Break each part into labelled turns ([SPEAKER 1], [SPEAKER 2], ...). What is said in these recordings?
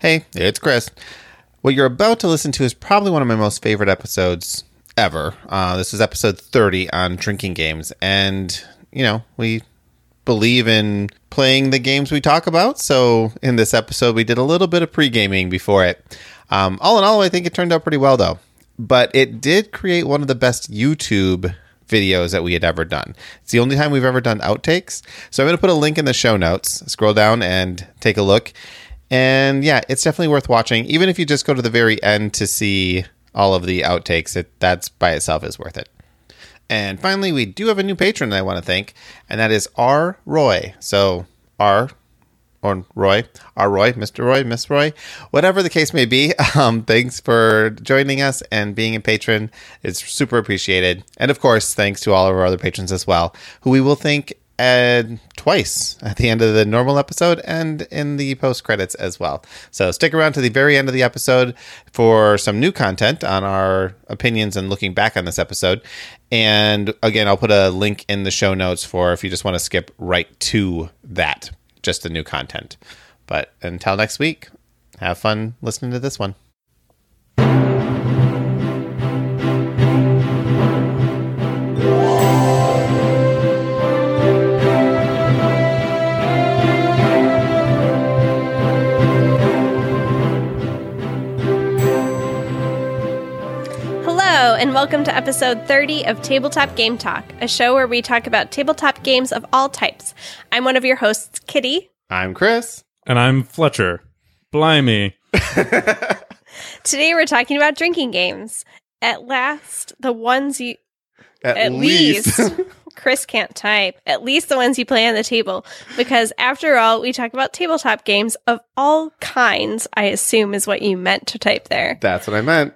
[SPEAKER 1] Hey, it's Chris. What you're about to listen to is probably one of my most favorite episodes ever. Uh, this is episode 30 on drinking games. And, you know, we believe in playing the games we talk about. So in this episode, we did a little bit of pre gaming before it. Um, all in all, I think it turned out pretty well, though. But it did create one of the best YouTube videos that we had ever done. It's the only time we've ever done outtakes. So I'm going to put a link in the show notes. Scroll down and take a look. And yeah, it's definitely worth watching. Even if you just go to the very end to see all of the outtakes, it that's by itself is worth it. And finally, we do have a new patron that I want to thank, and that is R. Roy. So R. Or Roy, R. Roy, Mr. Roy, Miss Roy, whatever the case may be. Um, thanks for joining us and being a patron. It's super appreciated. And of course, thanks to all of our other patrons as well, who we will thank uh, twice at the end of the normal episode and in the post credits as well. So stick around to the very end of the episode for some new content on our opinions and looking back on this episode. And again, I'll put a link in the show notes for if you just want to skip right to that, just the new content. But until next week, have fun listening to this one.
[SPEAKER 2] Hello, and welcome to episode 30 of Tabletop Game Talk, a show where we talk about tabletop games of all types. I'm one of your hosts, Kitty.
[SPEAKER 1] I'm Chris.
[SPEAKER 3] And I'm Fletcher. Blimey.
[SPEAKER 2] Today we're talking about drinking games. At last, the ones you.
[SPEAKER 1] At,
[SPEAKER 2] At least. Chris can't type. At least the ones you play on the table. Because after all, we talk about tabletop games of all kinds, I assume is what you meant to type there.
[SPEAKER 1] that's what I meant.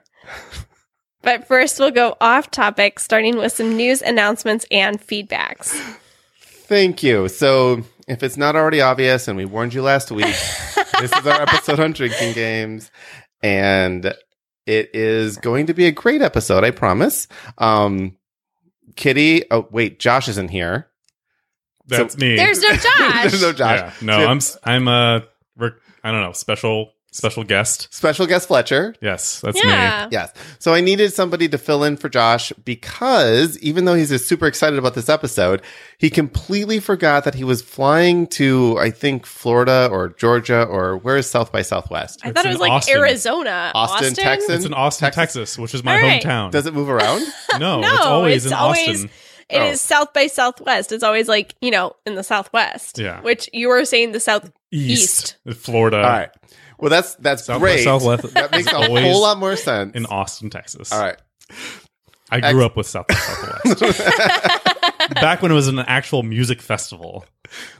[SPEAKER 2] But first, we'll go off topic, starting with some news announcements and feedbacks.
[SPEAKER 1] Thank you. So, if it's not already obvious, and we warned you last week, this is our episode on drinking games, and it is going to be a great episode, I promise. Um, Kitty, oh wait, Josh isn't here.
[SPEAKER 3] That's me.
[SPEAKER 2] There's no Josh.
[SPEAKER 1] There's no Josh.
[SPEAKER 3] Yeah. No, I'm s- I'm a rec- I don't know special special guest.
[SPEAKER 1] special guest Fletcher.
[SPEAKER 3] Yes, that's me.
[SPEAKER 2] yeah.
[SPEAKER 1] Yes. So I needed somebody to fill in for Josh because even though he's super excited about this episode, he completely forgot that he was flying to, I think, Florida or Georgia or where is South by Southwest?
[SPEAKER 2] I
[SPEAKER 3] It's
[SPEAKER 2] thought it
[SPEAKER 3] in
[SPEAKER 2] was like
[SPEAKER 3] Austin.
[SPEAKER 2] Arizona.
[SPEAKER 1] Austin, Texas?
[SPEAKER 3] It's in Austin,
[SPEAKER 1] Texas?
[SPEAKER 3] Texas, which is my
[SPEAKER 2] All right.
[SPEAKER 3] hometown.
[SPEAKER 1] Does it move around?
[SPEAKER 3] no,
[SPEAKER 2] No,
[SPEAKER 3] it's always
[SPEAKER 2] it's
[SPEAKER 3] in
[SPEAKER 2] always-
[SPEAKER 3] Austin.
[SPEAKER 2] It is
[SPEAKER 1] Oh.
[SPEAKER 2] South by Southwest. It's always like, you know, in the Southwest.
[SPEAKER 3] Yeah.
[SPEAKER 2] Which you were saying the Southeast.
[SPEAKER 3] East, Florida.
[SPEAKER 1] All right. Well, that's that's
[SPEAKER 3] South by
[SPEAKER 1] great.
[SPEAKER 3] Southwest
[SPEAKER 1] that makes
[SPEAKER 3] is
[SPEAKER 1] a
[SPEAKER 3] always
[SPEAKER 1] whole lot more sense.
[SPEAKER 3] in Austin, Texas.
[SPEAKER 1] All right.
[SPEAKER 3] I grew up with South by Southwest. Back when it was an actual music festival.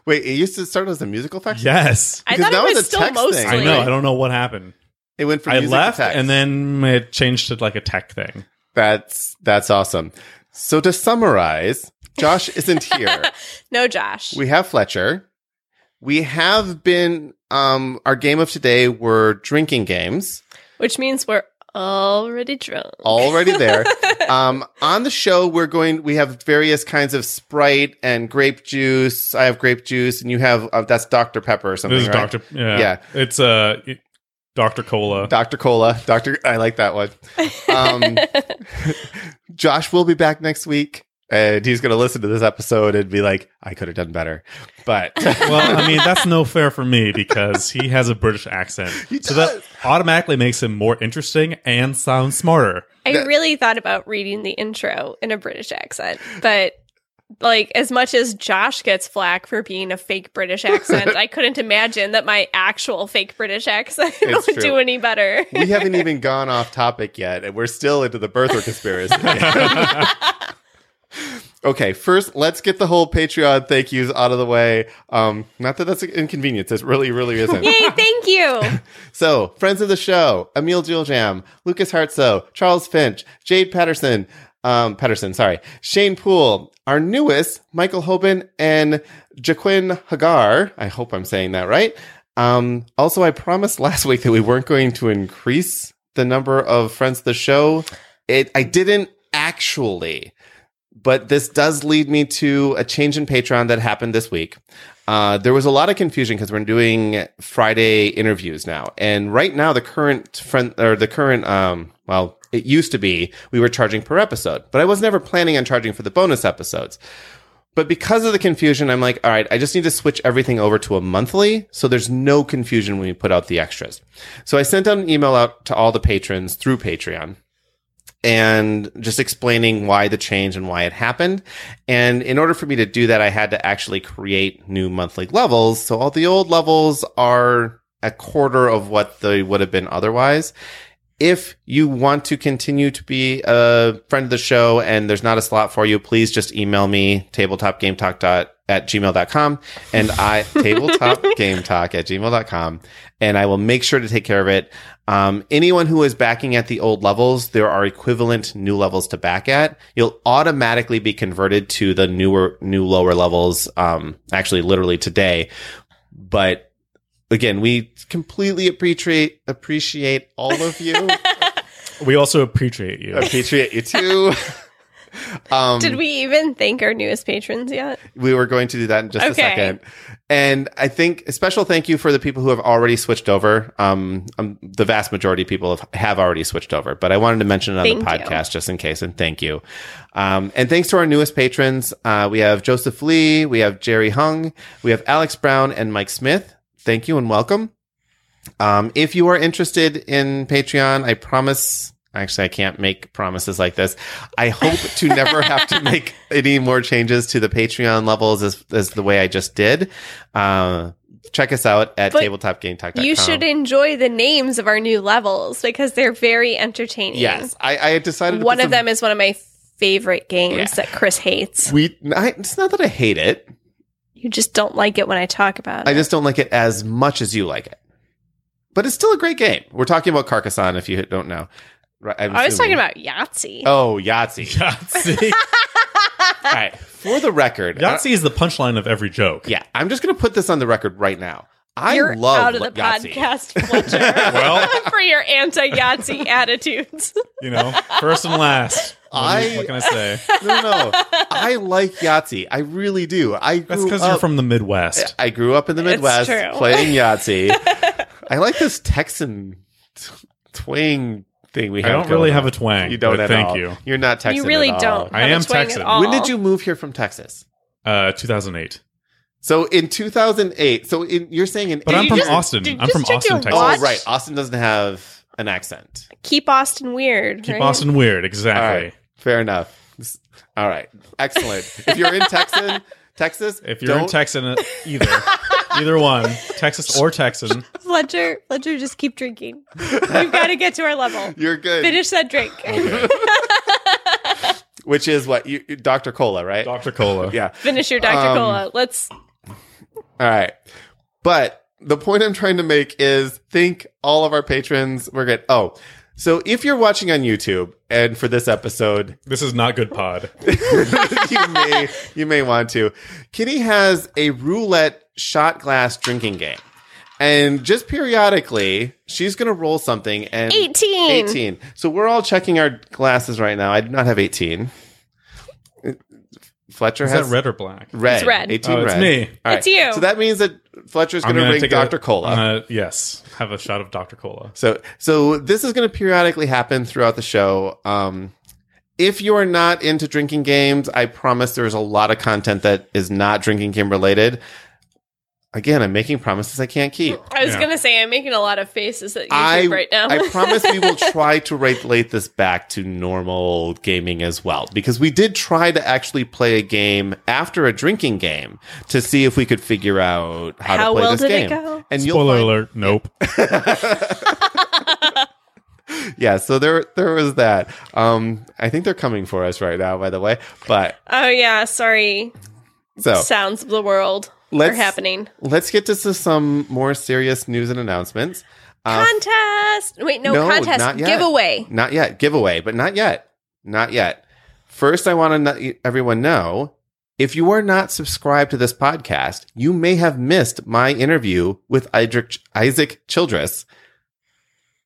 [SPEAKER 1] Wait, it used to start as a musical festival.
[SPEAKER 3] Yes.
[SPEAKER 2] I
[SPEAKER 1] Because
[SPEAKER 2] thought
[SPEAKER 1] that
[SPEAKER 2] it
[SPEAKER 1] was
[SPEAKER 2] was
[SPEAKER 1] a
[SPEAKER 2] still
[SPEAKER 1] text thing.
[SPEAKER 2] mostly.
[SPEAKER 3] I know. I don't know what happened.
[SPEAKER 1] It went from
[SPEAKER 3] I
[SPEAKER 1] music to
[SPEAKER 3] left
[SPEAKER 1] text.
[SPEAKER 3] and then it changed to like a tech thing.
[SPEAKER 1] that's that's awesome. So to summarize, Josh isn't here.
[SPEAKER 2] No, Josh.
[SPEAKER 1] We have Fletcher. We have been um our game of today were drinking games.
[SPEAKER 2] which means we're already drunk.
[SPEAKER 1] Already there. um on the show we're going we have various kinds of Sprite and grape juice. I have grape juice and you have uh, that's Dr Pepper or something,
[SPEAKER 3] This is
[SPEAKER 1] right?
[SPEAKER 3] Doctor. Yeah,
[SPEAKER 1] Yeah.
[SPEAKER 3] It's uh, it- Doctor Cola.
[SPEAKER 1] Dr. Cola. Dr. I like that one. Um, Josh will be back next week and he's going to listen to this episode and be like, I could have done better. But
[SPEAKER 3] well, I mean that's no fair for me because he has a British accent, so that automatically makes him more interesting and sounds smarter.
[SPEAKER 2] I
[SPEAKER 1] That-
[SPEAKER 2] really thought about reading the intro in a British accent, but like as much as Josh gets flack for being a fake British accent, I couldn't imagine that my actual fake British accent
[SPEAKER 1] It's
[SPEAKER 2] would
[SPEAKER 1] true.
[SPEAKER 2] do any better.
[SPEAKER 1] we haven't even gone off topic yet and we're still into the birther conspiracy. okay, first, let's get the whole Patreon thank yous out of the way. Um, not that that's an inconvenience, it really, really isn't.
[SPEAKER 2] Yay, thank you.
[SPEAKER 1] So, friends of the show, Emil Juleljam, Lucas Hartso, Charles Finch, Jade Patterson, um, Patterson, sorry, Shane Poole, our newest, Michael Hoban and Jaquin Hagar. I hope I'm saying that right. Um, also, I promised last week that we weren't going to increase the number of friends of the show. It, I didn't actually, but this does lead me to a change in Patreon that happened this week. Uh, there was a lot of confusion because we're doing Friday interviews now, and right now the current friend or the current um, well, it used to be we were charging per episode, but I was never planning on charging for the bonus episodes. But because of the confusion, I'm like, all right, I just need to switch everything over to a monthly so there's no confusion when we put out the extras. So I sent out an email out to all the patrons through Patreon and just explaining why the change and why it happened. And in order for me to do that, I had to actually create new monthly levels. So all the old levels are a quarter of what they would have been otherwise. If you want to continue to be a friend of the show and there's not a slot for you, please just email me tabletopgametalk dot at gmail.com and I tabletopgametalk at gmail.com and I will make sure to take care of it. Um, anyone who is backing at the old levels, there are equivalent new levels to back at. You'll automatically be converted to the newer, new lower levels. Um, actually, literally today, but again, we completely appreciate appreciate all of you.
[SPEAKER 3] We also appreciate you.
[SPEAKER 1] appreciate you too. Um,
[SPEAKER 2] Did we even thank our newest patrons yet?
[SPEAKER 1] we were going to do that in just a
[SPEAKER 2] Okay.
[SPEAKER 1] second. And I think a special thank you for the people who have already switched over. Um, um, the vast majority of people have, have already switched over, but I wanted to mention it on the
[SPEAKER 2] Thank you.
[SPEAKER 1] podcast just in case. And thank you. Um, and thanks to our newest patrons. Uh, we have Joseph Lee, we have Jerry Hung, we have Alex Brown and Mike Smith. Thank you and welcome. Um, if you are interested in Patreon, I promise. Actually, I can't make promises like this. I hope to never have to make any more changes to the Patreon levels as, as the way I just did. Uh, check us out at
[SPEAKER 2] But
[SPEAKER 1] tabletopgametalk.com.
[SPEAKER 2] You should enjoy the names of our new levels because they're very entertaining.
[SPEAKER 1] Yes, I, I decided to
[SPEAKER 2] One
[SPEAKER 1] put
[SPEAKER 2] of them is one of my favorite games
[SPEAKER 1] Yeah.
[SPEAKER 2] that Chris hates.
[SPEAKER 1] some- We, I, it's not that I hate it.
[SPEAKER 2] You just don't like it when I talk about
[SPEAKER 1] I
[SPEAKER 2] it.
[SPEAKER 1] just don't like it as much as you like it. But it's still a great game. We're talking about Carcassonne. If you don't know, Right, I'm
[SPEAKER 2] I was talking
[SPEAKER 1] assuming.
[SPEAKER 2] about Yahtzee.
[SPEAKER 1] oh Yahtzee.
[SPEAKER 3] Yahtzee.
[SPEAKER 1] All right, for the record, I-
[SPEAKER 3] Yahtzee is the punchline of every joke.
[SPEAKER 1] Yeah, I'm just gonna put this on the record right now. I
[SPEAKER 2] You're
[SPEAKER 1] love
[SPEAKER 2] out of the
[SPEAKER 1] Yahtzee.
[SPEAKER 2] podcast, Fletcher.
[SPEAKER 3] Well-
[SPEAKER 2] for your anti Yahtzee attitudes.
[SPEAKER 3] You know, first and last. What
[SPEAKER 1] I-
[SPEAKER 3] do you- what can I say?
[SPEAKER 1] No, no, I like Yahtzee. I really do. I grew
[SPEAKER 3] That's because
[SPEAKER 1] up,
[SPEAKER 3] you're from the Midwest.
[SPEAKER 1] I grew up in the
[SPEAKER 2] It's
[SPEAKER 1] Midwest
[SPEAKER 2] true.
[SPEAKER 1] playing Yahtzee. I like this Texan t- twang thing we
[SPEAKER 3] I
[SPEAKER 1] have.
[SPEAKER 3] don't really
[SPEAKER 1] going
[SPEAKER 3] have
[SPEAKER 1] on.
[SPEAKER 3] a twang.
[SPEAKER 1] You don't.
[SPEAKER 3] but
[SPEAKER 1] At
[SPEAKER 3] thank
[SPEAKER 1] all.
[SPEAKER 3] you.
[SPEAKER 1] You're not Texan.
[SPEAKER 2] you really
[SPEAKER 1] at all.
[SPEAKER 2] don't.
[SPEAKER 3] I
[SPEAKER 2] have a
[SPEAKER 3] am
[SPEAKER 2] twang at
[SPEAKER 3] Texan.
[SPEAKER 2] all.
[SPEAKER 1] When did you move here from Texas?
[SPEAKER 3] Uh, 2008.
[SPEAKER 1] So in 2008. So in, you're saying in
[SPEAKER 3] But
[SPEAKER 2] Did
[SPEAKER 3] I'm
[SPEAKER 2] you
[SPEAKER 3] from
[SPEAKER 2] just-
[SPEAKER 3] Austin.
[SPEAKER 2] did you
[SPEAKER 3] I'm from
[SPEAKER 2] just do
[SPEAKER 3] Austin,
[SPEAKER 2] a
[SPEAKER 3] Texas.
[SPEAKER 1] oh
[SPEAKER 2] watch?
[SPEAKER 1] right, Austin doesn't have an accent.
[SPEAKER 2] keep Austin weird?
[SPEAKER 3] Keep
[SPEAKER 2] right?
[SPEAKER 3] Austin weird.
[SPEAKER 1] All
[SPEAKER 3] Exactly.
[SPEAKER 1] right. Fair enough. This- All right. Excellent. if you're in Texan, Texas,
[SPEAKER 3] If you're in
[SPEAKER 1] don't-
[SPEAKER 3] Texan, uh, either, either one, Texas or Texan,
[SPEAKER 2] Fletcher, Fletcher, just keep drinking. We've got to get to our level.
[SPEAKER 1] you're good.
[SPEAKER 2] Finish that drink.
[SPEAKER 1] Which is what you, you- Dr. Cola, right?
[SPEAKER 3] Dr. Cola.
[SPEAKER 1] yeah.
[SPEAKER 2] Finish your Dr.
[SPEAKER 1] Um,
[SPEAKER 2] Cola. Let's.
[SPEAKER 1] All right. But the point I'm trying to make is think all of our patrons. We're good. Oh, so if you're watching on YouTube and for this episode,
[SPEAKER 3] This is not good pod.
[SPEAKER 1] you may you may want to. Kitty has a roulette shot glass drinking game. And just periodically, she's going to roll something and
[SPEAKER 2] 18.
[SPEAKER 1] 18. So we're all checking our glasses right now. I do not have 18. Fletcher
[SPEAKER 3] Is
[SPEAKER 1] has
[SPEAKER 3] that red or black?
[SPEAKER 1] Red.
[SPEAKER 2] It's red.
[SPEAKER 1] 18
[SPEAKER 3] Oh, it's
[SPEAKER 1] red.
[SPEAKER 3] me.
[SPEAKER 1] All
[SPEAKER 2] It's you.
[SPEAKER 1] So that means that Fletcher's going to
[SPEAKER 3] gonna
[SPEAKER 1] bring
[SPEAKER 3] a-
[SPEAKER 1] Dr. Cola.
[SPEAKER 3] I'm gonna- yes, have a shot of Dr. Cola.
[SPEAKER 1] So so this is going to periodically happen throughout the show. Um, if you are not into drinking games, I promise there's a lot of content that is not drinking game related. Again, I'm making promises I can't keep.
[SPEAKER 2] I was
[SPEAKER 3] Yeah.
[SPEAKER 2] gonna say I'm making a lot of faces at YouTube
[SPEAKER 1] I
[SPEAKER 2] right now.
[SPEAKER 1] I promise we will try to relate this back to normal gaming as well because we did try to actually play a game after a drinking game to see if we could figure out how, to
[SPEAKER 2] How
[SPEAKER 1] play
[SPEAKER 2] well
[SPEAKER 1] this
[SPEAKER 2] did
[SPEAKER 1] game.
[SPEAKER 2] it go?
[SPEAKER 1] And you'll
[SPEAKER 3] Spoiler
[SPEAKER 1] find-
[SPEAKER 3] alert. Nope.
[SPEAKER 1] yeah, so there there was that. Um, I think they're coming for us right now, by the way. But
[SPEAKER 2] oh yeah, sorry.
[SPEAKER 1] so
[SPEAKER 2] Sounds of the world are
[SPEAKER 1] Oh. Let's-
[SPEAKER 2] happening.
[SPEAKER 1] let's get to s- some more serious news and announcements. Uh,
[SPEAKER 2] contest. Wait, no,
[SPEAKER 1] no,
[SPEAKER 2] contest.
[SPEAKER 1] not yet.
[SPEAKER 2] Giveaway.
[SPEAKER 1] not yet giveaway, but not yet, not yet. First, I want to let everyone know if you are not subscribed to this podcast, you may have missed my interview with Idric- Isaac Childress,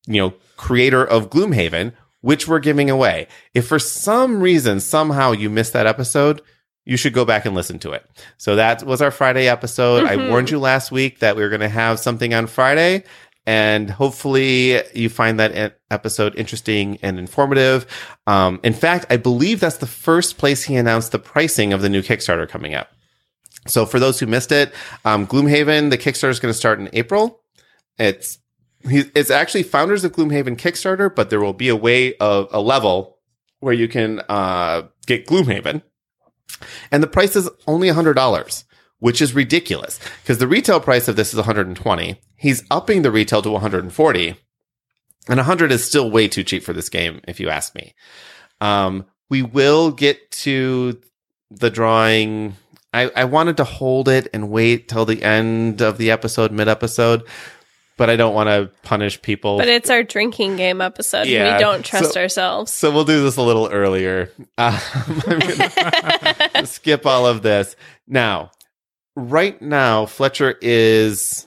[SPEAKER 1] you know, creator of Gloomhaven, which we're giving away. If for some reason somehow you missed that episode, you should go back and listen to it. So that was our Friday episode. I warned you last week that we were going to have something on Friday. And hopefully you find that e- episode interesting and informative. Um, in fact, I believe that's the first place he announced the pricing of the new Kickstarter coming up. So for those who missed it, um, Gloomhaven, the Kickstarter is going to start in April. It's he- it's actually founders of Gloomhaven Kickstarter, but there will be a way of a level where you can uh, get Gloomhaven, and the price is only hundred dollars, which is ridiculous because the retail price of this is one hundred and twenty. He's upping the retail to one hundred and forty, and hundred is still way too cheap for this game, if you ask me. Um, we will get to the drawing. I, I wanted to hold it and wait till the end of the episode, mid episode, but I don't want to punish people.
[SPEAKER 2] But it's our drinking game episode.
[SPEAKER 1] Yeah.
[SPEAKER 2] We don't trust
[SPEAKER 1] So-
[SPEAKER 2] ourselves.
[SPEAKER 1] so we'll do this a little earlier. Um, I'm gonna skip all of this. Now, right now, Fletcher is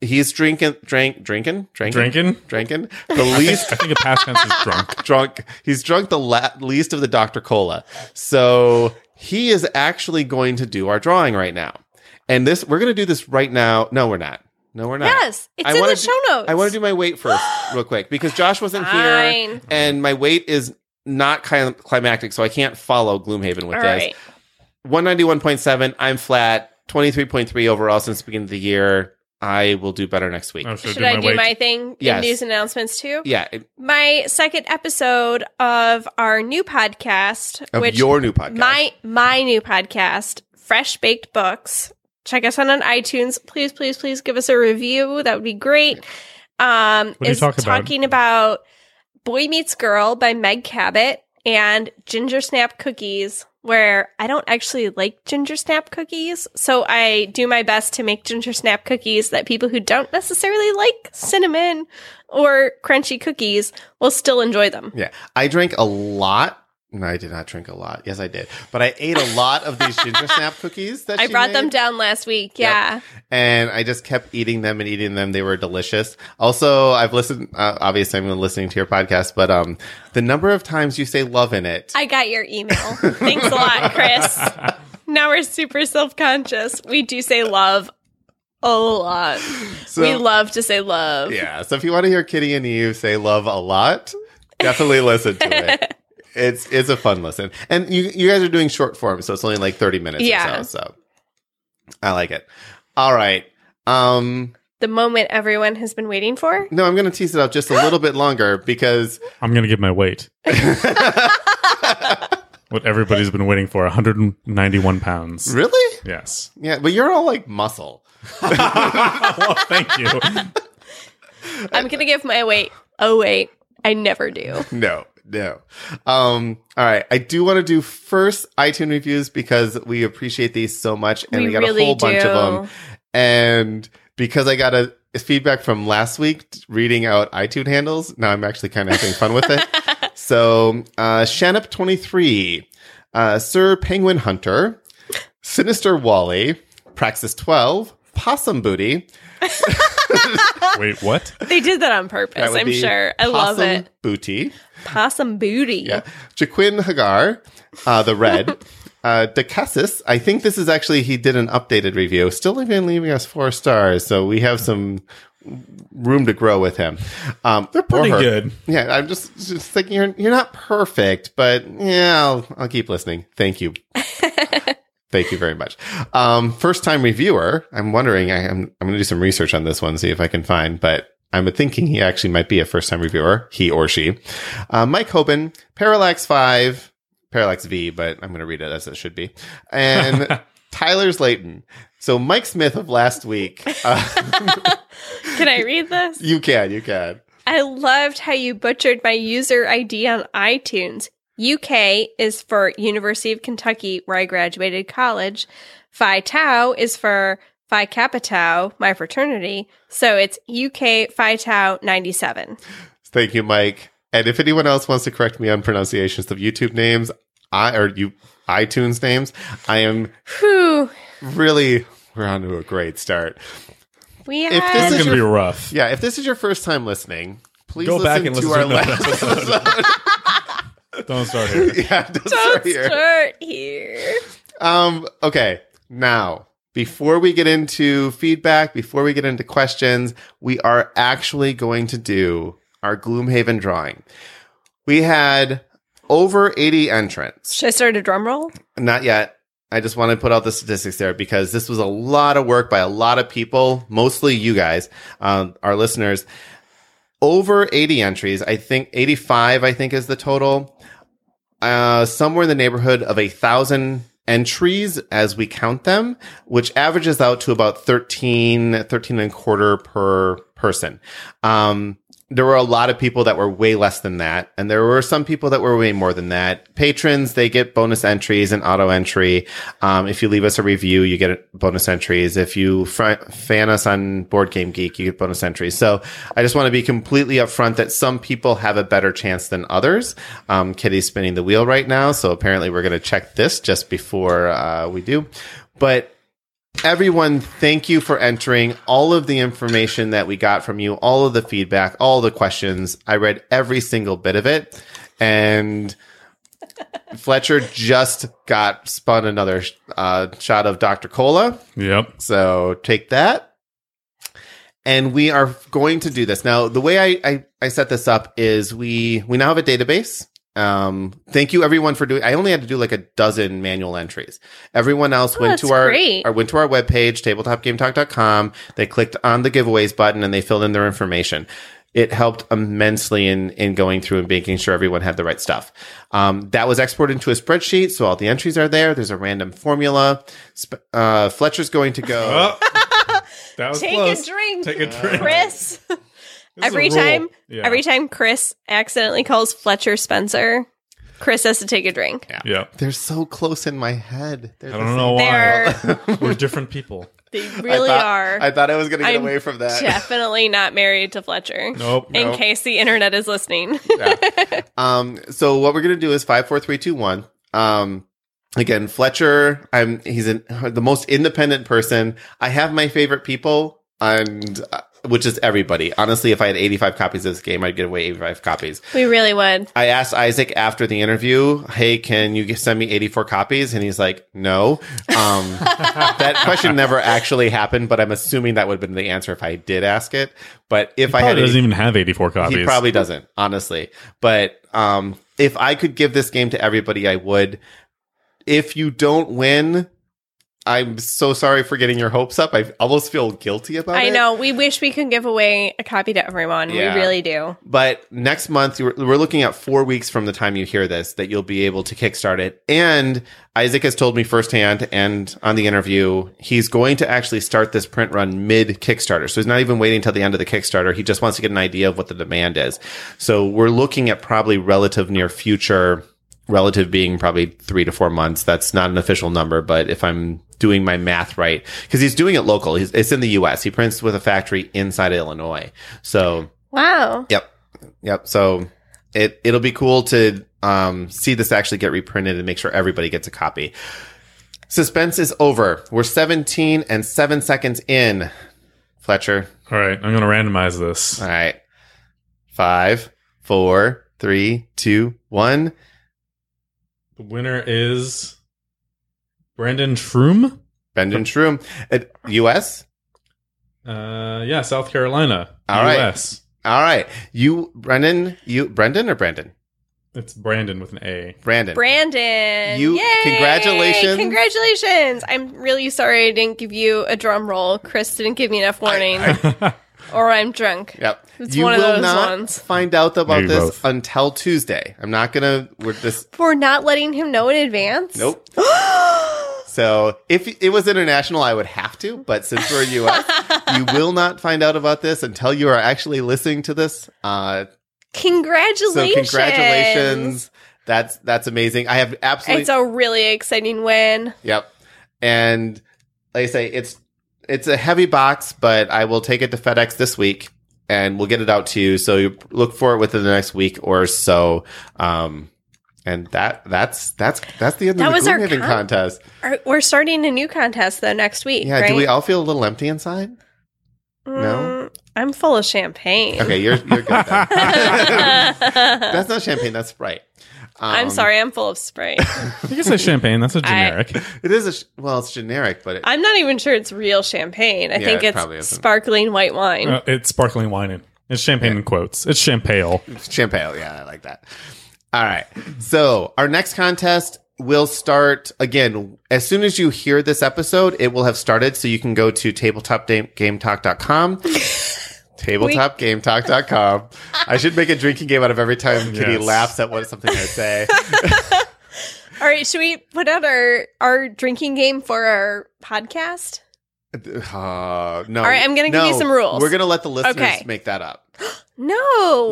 [SPEAKER 1] he's drinking, drank, drinking, drinking,
[SPEAKER 3] Drinking?
[SPEAKER 1] drinking the least
[SPEAKER 3] I think a past tense is drunk.
[SPEAKER 1] drunk. He's drunk the la- least of the Dr. Cola. So he is actually going to do our drawing right now. And this, we're going to do this right now. No, we're not. No, we're not.
[SPEAKER 2] Yes, it's
[SPEAKER 1] uh, I
[SPEAKER 2] in
[SPEAKER 1] wanna
[SPEAKER 2] the
[SPEAKER 1] do-
[SPEAKER 2] show notes.
[SPEAKER 1] I want to do my weight first, real quick, because Josh wasn't here
[SPEAKER 2] Fine.
[SPEAKER 1] and my weight is not kind of climactic, so I can't follow Gloomhaven with this.
[SPEAKER 2] All right.
[SPEAKER 1] 191.7, I'm flat. 23.3 overall since the beginning of the year. I will do better next week.
[SPEAKER 3] Oh, should,
[SPEAKER 2] Should I do
[SPEAKER 3] weight?
[SPEAKER 2] my thing
[SPEAKER 1] Yes.
[SPEAKER 2] in news announcements too?
[SPEAKER 1] Yeah, it-
[SPEAKER 2] My second episode of our new podcast,
[SPEAKER 1] of
[SPEAKER 2] which
[SPEAKER 1] your new podcast.
[SPEAKER 2] my my new podcast, Fresh Baked Books. Check us out on iTunes. Please, please, please give us a review. That would be great. Um,
[SPEAKER 3] What do you
[SPEAKER 2] is
[SPEAKER 3] talk about?
[SPEAKER 2] talking about Boy Meets Girl by Meg Cabot and Ginger Snap Cookies, where I don't actually like ginger snap cookies. So I do my best to make ginger snap cookies that people who don't necessarily like cinnamon or crunchy cookies will still enjoy them.
[SPEAKER 1] Yeah. I drank a lot. No, I did not drink a lot. Yes, I did. But I ate a lot of these ginger snap cookies that
[SPEAKER 2] I
[SPEAKER 1] she
[SPEAKER 2] brought
[SPEAKER 1] made,
[SPEAKER 2] them down last week. Yeah.
[SPEAKER 1] and I just kept eating them and eating them. They were delicious. Also, I've listened. Uh, obviously, I'm listening to your podcast, but um, the number of times you say "love" in it,
[SPEAKER 2] I got your email. Thanks a lot, Chris. now we're super self conscious. We do say love a lot.
[SPEAKER 1] So-
[SPEAKER 2] we love to say love.
[SPEAKER 1] Yeah. So if you want to hear Kitty and Eve say love a lot, definitely listen to it. It's it's a fun listen. And you you guys are doing short form, so it's only like 30 minutes
[SPEAKER 2] Yeah.
[SPEAKER 1] or so. So I like it. All right. Um
[SPEAKER 2] The moment everyone has been waiting for.
[SPEAKER 1] no, I'm gonna tease it up just a little bit longer because
[SPEAKER 3] I'm going to give my weight. what everybody's been waiting for 191 pounds.
[SPEAKER 1] really?
[SPEAKER 3] Yes.
[SPEAKER 1] Yeah, but you're all like muscle.
[SPEAKER 3] well, Oh, thank you.
[SPEAKER 2] I'm going to give my weight. Oh, wait. I never do.
[SPEAKER 1] No, no. Um, all right. I do want to do first iTunes reviews because we appreciate these so much and we,
[SPEAKER 2] We
[SPEAKER 1] got
[SPEAKER 2] really
[SPEAKER 1] a whole bunch
[SPEAKER 2] do.
[SPEAKER 1] of them. And because I got a feedback from last week reading out iTunes handles, now I'm actually kind of having fun with it. So, uh, Shanup23, uh, Sir Penguin Hunter, Sinister Wally, Praxis 12, Possum Booty.
[SPEAKER 3] Wait, what?
[SPEAKER 2] They did that on
[SPEAKER 1] That
[SPEAKER 2] purpose,
[SPEAKER 1] would
[SPEAKER 2] I'm
[SPEAKER 1] be
[SPEAKER 2] sure. I love
[SPEAKER 1] Possum
[SPEAKER 2] it.
[SPEAKER 1] Booty.
[SPEAKER 2] Possum booty.
[SPEAKER 1] Yeah. Jaquin Hagar, uh, the red. Uh, Decassis, I think this is actually, he did an updated review. Still even leaving us four stars, so we have some room to grow with him. Um, They're
[SPEAKER 3] Pretty good.
[SPEAKER 1] Yeah, I'm just, just thinking you're, you're not perfect, but yeah, I'll, I'll keep listening. Thank you. Thank you very much. Um, first time reviewer, I'm wondering, I, I'm, I'm going to do some research on this one, see if I can find, but I'm thinking he actually might be a first time reviewer, he or she. Uh, Mike Hoban, Parallax 5, Parallax V, but I'm going to read it as it should be. And Tyler's Layton. So Mike Smith of last week. Uh,
[SPEAKER 2] Can I read this?
[SPEAKER 1] you can, you can.
[SPEAKER 2] I loved how you butchered my user ID on iTunes. UK is for University of Kentucky, where I graduated college. Phi Tau is for Phi Kappa Tau, my fraternity. So it's UK Phi Tau 97.
[SPEAKER 1] Thank you, Mike. And if anyone else wants to correct me on pronunciations of YouTube names, I or you iTunes names, I am
[SPEAKER 2] Whew.
[SPEAKER 1] really we're on to a great start.
[SPEAKER 2] We
[SPEAKER 1] this
[SPEAKER 2] have.
[SPEAKER 3] This is
[SPEAKER 1] is
[SPEAKER 3] going to be
[SPEAKER 1] your-
[SPEAKER 3] rough.
[SPEAKER 1] Yeah, if this is your first time listening, please
[SPEAKER 3] Go
[SPEAKER 1] listen
[SPEAKER 3] back and
[SPEAKER 1] to
[SPEAKER 3] listen
[SPEAKER 1] our
[SPEAKER 3] to another
[SPEAKER 1] last episode.
[SPEAKER 3] Don't start here.
[SPEAKER 1] yeah, don't
[SPEAKER 2] Don't
[SPEAKER 1] start here.
[SPEAKER 2] start here.
[SPEAKER 1] Um, okay. Now, before we get into feedback, before we get into questions, we are actually going to do our Gloomhaven drawing. We had over 80 entrants.
[SPEAKER 2] Should I start a drum roll?
[SPEAKER 1] Not yet. I just want to put out the statistics there because this was a lot of work by a lot of people, mostly you guys, um, our listeners. Over 80 entries, I think 85, I think is the total. Uh, somewhere in the neighborhood of a thousand entries as we count them, which averages out to about 13, 13 and a quarter per person. Um, there were a lot of people that were way less than that, and there were some people that were way more than that. Patrons, they get bonus entries and auto entry. Um, if you leave us a review, you get bonus entries. If you fr- fan us on Board Game Geek, you get bonus entries. So I just want to be completely upfront that some people have a better chance than others. Um, Kitty's spinning the wheel right now, so apparently we're going to check this just before uh, we do. But everyone, thank you for entering all of the information that we got from you, all of the feedback, all the questions. I read every single bit of it. And Fletcher just got spun another uh, shot of Dr. Cola.
[SPEAKER 3] Yep.
[SPEAKER 1] So take that. And we are going to do this. Now, the way I, I, I set this up is we, we now have a database. Um, thank you everyone for doing, I only had to do like a dozen manual entries. Everyone else
[SPEAKER 2] Oh,
[SPEAKER 1] went to
[SPEAKER 2] that's
[SPEAKER 1] our,
[SPEAKER 2] great.
[SPEAKER 1] our, went to our webpage, tabletopgametalk.com. They clicked on the giveaways button and they filled in their information. It helped immensely in, in going through and making sure everyone had the right stuff. Um, that was exported into a spreadsheet. So all the entries are there. There's a random formula. Sp- uh, Fletcher's going to go.
[SPEAKER 3] Oh, that was
[SPEAKER 2] Take
[SPEAKER 3] close.
[SPEAKER 2] a drink.
[SPEAKER 3] Take a drink.
[SPEAKER 2] Chris.
[SPEAKER 3] This is a
[SPEAKER 2] every
[SPEAKER 3] rule.
[SPEAKER 2] time-
[SPEAKER 3] Yeah.
[SPEAKER 2] Every time Chris accidentally calls Fletcher Spencer, Chris has to take a drink.
[SPEAKER 3] Yeah.
[SPEAKER 1] They're so close in my head. They're
[SPEAKER 3] I
[SPEAKER 1] the
[SPEAKER 3] don't know why.
[SPEAKER 2] They're
[SPEAKER 3] We're different people.
[SPEAKER 2] they
[SPEAKER 1] same. I
[SPEAKER 2] really
[SPEAKER 1] thought-
[SPEAKER 2] are
[SPEAKER 1] I thought I was going to get
[SPEAKER 2] I'm
[SPEAKER 1] away from that.
[SPEAKER 2] definitely not married to Fletcher.
[SPEAKER 3] Nope.
[SPEAKER 2] In
[SPEAKER 1] Nope.
[SPEAKER 2] case the internet is listening.
[SPEAKER 1] Yeah. Um, so what we're going to do is five, four, three, two, one. Um, again, Fletcher, I'm, he's an, the most independent person. I have my favorite people and, uh, which is everybody. Honestly, if I had 85 copies of this game, I'd get away 85 copies.
[SPEAKER 2] we really would.
[SPEAKER 1] I asked Isaac after the interview, "Hey, can you send me 84 copies?" And he's like, "No." Um, that question never actually happened, but I'm assuming that would have been the answer if I did ask it. But if I
[SPEAKER 3] Probably
[SPEAKER 1] had,
[SPEAKER 3] doesn't
[SPEAKER 1] 80
[SPEAKER 3] even have 84 copies.
[SPEAKER 1] he probably doesn't, honestly. But um, if I could give this game to everybody, I would. If you don't win, I'm so sorry for getting your hopes up. I almost feel guilty about it.
[SPEAKER 2] I know. We wish we could give away a copy to everyone.
[SPEAKER 1] Yeah.
[SPEAKER 2] We really do.
[SPEAKER 1] But next month, we're we're looking at four weeks from the time you hear this that you'll be able to kickstart it. And Isaac has told me firsthand and on the interview, he's going to actually start this print run mid Kickstarter. So he's not even waiting till the end of the Kickstarter. He just wants to get an idea of what the demand is. So we're looking at probably relative near future, relative being probably three to four months. That's not an official number, but if I'm doing my math right, because he's doing it local, he's, it's in the US. He prints with a factory inside of Illinois. So.
[SPEAKER 2] Wow.
[SPEAKER 1] Yep. Yep. So it it'll be cool to um, see this actually get reprinted and make sure everybody gets a copy. Suspense is over. We're 17 and 7 seconds in. Fletcher.
[SPEAKER 3] All right. I'm going to randomize this.
[SPEAKER 1] All right. Five, four, three, two, one.
[SPEAKER 3] The winner is Brandon Shroom.
[SPEAKER 1] Bend and Shroom. At US?
[SPEAKER 3] Uh, yeah, South Carolina.
[SPEAKER 1] All right.
[SPEAKER 3] US.
[SPEAKER 1] All right. You, Brendan, you, Brendan or Brandon?
[SPEAKER 3] It's Brandon with an A.
[SPEAKER 1] Brandon.
[SPEAKER 2] Brandon.
[SPEAKER 1] You-
[SPEAKER 2] Yay!
[SPEAKER 1] congratulations.
[SPEAKER 2] Congratulations. I'm really sorry I didn't give you a drum roll. Chris didn't give me enough warning. or I'm drunk.
[SPEAKER 1] Yep.
[SPEAKER 2] It's one of those ones.
[SPEAKER 1] find out about
[SPEAKER 3] Maybe
[SPEAKER 1] this
[SPEAKER 3] both.
[SPEAKER 1] until Tuesday. I'm not going to, we're just,
[SPEAKER 2] For not letting him know in advance.
[SPEAKER 1] Nope. so if it was international, I would have to, but since we're US, you will not find out about this until you are actually listening to this. Uh, so
[SPEAKER 2] Congratulations.
[SPEAKER 1] congratulations. That's that's amazing. I have absolutely
[SPEAKER 2] It's a really exciting win.
[SPEAKER 1] Yep. And like I say, it's it's a heavy box, but I will take it to FedEx this week and we'll get it out to you. So you look for it within the next week or so. Um and that that's that's that's the end
[SPEAKER 2] That
[SPEAKER 1] of the
[SPEAKER 2] was our
[SPEAKER 1] Gloomhaven
[SPEAKER 2] con-
[SPEAKER 1] contest.
[SPEAKER 2] Are- We're starting a new contest though next week,
[SPEAKER 1] Yeah,
[SPEAKER 2] right?
[SPEAKER 1] do we all feel a little empty inside? no?
[SPEAKER 2] Mm, I'm full of champagne.
[SPEAKER 1] Okay, you're you're good. Then.
[SPEAKER 2] Okay.
[SPEAKER 1] that's not champagne. That's Sprite.
[SPEAKER 2] I'm
[SPEAKER 1] Um,
[SPEAKER 2] sorry, I'm full of Sprite.
[SPEAKER 3] You can say champagne. That's a generic.
[SPEAKER 1] It is a sh- well, it's generic, but it,
[SPEAKER 2] I'm not even sure it's real champagne. I
[SPEAKER 1] Yeah,
[SPEAKER 2] think
[SPEAKER 1] it probably
[SPEAKER 2] it's
[SPEAKER 1] isn't.
[SPEAKER 2] sparkling white wine.
[SPEAKER 3] Uh, it's sparkling wine. In. It's champagne in quotes. It's champagne.
[SPEAKER 1] Champagne. Yeah, I like that. All right. So our next contest will start again. As soon as you hear this episode, it will have started. So you can go to tabletopgametalk.com. tabletopgametalk.com. I should make a drinking game out of every time Kitty
[SPEAKER 3] Yes.
[SPEAKER 1] laughs at what something I say.
[SPEAKER 2] All right, should we put out our our drinking game for our podcast?
[SPEAKER 1] Uh, no.
[SPEAKER 2] All right, I'm gonna give you
[SPEAKER 1] No.
[SPEAKER 2] some rules.
[SPEAKER 1] We're going to let the listeners
[SPEAKER 2] Okay.
[SPEAKER 1] make that up.
[SPEAKER 2] No,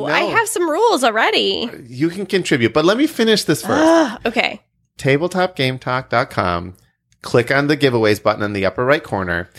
[SPEAKER 2] I
[SPEAKER 1] No.
[SPEAKER 2] have some rules already.
[SPEAKER 1] You can contribute, but let me finish this first.
[SPEAKER 2] Ugh, okay.
[SPEAKER 1] tabletopgametalk.com. Click on the giveaways button in the upper right corner.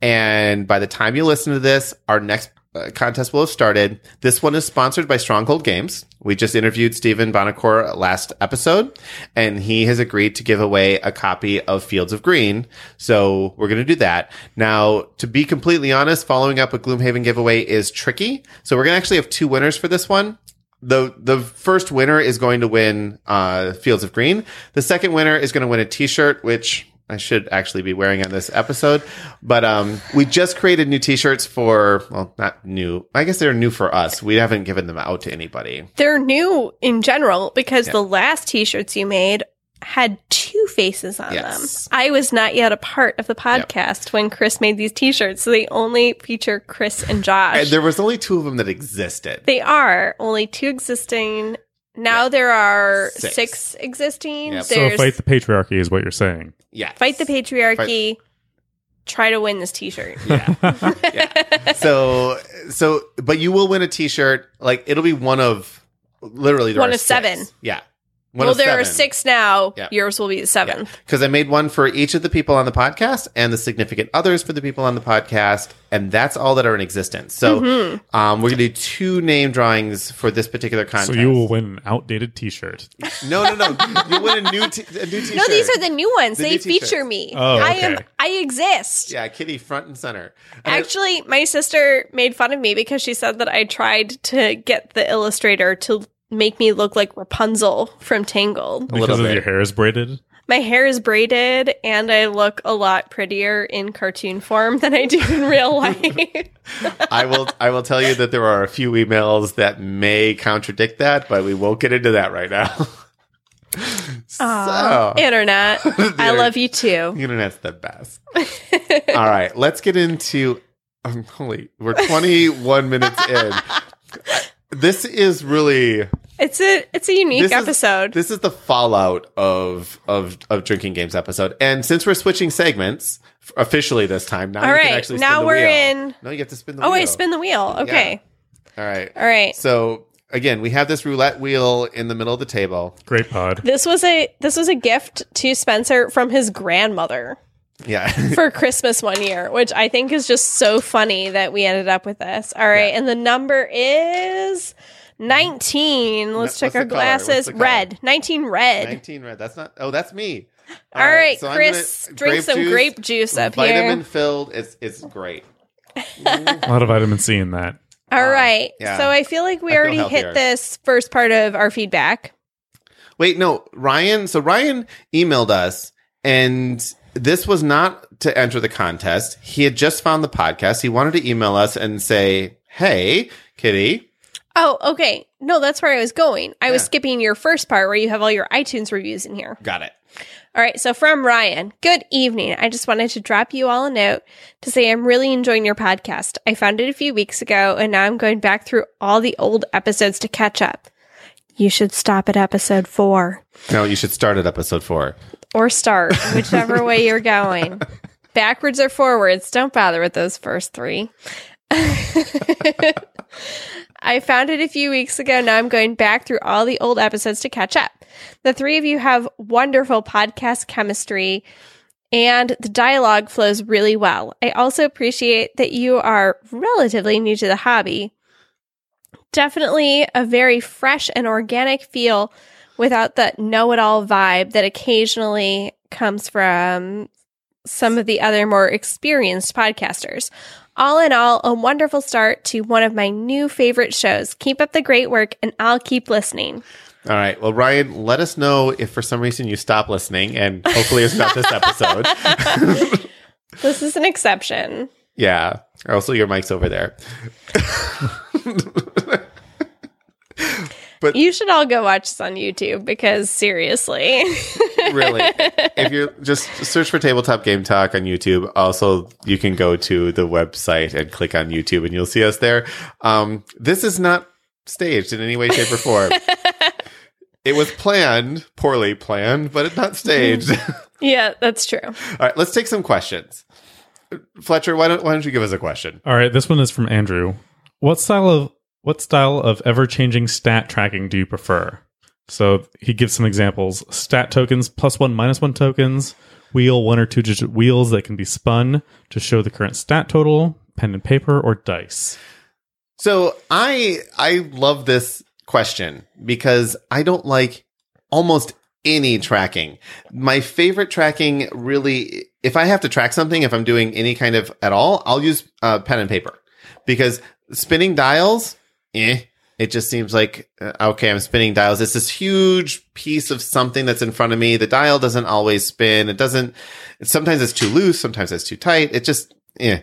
[SPEAKER 1] And by the time you listen to this, our next uh, contest will have started. This one is sponsored by Stronghold Games. We just interviewed Stephen Bonacore last episode, and he has agreed to give away a copy of Fields of Green. So we're going to do that. Now, to be completely honest, following up a Gloomhaven giveaway is tricky. So we're going to actually have two winners for this one the the first winner is going to win uh, Fields of Green. The second winner is going to win a T-shirt, which I should actually be wearing on this episode. But um, we just created new T-shirts for well, not new. I guess they're new for us. We haven't given them out to anybody.
[SPEAKER 2] They're new in general because the last t-shirts you made had two faces on
[SPEAKER 1] Yes.
[SPEAKER 2] them. I was not yet a part of the podcast when Chris made these t-shirts, so they only feature Chris and Josh.
[SPEAKER 1] And there was only two of them that existed.
[SPEAKER 2] They are only two existing. Now there are
[SPEAKER 1] Six.
[SPEAKER 2] six, existing.
[SPEAKER 1] Yep.
[SPEAKER 3] So
[SPEAKER 2] There's
[SPEAKER 3] fight the patriarchy is what you're saying.
[SPEAKER 1] Yeah,
[SPEAKER 2] patriarchy. Try to win this T-shirt.
[SPEAKER 1] Yeah. yeah. So so, but you will win a T-shirt. Like it'll be one of literally there
[SPEAKER 2] One
[SPEAKER 1] are
[SPEAKER 2] of
[SPEAKER 1] six.
[SPEAKER 2] seven.
[SPEAKER 1] Yeah. One
[SPEAKER 2] well,
[SPEAKER 1] of
[SPEAKER 2] there are
[SPEAKER 1] seven.
[SPEAKER 2] six now.
[SPEAKER 1] Yep.
[SPEAKER 2] Yours will be the seventh.
[SPEAKER 1] because I made one for each of the people on the podcast and the significant others for the people on the podcast, and that's all that are in existence. So
[SPEAKER 2] Mm-hmm.
[SPEAKER 1] um, we're gonna do two name drawings for this particular contest.
[SPEAKER 3] So you will win an outdated T-shirt.
[SPEAKER 1] No, no, no. you win a new t- a new t-shirt.
[SPEAKER 2] No, these are the new ones.
[SPEAKER 1] The
[SPEAKER 2] they
[SPEAKER 1] new T-shirts.
[SPEAKER 2] feature me.
[SPEAKER 3] Oh,
[SPEAKER 2] I am.
[SPEAKER 3] okay.
[SPEAKER 2] I exist.
[SPEAKER 1] yeah, Kitty front and center. And I-
[SPEAKER 2] Actually, my sister made fun of me because she said that I tried to get the illustrator to make me look like Rapunzel from Tangled.
[SPEAKER 1] little
[SPEAKER 3] Because of
[SPEAKER 1] bit.
[SPEAKER 3] your hair is braided.
[SPEAKER 2] My hair is braided and I look a lot prettier in cartoon form than I do in real life.
[SPEAKER 1] I will I will tell you that there are a few emails that may contradict that, but we won't get into that right now. so
[SPEAKER 2] Aw, Internet, I love you too.
[SPEAKER 1] the internet's the best. All right, let's get into. Um, holy, we're 21 minutes in. This is really
[SPEAKER 2] It's a it's a unique
[SPEAKER 1] this is-
[SPEAKER 2] episode.
[SPEAKER 1] this is the fallout of of of drinking games episode. And since we're switching segments f- officially this time, now
[SPEAKER 2] All
[SPEAKER 1] you
[SPEAKER 2] right,
[SPEAKER 1] can actually
[SPEAKER 2] now
[SPEAKER 1] spin the
[SPEAKER 2] we're
[SPEAKER 1] wheel.
[SPEAKER 2] in-
[SPEAKER 1] No, you have to spin the
[SPEAKER 2] oh,
[SPEAKER 1] wheel.
[SPEAKER 2] I spin the wheel. Okay,
[SPEAKER 1] All right,
[SPEAKER 2] all right.
[SPEAKER 1] so. Again, we have this roulette wheel in the middle of the table.
[SPEAKER 3] Great pod.
[SPEAKER 2] This was a this was a gift to Spencer from his grandmother
[SPEAKER 1] Yeah.
[SPEAKER 2] for Christmas one year, which I think is just so funny that we ended up with this. All right, and the number is nineteen. Let's
[SPEAKER 1] What's
[SPEAKER 2] check
[SPEAKER 1] the
[SPEAKER 2] our
[SPEAKER 1] color? What's the
[SPEAKER 2] glasses.
[SPEAKER 1] color?
[SPEAKER 2] Red. Nineteen red.
[SPEAKER 1] 19 red. That's not. Oh, that's me.
[SPEAKER 2] All right,
[SPEAKER 1] so I'm
[SPEAKER 2] Chris,
[SPEAKER 1] gonna-
[SPEAKER 2] drink some grape juice up
[SPEAKER 1] Vitamin
[SPEAKER 2] here.
[SPEAKER 1] filled. It's it's great.
[SPEAKER 3] A lot of vitamin C in that.
[SPEAKER 2] All right.
[SPEAKER 1] Ah, yeah.
[SPEAKER 2] So I feel like we
[SPEAKER 1] I feel
[SPEAKER 2] already
[SPEAKER 1] healthier.
[SPEAKER 2] hit this first part of our feedback.
[SPEAKER 1] Wait, no, Ryan. So Ryan emailed us, and this was not to enter the contest. He had just found the podcast. He wanted to email us and say, "Hey, Kitty."
[SPEAKER 2] Oh, okay. No, that's where I was going. I was
[SPEAKER 1] Yeah.
[SPEAKER 2] skipping your first part where you have all your iTunes reviews in here.
[SPEAKER 1] Got it.
[SPEAKER 2] All right. So from Ryan, good evening. I just wanted to drop you all a note to say I'm really enjoying your podcast. I found it a few weeks ago and now I'm going back through all the old episodes to catch up. You should stop at episode four.
[SPEAKER 1] No, you should start at episode four.
[SPEAKER 2] or start, whichever way you're going. Backwards or forwards, don't bother with those first three. I found it a few weeks ago. Now I'm going back through all the old episodes to catch up. The three of you have wonderful podcast chemistry and the dialogue flows really well. I also appreciate that you are relatively new to the hobby. Definitely a very fresh and organic feel without that know it all vibe that occasionally comes from some of the other more experienced podcasters. All in all, a wonderful start to one of my new favorite shows. Keep up the great work, and I'll keep listening.
[SPEAKER 1] All right. Well, Ryan, let us know if for some reason you stop listening, and hopefully it's not this episode.
[SPEAKER 2] This is an exception.
[SPEAKER 1] yeah. Also, your mic's over there.
[SPEAKER 2] You should all go watch this on YouTube because seriously.
[SPEAKER 1] Really. if you're just search for Tabletop Game Talk on YouTube, also you can go to the website and click on YouTube, and you'll see us there. Um, this is not staged in any way, shape, or form. it was planned, poorly planned, but it's not staged.
[SPEAKER 2] yeah, that's true.
[SPEAKER 1] All right, let's take some questions. Fletcher, why don't why don't you give us a question?
[SPEAKER 3] All right, this one is from Andrew. What style of what style of ever-changing stat tracking do you prefer? So he gives some examples: stat tokens, plus one, minus one tokens, wheel, one or two digit wheels that can be spun to show the current stat total, pen and paper, or dice.
[SPEAKER 1] So I I love this question because I don't like almost any tracking. My favorite tracking really if I have to track something, if I'm doing any kind of at all, I'll use uh, pen and paper because spinning dials, eh, it just seems like uh, okay, I'm spinning dials. It's this huge piece of something that's in front of me. The dial doesn't always spin. It doesn't. Sometimes it's too loose. Sometimes it's too tight. It just eh.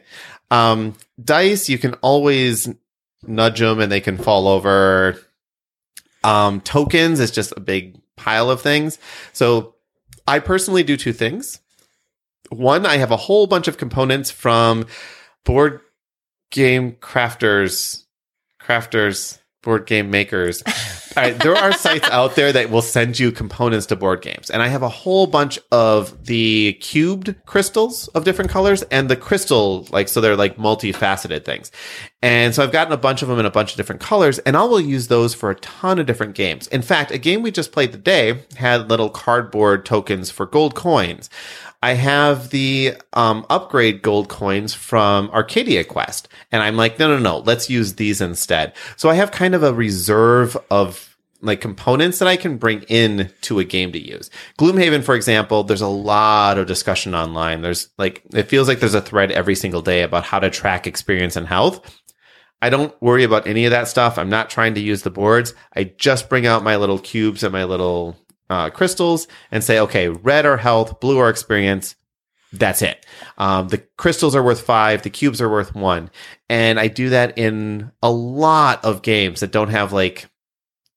[SPEAKER 1] Um, dice, you can always nudge them and they can fall over. Um, tokens is just a big pile of things. So I personally do two things. One, I have a whole bunch of components from board game crafters, crafters, board game makers. All right, there are sites out there that will send you components to board games. And I have a whole bunch of the cubed crystals of different colors and the crystal, like, so they're like multifaceted things. And so I've gotten a bunch of them in a bunch of different colors, and I will use those for a ton of different games. In fact, a game we just played today had little cardboard tokens for gold coins. I have the um, upgrade gold coins from Arcadia Quest, and I'm like, no, no, no, let's use these instead. So I have kind of a reserve of like components that I can bring in to a game to use. Gloomhaven, for example, there's a lot of discussion online. There's like, it feels like there's a thread every single day about how to track experience and health. I don't worry about any of that stuff. I'm not trying to use the boards. I just bring out my little cubes and my little uh, crystals and say, okay, red are health, blue are experience. That's it. Um, the crystals are worth five, the cubes are worth one. And I do that in a lot of games that don't have like,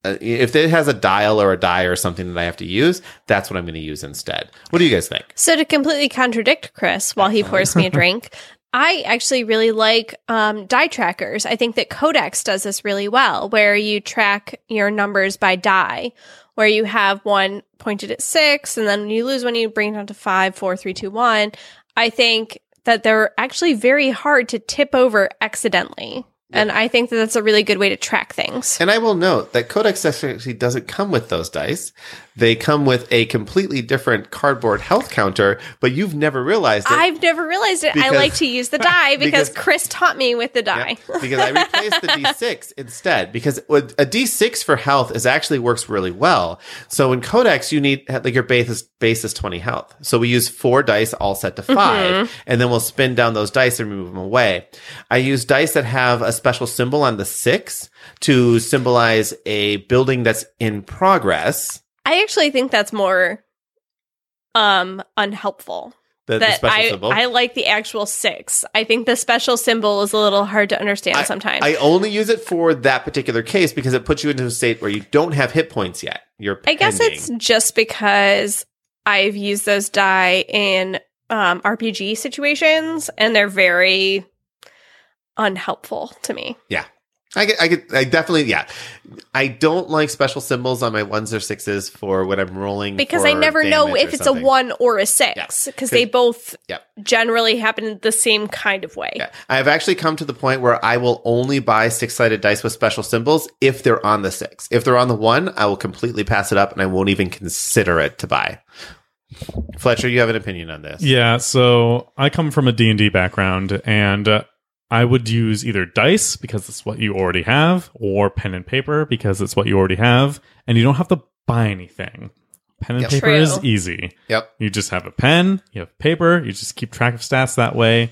[SPEAKER 1] uh, if it has a dial or a die or something that I have to use, that's what I'm going to use instead. What do you guys think?
[SPEAKER 2] So to completely contradict Chris while he pours me a drink, I actually really like um, die trackers. I think that Codex does this really well, where you track your numbers by die, where you have one pointed at six, and then when you lose one, you bring it down to five, four, three, two, one. I think that they're actually very hard to tip over accidentally. And I think that that's a really good way to track things.
[SPEAKER 1] And I will note that Codex actually doesn't come with those dice. They come with a completely different cardboard health counter, but you've never realized it.
[SPEAKER 2] I've never realized it. I
[SPEAKER 1] Because-
[SPEAKER 2] like to use the die because,
[SPEAKER 1] because-
[SPEAKER 2] Chris taught me with the die.
[SPEAKER 1] Yeah, because I replaced the D6 instead because with- a D6 for health is actually works really well. So in Codex, you need like your base is, base is 20 health. So we use four dice all set to 5 and then we'll spin down those dice and move them away. I use dice that have a special symbol on the six to symbolize a building that's in progress.
[SPEAKER 2] I actually think that's more um unhelpful.
[SPEAKER 1] The, the
[SPEAKER 2] That
[SPEAKER 1] special
[SPEAKER 2] I
[SPEAKER 1] symbol.
[SPEAKER 2] I like the actual six. I think the special symbol is a little hard to understand sometimes.
[SPEAKER 1] I only use it for that particular case because it puts you into a state where you don't have hit points yet. You're
[SPEAKER 2] I guess
[SPEAKER 1] pending.
[SPEAKER 2] it's just because I've used those die in um, RPG situations, and they're very unhelpful to me.
[SPEAKER 1] I get, I get, I definitely, yeah. I don't like special symbols on my ones or sixes for when I'm rolling
[SPEAKER 2] because
[SPEAKER 1] for
[SPEAKER 2] I never know
[SPEAKER 1] damage or
[SPEAKER 2] if it's
[SPEAKER 1] something.
[SPEAKER 2] a one or a six because they both
[SPEAKER 1] Yeah.
[SPEAKER 2] generally happen the same kind of way.
[SPEAKER 1] Yeah. I have actually come to the point where I will only buy six sided dice with special symbols if they're on the six. If they're on the one, I will completely pass it up and I won't even consider it to buy. Fletcher, you have an opinion on this?
[SPEAKER 3] Yeah, so I come from a D&D background and uh, I would use either dice because it's what you already have or pen and paper because it's what you already have and you don't have to buy anything. Pen and
[SPEAKER 1] Yep.
[SPEAKER 3] paper
[SPEAKER 2] True.
[SPEAKER 3] is easy.
[SPEAKER 1] Yep.
[SPEAKER 3] You just have a pen, you have paper, you just keep track of stats that way.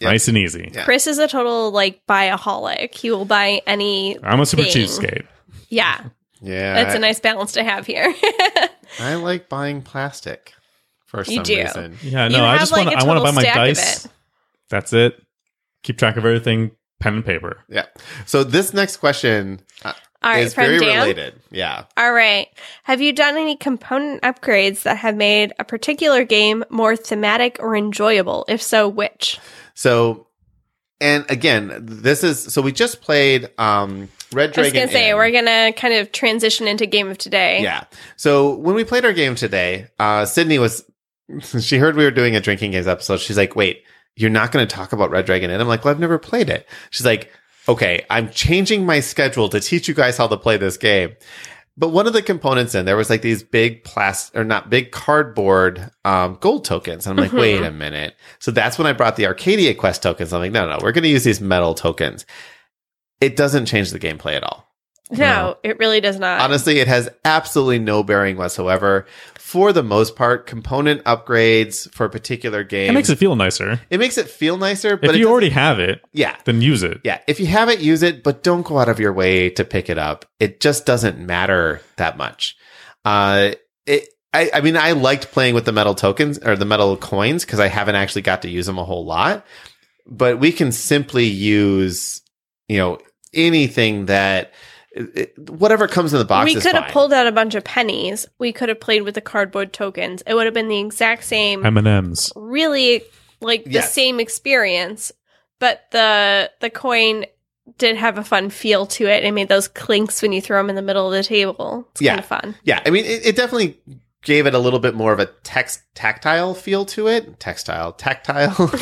[SPEAKER 4] Yeah.
[SPEAKER 3] Nice and easy.
[SPEAKER 4] Yeah.
[SPEAKER 2] Chris is a total like buyaholic. He will buy any.
[SPEAKER 3] I'm a super
[SPEAKER 2] Dang.
[SPEAKER 3] cheapskate.
[SPEAKER 2] Yeah,
[SPEAKER 1] Yeah,
[SPEAKER 2] that's a
[SPEAKER 1] I,
[SPEAKER 2] nice balance to have here.
[SPEAKER 1] I like buying plastic for
[SPEAKER 2] You
[SPEAKER 1] some
[SPEAKER 2] do.
[SPEAKER 1] reason.
[SPEAKER 3] Yeah,
[SPEAKER 2] You
[SPEAKER 3] no, I
[SPEAKER 2] have,
[SPEAKER 3] just
[SPEAKER 2] like,
[SPEAKER 3] want
[SPEAKER 2] a
[SPEAKER 3] I want
[SPEAKER 2] total
[SPEAKER 3] to buy my
[SPEAKER 2] stack of
[SPEAKER 3] dice.
[SPEAKER 2] it.
[SPEAKER 3] That's it. Keep track of everything, pen and paper.
[SPEAKER 1] Yeah. So this next question uh,
[SPEAKER 2] All right,
[SPEAKER 1] is
[SPEAKER 2] from
[SPEAKER 1] very
[SPEAKER 2] Dan.
[SPEAKER 1] related. Yeah.
[SPEAKER 2] All right. Have you done any component upgrades that have made a particular game more thematic or enjoyable? If so, which?
[SPEAKER 1] So, and again, this is so we just played um Red
[SPEAKER 2] I was
[SPEAKER 1] Dragon.
[SPEAKER 2] going to say,
[SPEAKER 1] Inn.
[SPEAKER 2] we're going to kind of transition into game of today.
[SPEAKER 1] Yeah. So when we played our game today, uh, Sydney was, she heard we were doing a drinking games episode. She's like, wait, you're not going to talk about Red Dragon Inn? I'm like, well, I've never played it. She's like, okay, I'm changing my schedule to teach you guys how to play this game. But one of the components in there was like these big plastic or not big cardboard um, gold tokens. And I'm like,
[SPEAKER 2] Mhm.
[SPEAKER 1] wait a minute. So that's when I brought the Arcadia Quest tokens. I'm like, no, no, we're going to use these metal tokens. It doesn't change the gameplay at all.
[SPEAKER 2] No, it really does not.
[SPEAKER 1] Honestly, it has absolutely no bearing whatsoever. For the most part, component upgrades for a particular game
[SPEAKER 3] It makes it feel nicer.
[SPEAKER 1] it makes it feel nicer. But
[SPEAKER 3] if
[SPEAKER 1] it
[SPEAKER 3] you
[SPEAKER 1] doesn't-
[SPEAKER 3] already have it,
[SPEAKER 1] yeah
[SPEAKER 3] then use it.
[SPEAKER 1] yeah, if you haven't used it, but don't go out of your way to pick it up. It just doesn't matter that much. Uh, it. I, I mean, I liked playing with the metal tokens or the metal coins because I haven't actually got to use them a whole lot. But we can simply use, you know, anything that it- it- whatever comes in the box.
[SPEAKER 2] we
[SPEAKER 1] is
[SPEAKER 2] could have
[SPEAKER 1] fine.
[SPEAKER 2] pulled out a bunch of pennies. We could have played with the cardboard tokens. It would have been the exact same,
[SPEAKER 3] M&Ms.
[SPEAKER 2] really like the
[SPEAKER 1] Yes.
[SPEAKER 2] same experience, but the the coin did have a fun feel to it. It made those clinks when you throw them in the middle of the table. It's
[SPEAKER 1] Yeah.
[SPEAKER 2] kind of fun.
[SPEAKER 1] Yeah, I mean, it, it definitely gave it a little bit more of a text tactile feel to it. Textile, tactile.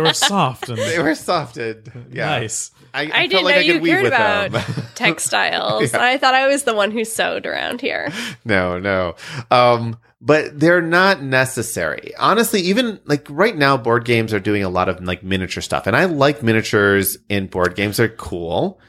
[SPEAKER 3] were soft and
[SPEAKER 1] they were softened. Yeah,
[SPEAKER 3] nice.
[SPEAKER 1] I, I,
[SPEAKER 2] didn't
[SPEAKER 1] felt like
[SPEAKER 2] know
[SPEAKER 1] I could
[SPEAKER 2] you
[SPEAKER 1] weave
[SPEAKER 2] cared
[SPEAKER 1] with
[SPEAKER 2] about
[SPEAKER 1] them.
[SPEAKER 2] Textiles.
[SPEAKER 1] Yeah.
[SPEAKER 2] I thought I was the one who sewed around here.
[SPEAKER 1] no, no. Um, but they're not necessary. Honestly, even like right now, board games are doing a lot of like miniature stuff. And I like miniatures in board games. They're cool.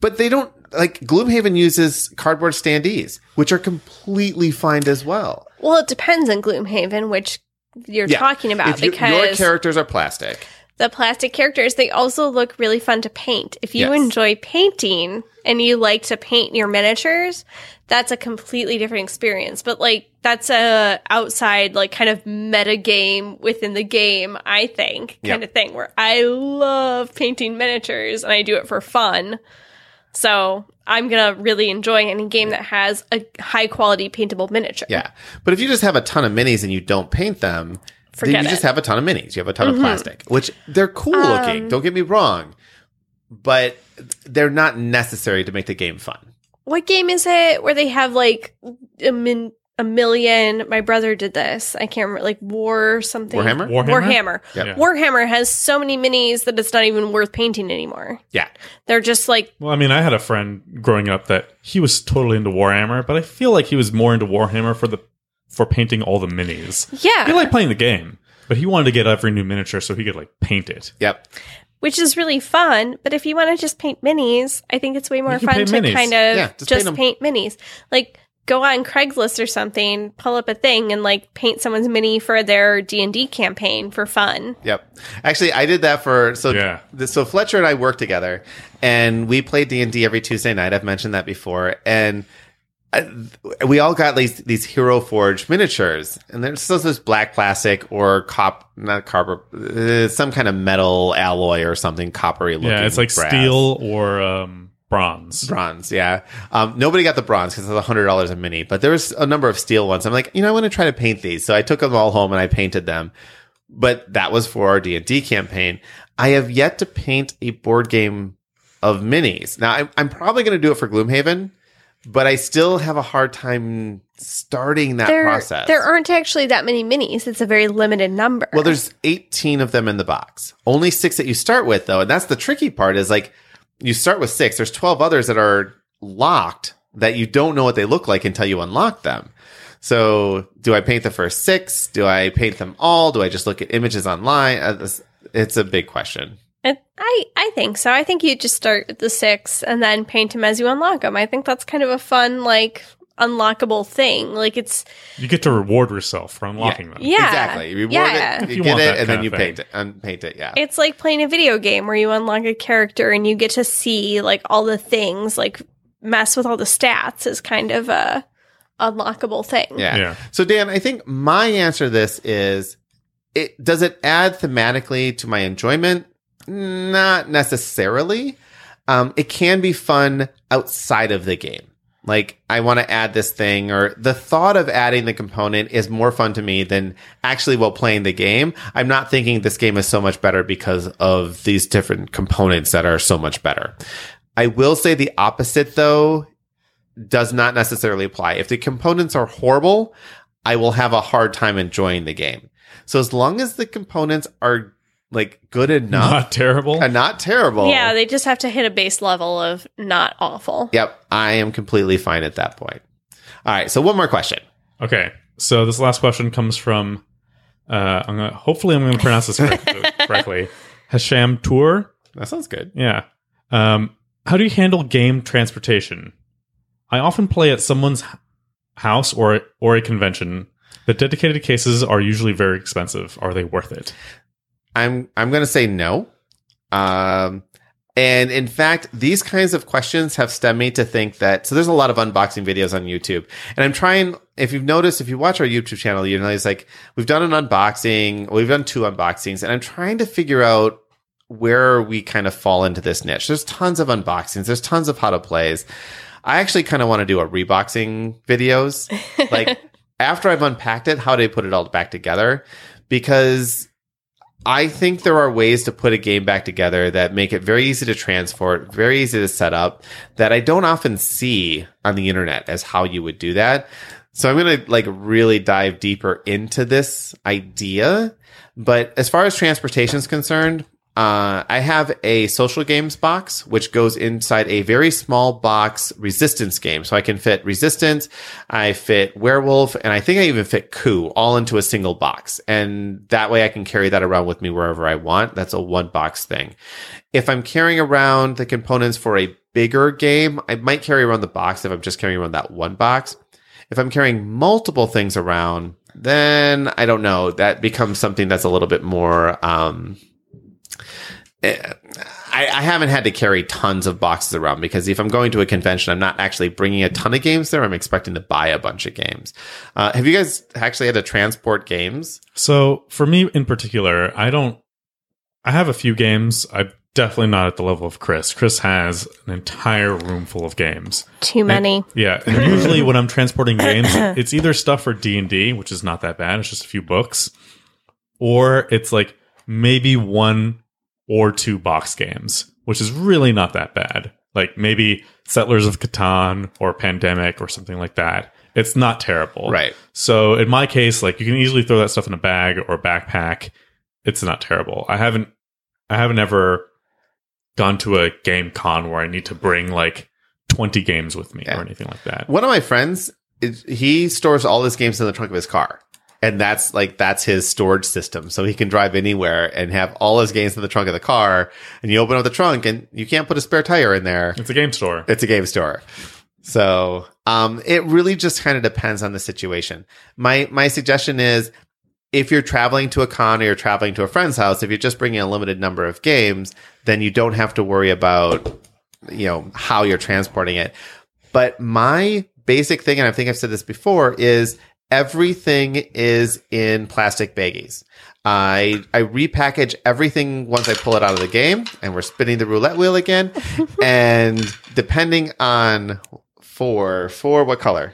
[SPEAKER 1] But they don't like Gloomhaven uses cardboard standees, which are completely fine as well.
[SPEAKER 2] Well, it depends on Gloomhaven, which you're
[SPEAKER 1] Yeah.
[SPEAKER 2] talking about
[SPEAKER 1] if you- your
[SPEAKER 2] because
[SPEAKER 1] characters are plastic.
[SPEAKER 2] the plastic characters they also look really fun to paint if you
[SPEAKER 1] Yes.
[SPEAKER 2] enjoy painting and you like to paint your miniatures that's a completely different experience but like that's a outside like kind of meta game within the game i think kind
[SPEAKER 1] Yeah.
[SPEAKER 2] of thing where i love painting miniatures and i do it for fun so i'm gonna really enjoy any game that has a high quality paintable miniature
[SPEAKER 1] Yeah. But if you just have a ton of minis and you don't paint them, then
[SPEAKER 2] Forget
[SPEAKER 1] you
[SPEAKER 2] it. Mm-hmm.
[SPEAKER 1] just have a ton of minis. You have a ton of plastic, which they're cool looking.
[SPEAKER 2] Um,
[SPEAKER 1] Don't get me wrong. But they're not necessary to make the game fun.
[SPEAKER 2] what game is it where they have like a, min- a million? My brother did this. I can't remember, like War something.
[SPEAKER 1] Warhammer?
[SPEAKER 2] Warhammer.
[SPEAKER 1] Yep.
[SPEAKER 3] Yeah.
[SPEAKER 2] Warhammer has so many minis that it's not even worth painting anymore.
[SPEAKER 1] Yeah.
[SPEAKER 2] They're just like
[SPEAKER 3] Well, I mean, I had a friend growing up that he was totally into Warhammer, but I feel like he was more into Warhammer for the for painting all the minis.
[SPEAKER 2] yeah,
[SPEAKER 3] He liked playing the game, but he wanted to get every new miniature so he could like paint it.
[SPEAKER 1] Yep.
[SPEAKER 2] which is really fun. But if you want to just paint minis, I think it's way more
[SPEAKER 3] can
[SPEAKER 2] fun
[SPEAKER 3] paint
[SPEAKER 2] to
[SPEAKER 3] minis.
[SPEAKER 2] kind of
[SPEAKER 1] Yeah, just paint
[SPEAKER 2] just,
[SPEAKER 1] 'em.
[SPEAKER 2] paint minis. Like go on Craigslist or something, pull up a thing, and like paint someone's mini for their D and D campaign for fun.
[SPEAKER 1] Yep. Actually, I did that for so
[SPEAKER 3] Yeah.
[SPEAKER 1] th- so Fletcher and I worked together, and we played D anD D every Tuesday night. I've mentioned that before, and I, we all got these these Hero Forge miniatures, and there's so this black plastic or cop not copper, uh, some kind of metal alloy or something coppery looking.
[SPEAKER 3] yeah, it's like
[SPEAKER 1] brass.
[SPEAKER 3] steel or um, bronze.
[SPEAKER 1] Bronze, yeah. Um, nobody got the bronze because it's hundred dollars a mini, but there was a number of steel ones. I'm like, you know, I want to try to paint these, so I took them all home and I painted them. But that was for our D and D campaign. I have yet to paint a board game of minis. Now I'm, I'm probably going to do it for Gloomhaven, but I still have a hard time starting that
[SPEAKER 2] there,
[SPEAKER 1] process.
[SPEAKER 2] There aren't actually that many minis. It's a very limited number.
[SPEAKER 1] Well, there's 18 of them in the box. Only six that you start with, though. And that's the tricky part is like you start with six. There's 12 others that are locked that you don't know what they look like until you unlock them. So do I paint the first six? Do I paint them all? Do I just look at images online? Uh, this- It's a big question.
[SPEAKER 2] I, I I think so. I think you just start with the six and then paint them as you unlock them. I think that's kind of a fun like unlockable thing. Like it's
[SPEAKER 3] You get to reward yourself for unlocking them.
[SPEAKER 2] yeah,
[SPEAKER 1] Exactly. You reward
[SPEAKER 2] yeah.
[SPEAKER 1] it, you,
[SPEAKER 3] you
[SPEAKER 1] get
[SPEAKER 3] want that
[SPEAKER 1] it, and
[SPEAKER 3] kind
[SPEAKER 1] then
[SPEAKER 3] of
[SPEAKER 1] you
[SPEAKER 3] thing.
[SPEAKER 1] paint it. Unpaint it, yeah.
[SPEAKER 2] It's like playing a video game where you unlock a character and you get to see like all the things, like mess with all the stats is kind of a unlockable thing.
[SPEAKER 1] yeah.
[SPEAKER 3] Yeah.
[SPEAKER 1] So Dan, I think my answer to this is it does it add thematically to my enjoyment? Not necessarily. Um, it can be fun outside of the game. Like I want to add this thing or the thought of adding the component is more fun to me than actually while playing the game. I'm not thinking this game is so much better because of these different components that are so much better. I will say the opposite though does not necessarily apply. If the components are horrible, I will have a hard time enjoying the game. So as long as the components are like good enough
[SPEAKER 3] Not terrible.
[SPEAKER 1] and not terrible.
[SPEAKER 2] Yeah, they just have to hit a base level of not awful.
[SPEAKER 1] yep. I am completely fine at that point. All right. So one more question.
[SPEAKER 3] Okay, so this last question comes from. Uh, I'm gonna, hopefully, I'm going to pronounce this correctly. correctly. Hasham Tour.
[SPEAKER 1] That sounds good.
[SPEAKER 3] Yeah. Um, how do you handle game transportation? I often play at someone's h- house or or a convention. The dedicated cases are usually very expensive. Are they worth it?
[SPEAKER 1] I'm I'm going to say no. Um and in fact, these kinds of questions have stemmed me to think that so there's a lot of unboxing videos on YouTube. And I'm trying if you've noticed if you watch our YouTube channel, you know it's like we've done an unboxing, we've done two unboxings and I'm trying to figure out where we kind of fall into this niche. There's tons of unboxings, there's tons of how to plays. I actually kind of want to do a reboxing videos. Like after I've unpacked it, how do I put it all back together? Because I think there are ways to put a game back together that make it very easy to transport, very easy to set up that I don't often see on the internet as how you would do that. So I'm going to like really dive deeper into this idea. But as far as transportation is concerned, uh, I have a social games box, which goes inside a very small box resistance game. So I can fit resistance, I fit werewolf, and I think I even fit coup all into a single box. And that way I can carry that around with me wherever I want. That's a one box thing. If I'm carrying around the components for a bigger game, I might carry around the box if I'm just carrying around that one box. If I'm carrying multiple things around, then I don't know. That becomes something that's a little bit more, um, I, I haven't had to carry tons of boxes around because if I'm going to a convention, I'm not actually bringing a ton of games there. I'm expecting to buy a bunch of games. Uh, have you guys actually had to transport games?
[SPEAKER 3] So for me in particular, I don't. I have a few games. I'm definitely not at the level of Chris. Chris has an entire room full of games.
[SPEAKER 2] Too many.
[SPEAKER 3] Yeah, and usually when I'm transporting games, it's either stuff for D and D, which is not that bad. It's just a few books, or it's like maybe one or two box games, which is really not that bad. Like maybe Settlers of Catan or Pandemic or something like that. It's not terrible,
[SPEAKER 1] Right.
[SPEAKER 3] So in my case, like you can easily throw that stuff in a bag or a backpack. It's not terrible. I haven't, I haven't ever gone to a game con where I need to bring like twenty games with me
[SPEAKER 1] Yeah.
[SPEAKER 3] or anything like that.
[SPEAKER 1] One of my friends, it, he stores all his games in the trunk of his car. And that's like, that's his storage system. So he can drive anywhere and have all his games in the trunk of the car. And you open up the trunk and you can't put a spare tire in there.
[SPEAKER 3] It's a game store.
[SPEAKER 1] It's a game store. So um, it really just kind of depends on the situation. My my suggestion is if you're traveling to a con or you're traveling to a friend's house, if you're just bringing a limited number of games, then you don't have to worry about you know how you're transporting it. But my basic thing, and I think I've said this before, is everything is in plastic baggies. I I repackage everything once I pull it out of the game, and we're spinning the roulette wheel again. and depending on four, four, what color?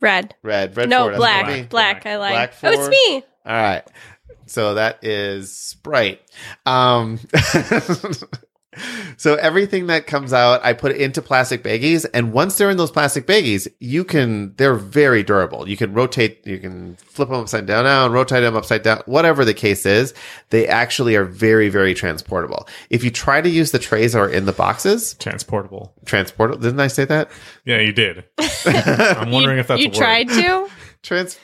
[SPEAKER 2] Red.
[SPEAKER 1] Red, red.
[SPEAKER 2] no,
[SPEAKER 1] four, that's
[SPEAKER 2] black,
[SPEAKER 1] me.
[SPEAKER 2] black. I lied.
[SPEAKER 1] Black
[SPEAKER 2] oh, it's
[SPEAKER 1] four.
[SPEAKER 2] me.
[SPEAKER 1] All right. So that is Sprite. Um, so everything that comes out, I put it into plastic baggies. And once they're in those plastic baggies, you can, they're very durable. You can rotate, you can flip them upside down, down, rotate them upside down, whatever the case is. They actually are very, very transportable. If you try to use the trays that are in the boxes,
[SPEAKER 3] Transportable.
[SPEAKER 1] transportable, didn't I say that?
[SPEAKER 3] Yeah, you did. I'm wondering if that's
[SPEAKER 2] you
[SPEAKER 3] a word.
[SPEAKER 2] tried to.
[SPEAKER 1] Trans,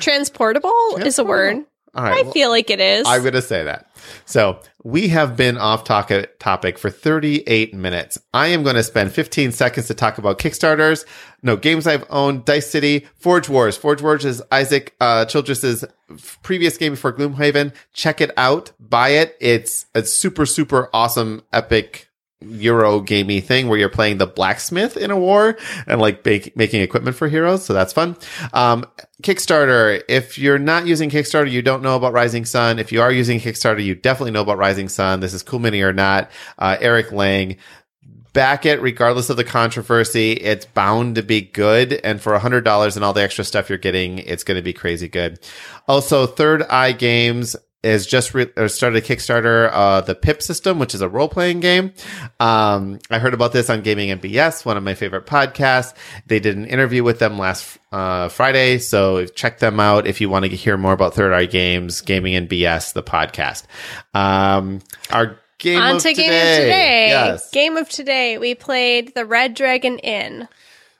[SPEAKER 2] Transportable is a word.
[SPEAKER 1] All right.
[SPEAKER 2] I
[SPEAKER 1] well,
[SPEAKER 2] feel like it is.
[SPEAKER 1] I'm going to say that. So we have been off toca- topic for 38 minutes. I am going to spend 15 seconds to talk about Kickstarters. No, games I've owned, Dice City, Forge Wars. Forge Wars is Isaac uh, Childress's f- previous game before Gloomhaven. Check it out. Buy it. It's a super, super awesome, epic Euro gamey thing where you're playing the blacksmith in a war and like bake, making equipment for heroes. So that's fun. Um, Kickstarter. If you're not using Kickstarter, you don't know about Rising Sun. If you are using Kickstarter, you definitely know about Rising Sun. This is Cool Mini or not. Uh, Eric Lang. Back it regardless of the controversy. It's bound to be good. And for $100 and all the extra stuff you're getting, it's going to be crazy good. Also, Third Eye Games is just re- or started a Kickstarter, uh, the Pip System, which is a role playing game. Um, I heard about this on Gaming MBS, one of my favorite podcasts. They did an interview with them last uh, Friday, so check them out if you want to hear more about Third Eye Games, Gaming MBS, the podcast. Um, our game
[SPEAKER 2] On
[SPEAKER 1] of
[SPEAKER 2] to
[SPEAKER 1] today,
[SPEAKER 2] game of today.
[SPEAKER 1] yes,
[SPEAKER 2] Game of today. We played the Red Dragon Inn.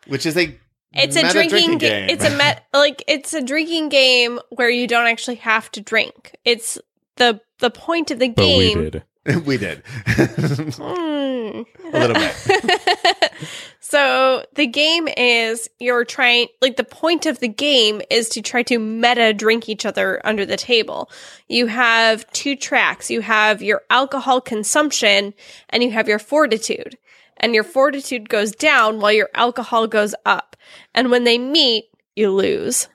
[SPEAKER 1] which is a
[SPEAKER 2] It's a
[SPEAKER 1] meta
[SPEAKER 2] drinking, ga-
[SPEAKER 1] game.
[SPEAKER 2] It's a met like it's a drinking game where you don't actually have to drink. It's the the point of the
[SPEAKER 3] But we
[SPEAKER 2] game.
[SPEAKER 3] did.
[SPEAKER 1] we did
[SPEAKER 2] Mm.
[SPEAKER 1] a little bit.
[SPEAKER 2] so the game is you're trying like the point of the game is to try to meta drink each other under the table. You have two tracks. You have your alcohol consumption and you have your fortitude. And your fortitude goes down while your alcohol goes up. And when they meet, you lose.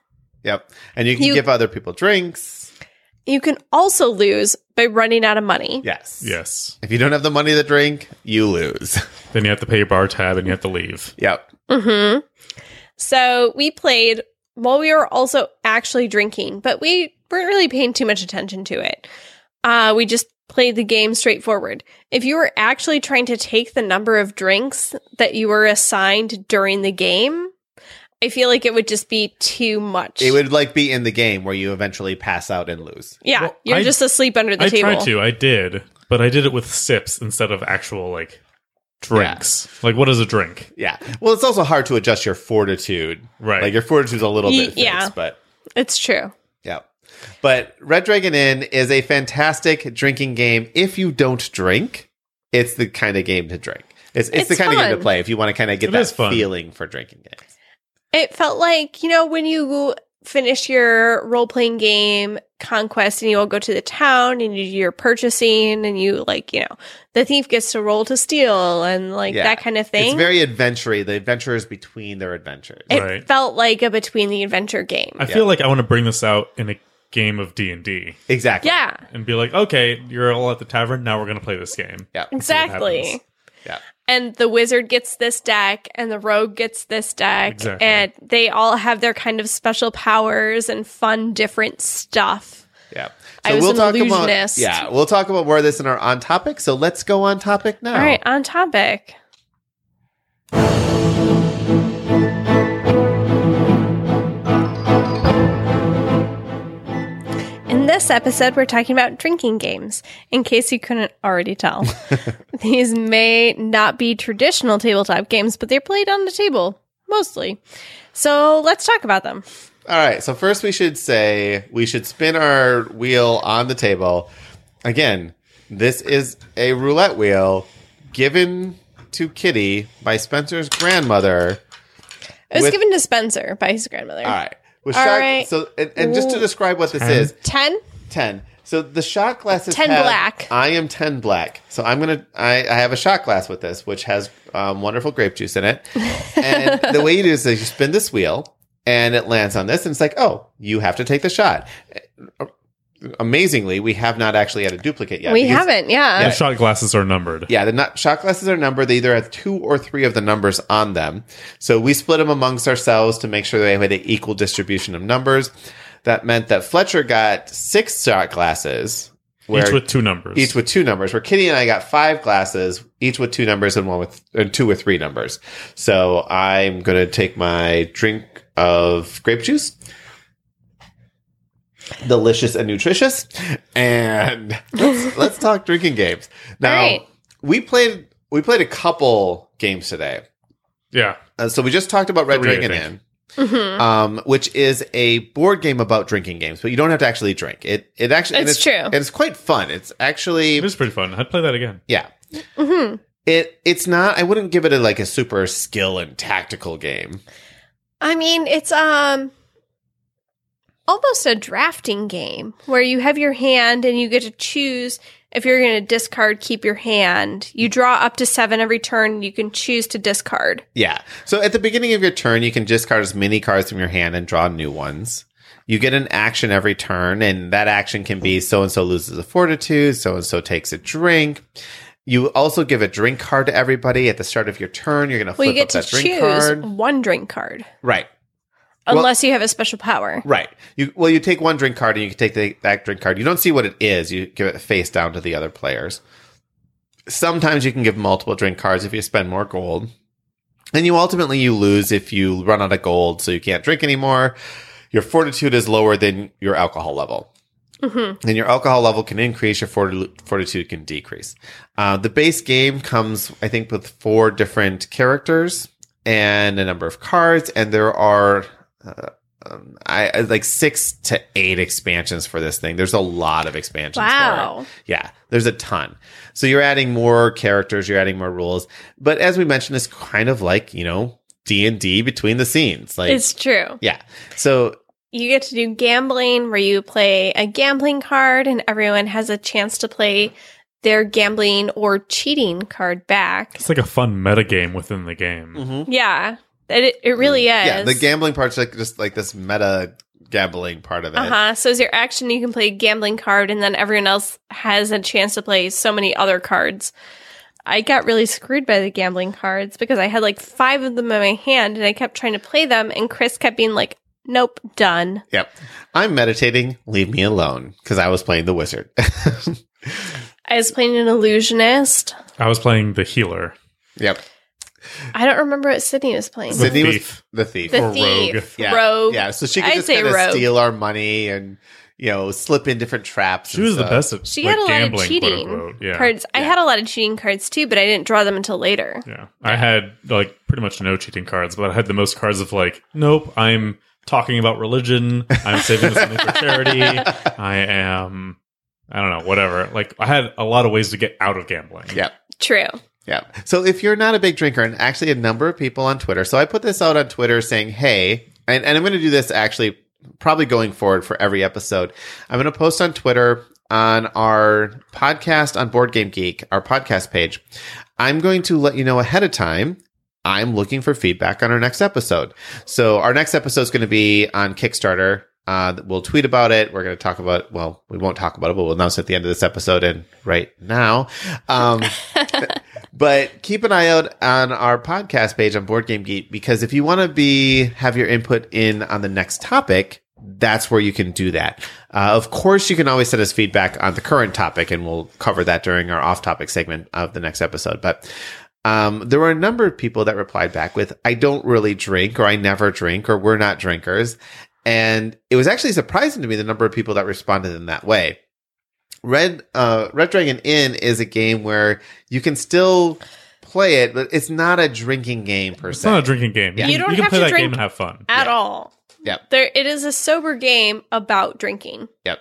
[SPEAKER 1] Yep, and you can
[SPEAKER 2] You-
[SPEAKER 1] give other people drinks.
[SPEAKER 2] You can also lose by running out of money.
[SPEAKER 1] Yes,
[SPEAKER 3] Yes.
[SPEAKER 1] If you don't have the money to drink, you lose.
[SPEAKER 3] Then you have to pay a bar tab and you have to leave.
[SPEAKER 1] Yep.
[SPEAKER 2] hmm So we played while we were also actually drinking, but we weren't really paying too much attention to it. Uh, we just played the game straightforward. If you were actually trying to take the number of drinks that you were assigned during the game, I feel like it would just be too much.
[SPEAKER 1] It would like be in the game where you eventually pass out and lose.
[SPEAKER 2] yeah,
[SPEAKER 3] Well,
[SPEAKER 2] you're
[SPEAKER 3] I-
[SPEAKER 2] just asleep under the
[SPEAKER 3] I
[SPEAKER 2] table.
[SPEAKER 3] tried to. I did. But I did it with sips instead of actual, like, drinks. Like, what is a drink?
[SPEAKER 1] Yeah. Well, it's also hard to adjust your fortitude.
[SPEAKER 3] Right.
[SPEAKER 1] Like your fortitude's a little
[SPEAKER 2] Ye-
[SPEAKER 1] bit fixed,
[SPEAKER 2] yeah.
[SPEAKER 1] but
[SPEAKER 2] It's true.
[SPEAKER 1] yeah. But Red Dragon Inn is a fantastic drinking game if you don't drink. It's the kind of game to drink. It's it's, the
[SPEAKER 2] It's
[SPEAKER 1] kind of game
[SPEAKER 2] fun.
[SPEAKER 1] to play if you want to kind of get
[SPEAKER 3] It
[SPEAKER 1] that
[SPEAKER 3] is fun.
[SPEAKER 1] feeling for drinking games.
[SPEAKER 2] It felt like, you know, when you finish your role playing game conquest and you all go to the town and you do your purchasing and you like, you know, the thief gets to roll to steal and like
[SPEAKER 1] Yeah.
[SPEAKER 2] that kind of thing.
[SPEAKER 1] It's very adventure The adventurers between their adventures.
[SPEAKER 2] it
[SPEAKER 3] Right.
[SPEAKER 2] felt like a between the adventure game.
[SPEAKER 3] I feel like I want to bring this out in a game of D&D
[SPEAKER 1] exactly.
[SPEAKER 2] yeah,
[SPEAKER 3] and be like, okay, you're all at the tavern. Now we're going to play this game.
[SPEAKER 1] Yeah.
[SPEAKER 2] exactly.
[SPEAKER 3] happens.
[SPEAKER 1] Yeah.
[SPEAKER 2] And the wizard gets this deck and the rogue gets this deck
[SPEAKER 3] Exactly.
[SPEAKER 2] and they all have their kind of special powers and fun different stuff.
[SPEAKER 1] Yeah.
[SPEAKER 2] I was an
[SPEAKER 1] about
[SPEAKER 2] illusionist.
[SPEAKER 1] yeah, we'll talk about more of this in our on topic. So let's go on topic now.
[SPEAKER 2] All right, on topic. In this episode, we're talking about drinking games, in case you couldn't already tell. These may not be traditional tabletop games, but they're played on the table, mostly. So let's talk about them.
[SPEAKER 1] All right. So first, we should say we should spin our wheel on the table. Again, this is a roulette wheel given to Kitty by Spencer's grandmother.
[SPEAKER 2] It was
[SPEAKER 1] With-
[SPEAKER 2] given to Spencer by his grandmother.
[SPEAKER 1] All right. With
[SPEAKER 2] All
[SPEAKER 1] shot-
[SPEAKER 2] right.
[SPEAKER 1] So and, and just to describe what this is,
[SPEAKER 2] 10?
[SPEAKER 1] ten. So the shot glasses.
[SPEAKER 2] 10
[SPEAKER 1] have-
[SPEAKER 2] black.
[SPEAKER 1] I am ten black. So I'm gonna. I, I have a shot glass with this, which has um, wonderful grape juice in it. And the way you do is you spin this wheel, and it lands on this, and it's like, oh, you have to take the shot. Amazingly, we have not actually had a duplicate yet.
[SPEAKER 2] we
[SPEAKER 1] because-
[SPEAKER 2] haven't,
[SPEAKER 3] The
[SPEAKER 2] yeah.
[SPEAKER 3] shot glasses are numbered.
[SPEAKER 1] yeah, the not, shot glasses are numbered. They either have two or three of the numbers on them. So we split them amongst ourselves to make sure they had an equal distribution of numbers. That meant that Fletcher got six shot glasses,
[SPEAKER 3] Each with two numbers.
[SPEAKER 1] each with two numbers. Where Kitty and I got five glasses, each with two numbers and one with and two or three numbers. So I'm gonna take my drink of grape juice. Delicious and nutritious, and let's, let's talk drinking games. Now
[SPEAKER 2] All right.
[SPEAKER 1] we played we played a couple games today.
[SPEAKER 3] yeah.
[SPEAKER 1] Uh, so we just talked about Red
[SPEAKER 3] Three, I
[SPEAKER 1] Dragon
[SPEAKER 3] think.
[SPEAKER 1] Inn.
[SPEAKER 2] Mhm.
[SPEAKER 1] um, which is a board game about drinking games, but you don't have to actually drink. It it actually and
[SPEAKER 2] It's true.
[SPEAKER 1] and it's quite fun. It's actually
[SPEAKER 3] It was pretty fun. I'd play that again.
[SPEAKER 1] yeah.
[SPEAKER 2] Mhm.
[SPEAKER 1] It it's not. I wouldn't give it a, like a super skill and tactical game.
[SPEAKER 2] I mean, it's um almost a drafting game where you have your hand and you get to choose if you're going to discard, keep your hand. You draw up to 7 every turn, you can choose to discard.
[SPEAKER 1] Yeah. So at the beginning of your turn, you can discard as many cards from your hand and draw new ones. You get an action every turn, and that action can be so and so loses a fortitude, so and so takes a drink. You also give a drink card to everybody at the start of your turn. You're going to flip
[SPEAKER 2] Well, you get
[SPEAKER 1] up
[SPEAKER 2] to
[SPEAKER 1] that drink
[SPEAKER 2] choose
[SPEAKER 1] card.
[SPEAKER 2] one drink card
[SPEAKER 1] Right. Well-
[SPEAKER 2] unless you have a special power.
[SPEAKER 1] Right. You well, you take one drink card and you can take the, that drink card. You don't see what it is. You give it face down to the other players. Sometimes you can give multiple drink cards if you spend more gold. And you ultimately you lose if you run out of gold, so you can't drink anymore. Your fortitude is lower than your alcohol level.
[SPEAKER 2] Mm-hmm.
[SPEAKER 1] And your alcohol level can increase, your forti- fortitude can decrease. Uh, the base game comes, I think, with four different characters and a number of cards, and there are uh, um, I, I- like six to eight expansions for this thing. There's a lot of expansions. For
[SPEAKER 2] Wow.
[SPEAKER 1] it. Yeah, there's a ton. So you're adding more characters, you're adding more rules. But as we mentioned, it's kind of like you know D and D between the scenes. Like
[SPEAKER 2] It's true.
[SPEAKER 1] yeah, so
[SPEAKER 2] You get to do gambling where you play a gambling card and everyone has a chance to play their gambling or cheating card back.
[SPEAKER 3] It's like a fun meta game within the game.
[SPEAKER 1] Mm.
[SPEAKER 2] Yeah. It, it really is.
[SPEAKER 1] yeah, the gambling part's like just like this meta gambling part of it.
[SPEAKER 2] Uh huh. So as your action, you can play a gambling card, and then everyone else has a chance to play so many other cards. I got really screwed by the gambling cards because I had like five of them in my hand, and I kept trying to play them, and Chris kept being like, "Nope, done."
[SPEAKER 1] Yep. I'm meditating. Leave me alone because I was playing the wizard.
[SPEAKER 2] I was playing an illusionist.
[SPEAKER 3] I was playing the healer.
[SPEAKER 1] yep.
[SPEAKER 2] I don't remember what Sydney was playing.
[SPEAKER 3] The
[SPEAKER 1] Sydney was
[SPEAKER 3] thief.
[SPEAKER 1] the thief.
[SPEAKER 2] The
[SPEAKER 3] or
[SPEAKER 2] thief,
[SPEAKER 3] rogue.
[SPEAKER 2] rogue.
[SPEAKER 1] yeah. Yeah. So she could
[SPEAKER 2] I'd
[SPEAKER 1] just
[SPEAKER 2] say
[SPEAKER 1] kind of
[SPEAKER 2] rogue.
[SPEAKER 1] steal our money and, you know, slip in different traps.
[SPEAKER 3] She
[SPEAKER 1] and
[SPEAKER 3] was the
[SPEAKER 1] stuff.
[SPEAKER 3] best at
[SPEAKER 2] She
[SPEAKER 3] like,
[SPEAKER 2] had a lot of
[SPEAKER 3] gambling, quote
[SPEAKER 2] cheating
[SPEAKER 3] unquote. yeah.
[SPEAKER 2] cards. I had a lot of cheating cards too, but I didn't draw them until later.
[SPEAKER 3] Yeah. I had like pretty much no cheating cards, but I had the most cards of like, nope, I'm talking about religion. I'm saving this money for charity. I am, I don't know, whatever. Like, I had a lot of ways to get out of gambling.
[SPEAKER 1] Yep.
[SPEAKER 2] True.
[SPEAKER 1] Yeah. So if you're not a big drinker, and actually a number of people on Twitter, so I put this out on Twitter saying, hey, and, and I'm going to do this actually probably going forward for every episode. I'm going to post on Twitter on our podcast on Board Game Geek, our podcast page. I'm going to let you know ahead of time. I'm looking for feedback on our next episode. So our next episode is going to be on Kickstarter. Uh, we'll tweet about it. We're going to talk about, well, we won't talk about it, but we'll announce it at the end of this episode and right now. Um, but keep an eye out on our podcast page on Board Game Geek because if you want to be have your input in on the next topic, that's where you can do that. Uh, of course, you can always send us feedback on the current topic, and we'll cover that during our off-topic segment of the next episode. But um, there were a number of people that replied back with, "I don't really drink," or "I never drink," or "We're not drinkers," and it was actually surprising to me the number of people that responded in that way. Red uh, Red Dragon Inn is a game where you can still play it, but it's not a drinking game per
[SPEAKER 3] It's
[SPEAKER 1] se.
[SPEAKER 3] not a drinking game.
[SPEAKER 2] Yeah.
[SPEAKER 3] can-
[SPEAKER 2] You don't
[SPEAKER 3] can
[SPEAKER 2] have
[SPEAKER 3] play
[SPEAKER 2] to
[SPEAKER 3] that game
[SPEAKER 2] drink
[SPEAKER 3] and have fun.
[SPEAKER 2] At all.
[SPEAKER 1] Yep.
[SPEAKER 2] There, it is a sober game about drinking.
[SPEAKER 1] Yep.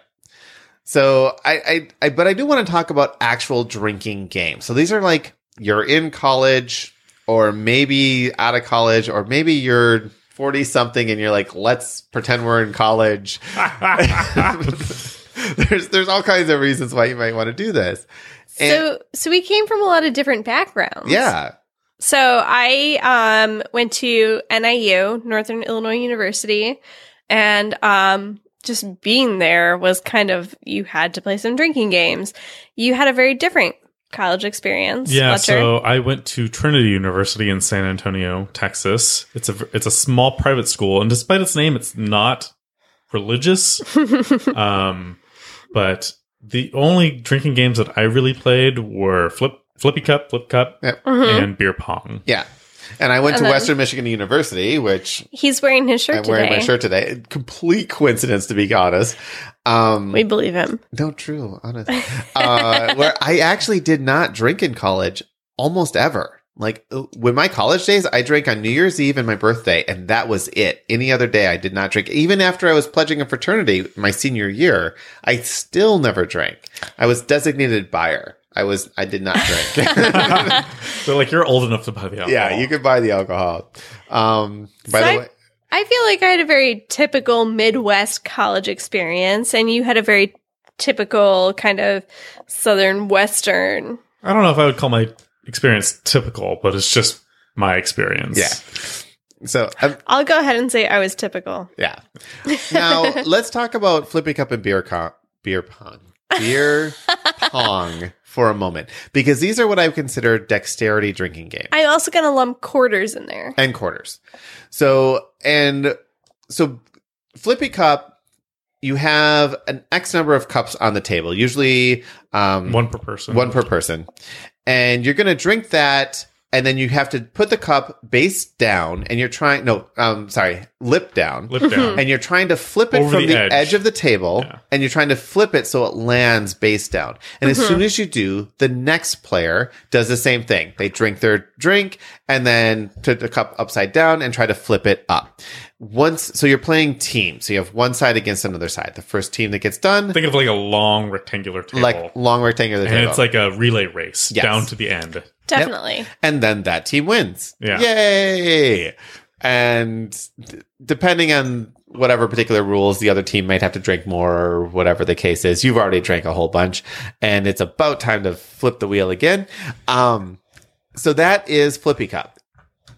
[SPEAKER 1] So I, I, I, but I do want to talk about actual drinking games. So these are like you're in college, or maybe out of college, or maybe you're forty something and you're like, let's pretend we're in college. there's there's all kinds of reasons why you might want to do this. And-
[SPEAKER 2] so, so we came from a lot of different backgrounds.
[SPEAKER 1] Yeah.
[SPEAKER 2] So I um went to NIU, Northern Illinois University, and um just being there was kind of you had to play some drinking games. You had a very different college experience.
[SPEAKER 3] Yeah,
[SPEAKER 2] Fletcher.
[SPEAKER 3] so I went to Trinity University in San Antonio, Texas. It's a it's a small private school, and despite its name, it's not religious. um, but the only drinking games that I really played were flip flippy cup, flip cup,
[SPEAKER 1] Yep.
[SPEAKER 2] Mhm.
[SPEAKER 3] and beer pong.
[SPEAKER 1] Yeah. And I went
[SPEAKER 2] And
[SPEAKER 1] to
[SPEAKER 2] then-
[SPEAKER 1] Western Michigan University, which
[SPEAKER 2] He's wearing his shirt
[SPEAKER 1] I'm
[SPEAKER 2] today.
[SPEAKER 1] wearing my shirt today. Complete coincidence, to be honest. Um,
[SPEAKER 2] We believe him.
[SPEAKER 1] No, true, honest. uh, where I actually did not drink in college almost ever. Like uh, when my college days, I drank on New Year's Eve and my birthday, and that was it. Any other day, I did not drink. Even after I was pledging a fraternity my senior year, I still never drank. I was designated buyer. I was, I did not drink.
[SPEAKER 3] So like you're old enough to buy the alcohol.
[SPEAKER 1] yeah, you could buy the alcohol. Um, by
[SPEAKER 2] So
[SPEAKER 1] the
[SPEAKER 2] I-
[SPEAKER 1] way,
[SPEAKER 2] I feel like I had a very typical Midwest college experience, and you had a very typical kind of Southern Western.
[SPEAKER 3] I don't know if I would call my experience typical, but it's just my experience.
[SPEAKER 1] Yeah. so um,
[SPEAKER 2] I'll go ahead and say I was typical.
[SPEAKER 1] yeah. Now let's talk about flipping cup and beer con- beer pong, beer pong for a moment, because these are what I would consider dexterity drinking games.
[SPEAKER 2] I'm also going to lump quarters in there.
[SPEAKER 1] and quarters. So and so flippy cup you have an x number of cups on the table, usually um
[SPEAKER 3] One per person.
[SPEAKER 1] one per person. And you're going to drink that and then you have to put the cup base down and you're trying no um sorry, lip down.
[SPEAKER 3] lip down.
[SPEAKER 1] Mm-hmm. and you're trying to flip it
[SPEAKER 3] Over
[SPEAKER 1] from
[SPEAKER 3] the
[SPEAKER 1] the,
[SPEAKER 3] edge.
[SPEAKER 1] edge. of the table
[SPEAKER 3] Yeah.
[SPEAKER 1] and you're trying to flip it so it lands base down. And as soon as you do, the next player does the same thing. They drink their drink and then put the cup upside down and try to flip it up. Once, so you're playing teams. So you have one side against another side. The first team that gets done,
[SPEAKER 3] Think of like a long rectangular table.
[SPEAKER 1] like long rectangular
[SPEAKER 3] and
[SPEAKER 1] table.
[SPEAKER 3] it's like a relay race
[SPEAKER 1] Yes.
[SPEAKER 3] down to the end.
[SPEAKER 2] Definitely.
[SPEAKER 1] and then that team wins.
[SPEAKER 3] Yeah.
[SPEAKER 1] Yay! And d- depending on whatever particular rules, the other team might have to drink more or whatever the case is. You've already drank a whole bunch, and it's about time to flip the wheel again. Um, so that is Flippy Cup.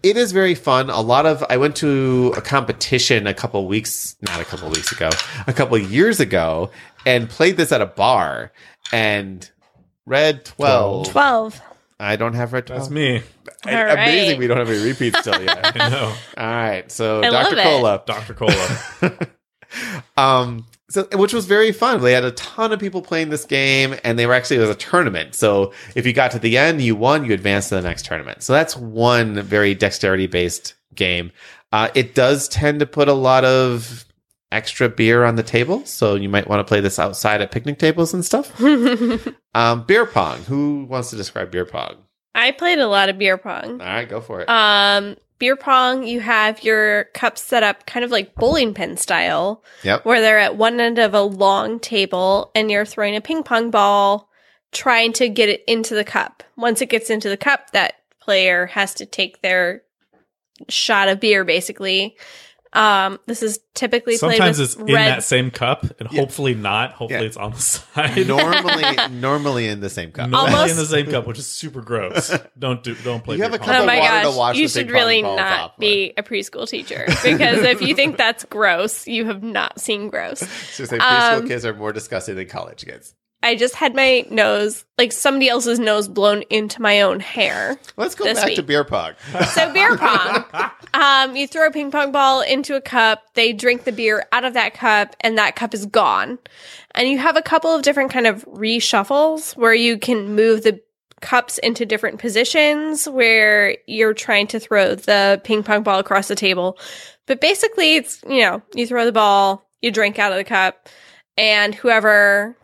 [SPEAKER 1] It is very fun. A lot of I went to a competition a couple weeks, not a couple weeks ago, a couple years ago, and played this at a bar. And Red Twelve,
[SPEAKER 2] 12.
[SPEAKER 1] I don't have Red Twelve.
[SPEAKER 3] That's me.
[SPEAKER 2] All
[SPEAKER 1] A-
[SPEAKER 2] right.
[SPEAKER 1] Amazing, we don't have any repeats still yet.
[SPEAKER 3] I know.
[SPEAKER 1] All right, so
[SPEAKER 2] I love
[SPEAKER 1] Dr.
[SPEAKER 2] it.
[SPEAKER 1] Cola,
[SPEAKER 3] Dr. Cola.
[SPEAKER 1] um, so which was very fun. They had a ton of people playing this game, and they were actually it was a tournament. So if you got to the end, you won, you advanced to the next tournament. So that's one very dexterity based game. Uh, it does tend to put a lot of extra beer on the table, so you might want to play this outside at picnic tables and stuff. um, beer pong. Who wants to describe beer pong?
[SPEAKER 2] I played a lot of beer pong.
[SPEAKER 1] All right, go for it.
[SPEAKER 2] Um, beer pong, you have your cups set up kind of like bowling pin style,
[SPEAKER 1] yep.
[SPEAKER 2] where they're at one end of a long table and you're throwing a ping pong ball trying to get it into the cup. Once it gets into the cup, that player has to take their shot of beer basically. Um, this is typically
[SPEAKER 3] Sometimes
[SPEAKER 2] played
[SPEAKER 3] it's
[SPEAKER 2] with
[SPEAKER 3] in
[SPEAKER 2] red
[SPEAKER 3] that same cup, and hopefully not. Hopefully
[SPEAKER 1] Yeah.
[SPEAKER 3] it's on the side.
[SPEAKER 1] normally, normally in the same cup.
[SPEAKER 3] Normally
[SPEAKER 2] Almost-
[SPEAKER 3] in the same cup, which is super gross. Don't do. Don't play.
[SPEAKER 1] You have
[SPEAKER 3] beer
[SPEAKER 1] a
[SPEAKER 3] pong.
[SPEAKER 1] cup
[SPEAKER 2] Oh
[SPEAKER 1] of
[SPEAKER 2] my
[SPEAKER 1] water to
[SPEAKER 2] gosh,
[SPEAKER 1] wash
[SPEAKER 2] you
[SPEAKER 1] the
[SPEAKER 2] should
[SPEAKER 1] big pong
[SPEAKER 2] really
[SPEAKER 1] balls
[SPEAKER 2] not
[SPEAKER 1] off
[SPEAKER 2] be a preschool teacher because if you think that's gross, you have not seen gross.
[SPEAKER 1] So say preschool
[SPEAKER 2] Um,
[SPEAKER 1] kids are more disgusting than college kids.
[SPEAKER 2] I just had my nose, like somebody else's nose blown into my own hair.
[SPEAKER 1] Let's go
[SPEAKER 2] this
[SPEAKER 1] back to
[SPEAKER 2] week.
[SPEAKER 1] beer pong.
[SPEAKER 2] So beer pong. Um, you throw a ping pong ball into a cup, they drink the beer out of that cup, and that cup is gone. And you have a couple of different kind of reshuffles where you can move the cups into different positions where you're trying to throw the ping pong ball across the table. But basically it's, you know, you throw the ball, you drink out of the cup, and whoever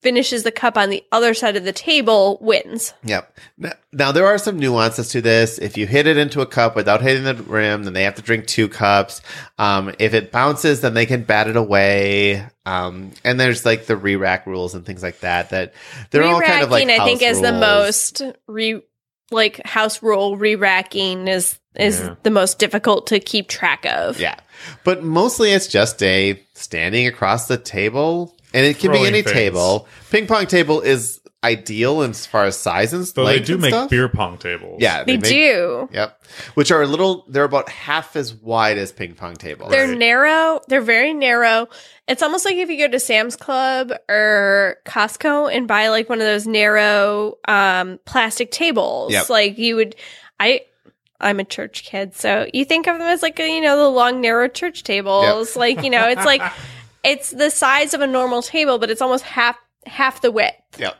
[SPEAKER 2] finishes the cup on the other side of the table wins.
[SPEAKER 1] yep. Now, now there are some nuances to this. If you hit it into a cup without hitting the rim, then they have to drink two cups. Um, if it bounces, then they can bat it away. Um, and there's like the re-rack rules and things like that. That they're all kind of like
[SPEAKER 2] Re-racking, I think
[SPEAKER 1] house
[SPEAKER 2] is the
[SPEAKER 1] rules.
[SPEAKER 2] most re like house rule re-racking is is
[SPEAKER 3] Yeah.
[SPEAKER 2] the most difficult to keep track of.
[SPEAKER 1] Yeah. But mostly it's just a standing across the table. And it can be
[SPEAKER 3] Throwing
[SPEAKER 1] any
[SPEAKER 3] things.
[SPEAKER 1] table. Ping pong table is ideal as far as size and
[SPEAKER 3] Though they
[SPEAKER 1] length
[SPEAKER 3] do
[SPEAKER 1] and
[SPEAKER 3] make
[SPEAKER 1] stuff.
[SPEAKER 3] beer pong tables.
[SPEAKER 1] Yeah,
[SPEAKER 2] They
[SPEAKER 1] make-
[SPEAKER 2] do.
[SPEAKER 1] Yep. Which are a little, they're about half as wide as ping pong tables.
[SPEAKER 2] They're narrow. They're very narrow. It's almost like if you go to Sam's Club or Costco and buy like one of those narrow um plastic tables.
[SPEAKER 1] Yep.
[SPEAKER 2] Like you would I I'm a church kid, so you think of them as like you know the long narrow church tables. Like, you know, it's like it's the size of a normal table, but it's almost half half the width.
[SPEAKER 1] Yep.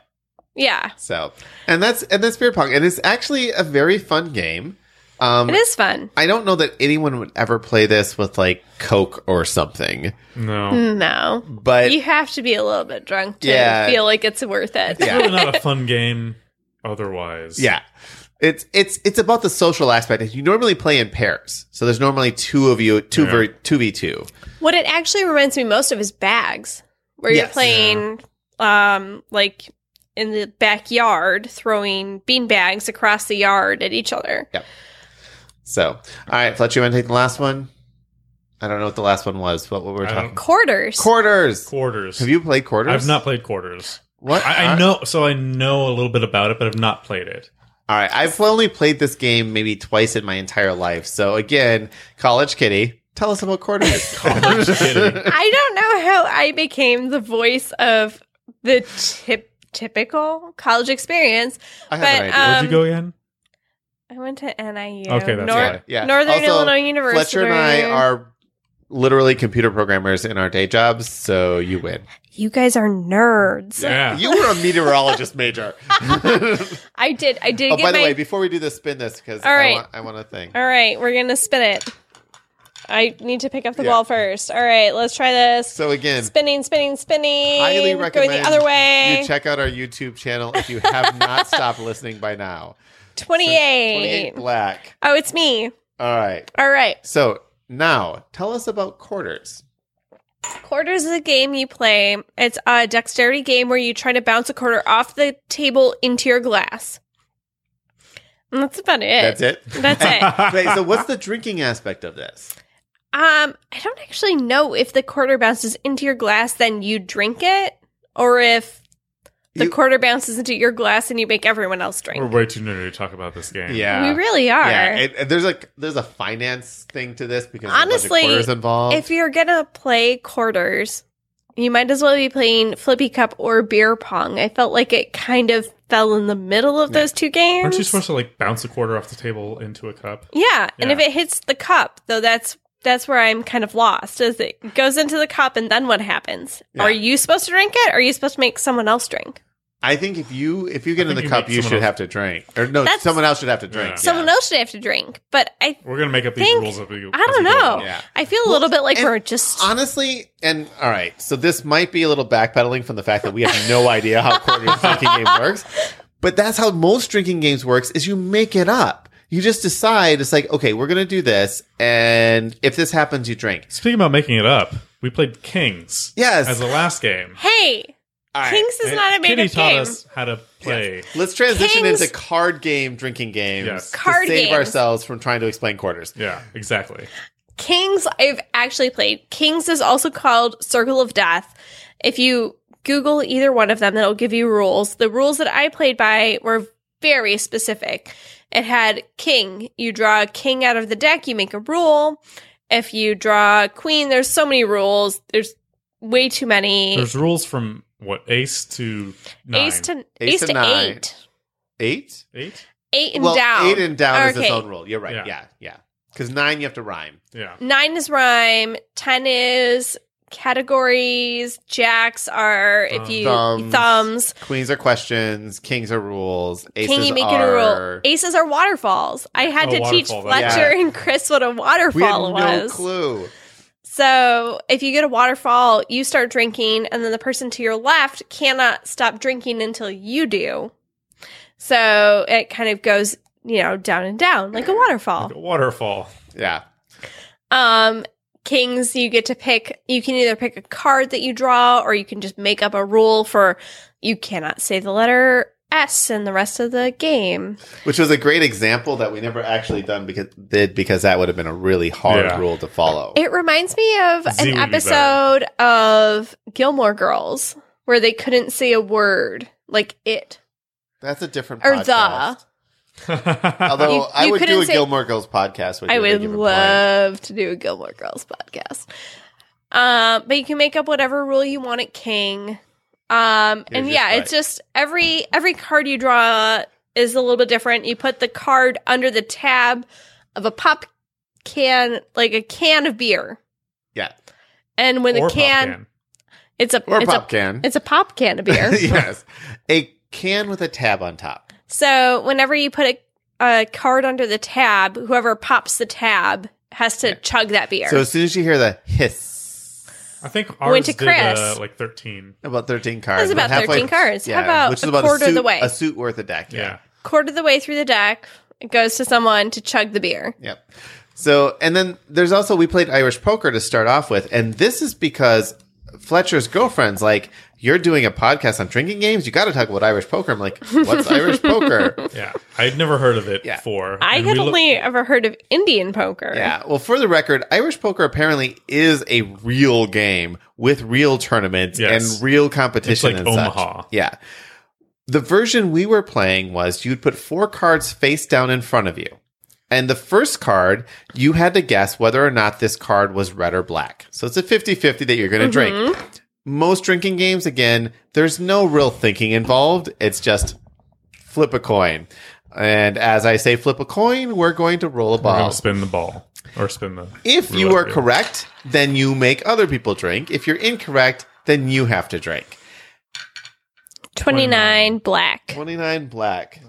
[SPEAKER 2] Yeah.
[SPEAKER 1] So, and that's, and that's beer pong. And it's actually a very fun game. Um,
[SPEAKER 2] It is fun.
[SPEAKER 1] I don't know that anyone would ever play this with like Coke or something,
[SPEAKER 2] Hmm.
[SPEAKER 3] No.
[SPEAKER 2] No.
[SPEAKER 1] but
[SPEAKER 2] you have to be a little bit drunk to
[SPEAKER 1] Mm. Yeah.
[SPEAKER 2] feel like it's worth it.
[SPEAKER 1] Yeah.
[SPEAKER 3] It's really not a fun game. Otherwise,
[SPEAKER 1] yeah. It's it's it's about the social aspect. You normally play in pairs, so there's normally two of you, two
[SPEAKER 3] Yeah.
[SPEAKER 1] ver two v two.
[SPEAKER 2] What it actually reminds me most of is bags, where you're
[SPEAKER 1] Yes.
[SPEAKER 2] playing, um, like in the backyard, throwing bean bags across the yard at each other.
[SPEAKER 1] So, all right, Fletcher, you want to take the last one? I don't know what the last one was. What, what we were
[SPEAKER 3] I
[SPEAKER 1] talking?
[SPEAKER 2] Quarters.
[SPEAKER 1] Quarters.
[SPEAKER 3] Quarters.
[SPEAKER 1] Have you played quarters?
[SPEAKER 3] I've not played quarters.
[SPEAKER 1] What?
[SPEAKER 3] I, I know, so I know a little bit about it, but I've not played it.
[SPEAKER 1] All right, I've only played this game maybe twice in my entire life. So again, college kitty, tell us about quarters.
[SPEAKER 3] College
[SPEAKER 1] Um,
[SPEAKER 3] Kitty.
[SPEAKER 2] I don't know how I became the voice of the tip- typical college experience.
[SPEAKER 1] I have an
[SPEAKER 2] But,
[SPEAKER 1] idea.
[SPEAKER 3] Where'd you
[SPEAKER 2] Um,
[SPEAKER 3] go again?
[SPEAKER 2] I went to NIU.
[SPEAKER 3] Okay, that's
[SPEAKER 2] Nor-
[SPEAKER 3] right.
[SPEAKER 1] yeah.
[SPEAKER 2] Northern
[SPEAKER 1] Also,
[SPEAKER 2] Illinois University.
[SPEAKER 1] Fletcher and I are literally computer programmers in our day jobs, so you win.
[SPEAKER 2] You guys are nerds.
[SPEAKER 3] Yeah.
[SPEAKER 1] You were a meteorologist major.
[SPEAKER 2] I did. I did
[SPEAKER 1] oh,
[SPEAKER 2] get
[SPEAKER 1] by the
[SPEAKER 2] my.
[SPEAKER 1] way, before we do this, spin this because
[SPEAKER 2] All
[SPEAKER 1] I,
[SPEAKER 2] right.
[SPEAKER 1] want, I want to think.
[SPEAKER 2] All right, we're gonna spin it. I need to pick up the
[SPEAKER 1] Yeah.
[SPEAKER 2] ball first. All right, let's try this.
[SPEAKER 1] So again,
[SPEAKER 2] spinning, spinning, spinning.
[SPEAKER 1] highly
[SPEAKER 2] Going
[SPEAKER 1] recommend
[SPEAKER 2] the other way.
[SPEAKER 1] You check out our YouTube channel if you have not stopped listening by now.
[SPEAKER 2] 28.
[SPEAKER 1] 28 black.
[SPEAKER 2] Oh, it's me.
[SPEAKER 1] All right.
[SPEAKER 2] All right.
[SPEAKER 1] So now tell us about quarters.
[SPEAKER 2] Quarters is a game you play. It's a dexterity game where you try to bounce a quarter off the table into your glass. And that's about it.
[SPEAKER 1] That's it.
[SPEAKER 2] That's it.
[SPEAKER 1] Wait, so what's the drinking aspect of this?
[SPEAKER 2] Um, I don't actually know if the quarter bounces into your glass, then you drink it, or if the
[SPEAKER 1] You-
[SPEAKER 2] quarter bounces into your glass and you make everyone else drink.
[SPEAKER 3] We're way too nerdy to talk about this game.
[SPEAKER 1] Yeah.
[SPEAKER 2] We really are.
[SPEAKER 1] Yeah, and, and there's like there's a finance thing to this because honestly,
[SPEAKER 2] Honestly,
[SPEAKER 1] quarters involved.
[SPEAKER 2] if you're gonna play quarters, you might as well be playing Flippy Cup or Beer Pong. I felt like it kind of fell in the middle of those two games.
[SPEAKER 3] Aren't you supposed to like bounce a quarter off the table into a cup?
[SPEAKER 2] yeah, and
[SPEAKER 3] Yeah.
[SPEAKER 2] if it hits the cup, though, that's that's where I'm kind of lost. Is it goes into the cup and then what happens?
[SPEAKER 1] Yeah.
[SPEAKER 2] Are you supposed to drink it? or Are you supposed to make someone else drink?
[SPEAKER 1] I think if you if you get
[SPEAKER 3] I
[SPEAKER 1] in the
[SPEAKER 3] think you
[SPEAKER 1] cup,
[SPEAKER 3] make
[SPEAKER 1] you
[SPEAKER 3] someone
[SPEAKER 1] should
[SPEAKER 3] else-
[SPEAKER 1] have to drink, or no,
[SPEAKER 2] That's-
[SPEAKER 1] someone else should have to drink.
[SPEAKER 3] Yeah.
[SPEAKER 2] Someone else should have to drink. But I
[SPEAKER 3] We're gonna make up these
[SPEAKER 2] Think-
[SPEAKER 3] rules if we.
[SPEAKER 2] I don't know.
[SPEAKER 1] Yeah.
[SPEAKER 2] I feel a little bit like
[SPEAKER 1] and
[SPEAKER 2] we're just
[SPEAKER 1] Honestly, and all right, so this might be a little backpedaling from the fact that we have no idea how quarters drinking game works, but that's how most drinking games works is you make it up. You just decide it's like, okay, we're gonna do this, and if this happens, you drink.
[SPEAKER 3] Speaking about making it up, we played Kings.
[SPEAKER 1] Yes.
[SPEAKER 3] As the last game.
[SPEAKER 2] hey.
[SPEAKER 1] All right.
[SPEAKER 2] Kings is not a made
[SPEAKER 3] Kitty
[SPEAKER 2] up
[SPEAKER 3] taught
[SPEAKER 2] game.
[SPEAKER 3] us how to play.
[SPEAKER 1] Yes. Let's transition
[SPEAKER 2] Kings-
[SPEAKER 1] into card game drinking games
[SPEAKER 3] Yes.
[SPEAKER 1] to
[SPEAKER 2] Card
[SPEAKER 1] save
[SPEAKER 2] games.
[SPEAKER 1] ourselves from trying to explain quarters.
[SPEAKER 3] Yeah, exactly.
[SPEAKER 2] Kings, I've actually played. Kings is also called Circle of Death. If you Google either one of them, that'll give you rules. The rules that I played by were very specific. It had king. You draw a king out of the deck, you make a rule. If you draw a queen, there's so many rules. There's way too many.
[SPEAKER 3] There's rules from what ace to nine.
[SPEAKER 2] ace to
[SPEAKER 1] Ace
[SPEAKER 2] ace,
[SPEAKER 1] to
[SPEAKER 2] to
[SPEAKER 1] nine.
[SPEAKER 2] eight.
[SPEAKER 1] Eight?
[SPEAKER 3] eight.
[SPEAKER 2] Eight and
[SPEAKER 1] well,
[SPEAKER 2] down.
[SPEAKER 1] eight and down is its
[SPEAKER 2] Okay.
[SPEAKER 1] own rule. You're right.
[SPEAKER 3] Yeah.
[SPEAKER 1] Yeah, yeah. Because nine, you have to rhyme.
[SPEAKER 3] Yeah.
[SPEAKER 2] Nine is rhyme. Ten is categories. Jacks are
[SPEAKER 3] Uh,
[SPEAKER 2] if you
[SPEAKER 1] Thumbs.
[SPEAKER 2] thumbs.
[SPEAKER 1] Queens are questions. Kings are rules. Aces
[SPEAKER 2] Can you make
[SPEAKER 1] are.
[SPEAKER 2] it a rule? Aces are waterfalls. I had
[SPEAKER 3] Oh,
[SPEAKER 2] to teach
[SPEAKER 3] waterfall,
[SPEAKER 1] that's
[SPEAKER 2] Fletcher
[SPEAKER 1] right.
[SPEAKER 2] and Chris what a
[SPEAKER 1] we had
[SPEAKER 2] waterfall
[SPEAKER 1] no
[SPEAKER 2] was.
[SPEAKER 1] clue.
[SPEAKER 2] So if you get a waterfall, you start drinking, and then the person to your left cannot stop drinking until you do. So it kind of goes, you know, down and down like a waterfall.
[SPEAKER 3] Like a waterfall.
[SPEAKER 1] Yeah.
[SPEAKER 2] Um, kings, you get to pick. You can either pick a card that you draw, or you can just make up a rule for you cannot say the letter S in the rest of the game.
[SPEAKER 1] Which was a great example that we never actually done because did because that would have been a really hard
[SPEAKER 3] Yeah.
[SPEAKER 1] rule to follow.
[SPEAKER 2] It reminds me of
[SPEAKER 3] Z would
[SPEAKER 2] an
[SPEAKER 3] be
[SPEAKER 2] episode of Gilmore Girls where they couldn't say a word like it.
[SPEAKER 1] That's a different
[SPEAKER 2] Or the.
[SPEAKER 1] podcast. Although
[SPEAKER 2] You-
[SPEAKER 1] I
[SPEAKER 2] you
[SPEAKER 1] would do
[SPEAKER 2] couldn't
[SPEAKER 1] a
[SPEAKER 2] say-
[SPEAKER 1] Gilmore Girls podcast. With
[SPEAKER 2] I
[SPEAKER 1] you at a
[SPEAKER 2] would
[SPEAKER 1] given
[SPEAKER 2] love to do a Gilmore Girls podcast. Um, but you can make up whatever rule you want at King. Um,
[SPEAKER 1] You're
[SPEAKER 2] and
[SPEAKER 1] just
[SPEAKER 2] yeah,
[SPEAKER 1] right.
[SPEAKER 2] it's just every every card you draw is a little bit different. You put the card under the tab of a pop can, like a can of beer,
[SPEAKER 1] point. Yeah.
[SPEAKER 2] and when
[SPEAKER 3] Or
[SPEAKER 2] the can,
[SPEAKER 3] Popcan.
[SPEAKER 2] it's a
[SPEAKER 1] Or
[SPEAKER 2] it's
[SPEAKER 1] pop
[SPEAKER 2] a
[SPEAKER 1] can.
[SPEAKER 2] it's a pop can of beer.
[SPEAKER 1] yes. A can with a tab on top.
[SPEAKER 2] So whenever you put a, a card under the tab, whoever pops the tab has to chug that beer.
[SPEAKER 1] So as soon as you hear the hiss,
[SPEAKER 3] I think ours
[SPEAKER 2] Went to
[SPEAKER 3] did
[SPEAKER 2] Chris.
[SPEAKER 3] Uh, like thirteen.
[SPEAKER 1] about irteen cards.
[SPEAKER 2] That's about
[SPEAKER 1] halfway-
[SPEAKER 2] 13 cards. How about
[SPEAKER 1] which is
[SPEAKER 2] a
[SPEAKER 1] about
[SPEAKER 2] quarter
[SPEAKER 1] a
[SPEAKER 2] of
[SPEAKER 1] suit,
[SPEAKER 2] the way?
[SPEAKER 1] A suit worth a deck. Yeah.
[SPEAKER 3] Yeah.
[SPEAKER 2] quarter of the way through the deck, it goes to someone to chug the beer.
[SPEAKER 4] Yep.
[SPEAKER 1] So, and then there's also we played Irish poker to start off with, and this is because Fletcher's girlfriend's like, "You're doing a podcast on drinking games. You got to talk about Irish poker." I'm like, "What's Irish poker?"
[SPEAKER 3] Yeah, I'd never heard of it
[SPEAKER 1] Yeah.
[SPEAKER 3] before.
[SPEAKER 2] I
[SPEAKER 3] And
[SPEAKER 2] had
[SPEAKER 3] we lo-
[SPEAKER 2] only ever heard of Indian poker.
[SPEAKER 1] Yeah. Well, for the record, Irish poker apparently is a real game with real tournaments
[SPEAKER 3] Yes.
[SPEAKER 1] and real competition.
[SPEAKER 3] It's like
[SPEAKER 1] and such.
[SPEAKER 3] Omaha.
[SPEAKER 1] Yeah. The version we were playing was you'd put four cards face down in front of you. And the first card, you had to guess whether or not this card was red or black. So it's a 50 50 that you're going to
[SPEAKER 3] Mm-hmm.
[SPEAKER 1] drink. Most drinking games, again, there's no real thinking involved. It's just flip a coin. And as I say, flip a coin, we're going to roll a
[SPEAKER 3] we're
[SPEAKER 1] ball. E-
[SPEAKER 3] gonna spin the ball or spin the.
[SPEAKER 1] If you are
[SPEAKER 3] roulette wheel.
[SPEAKER 1] correct, then you make other people drink. If you're incorrect, then you have to drink.
[SPEAKER 2] 29 black.
[SPEAKER 1] 29 black.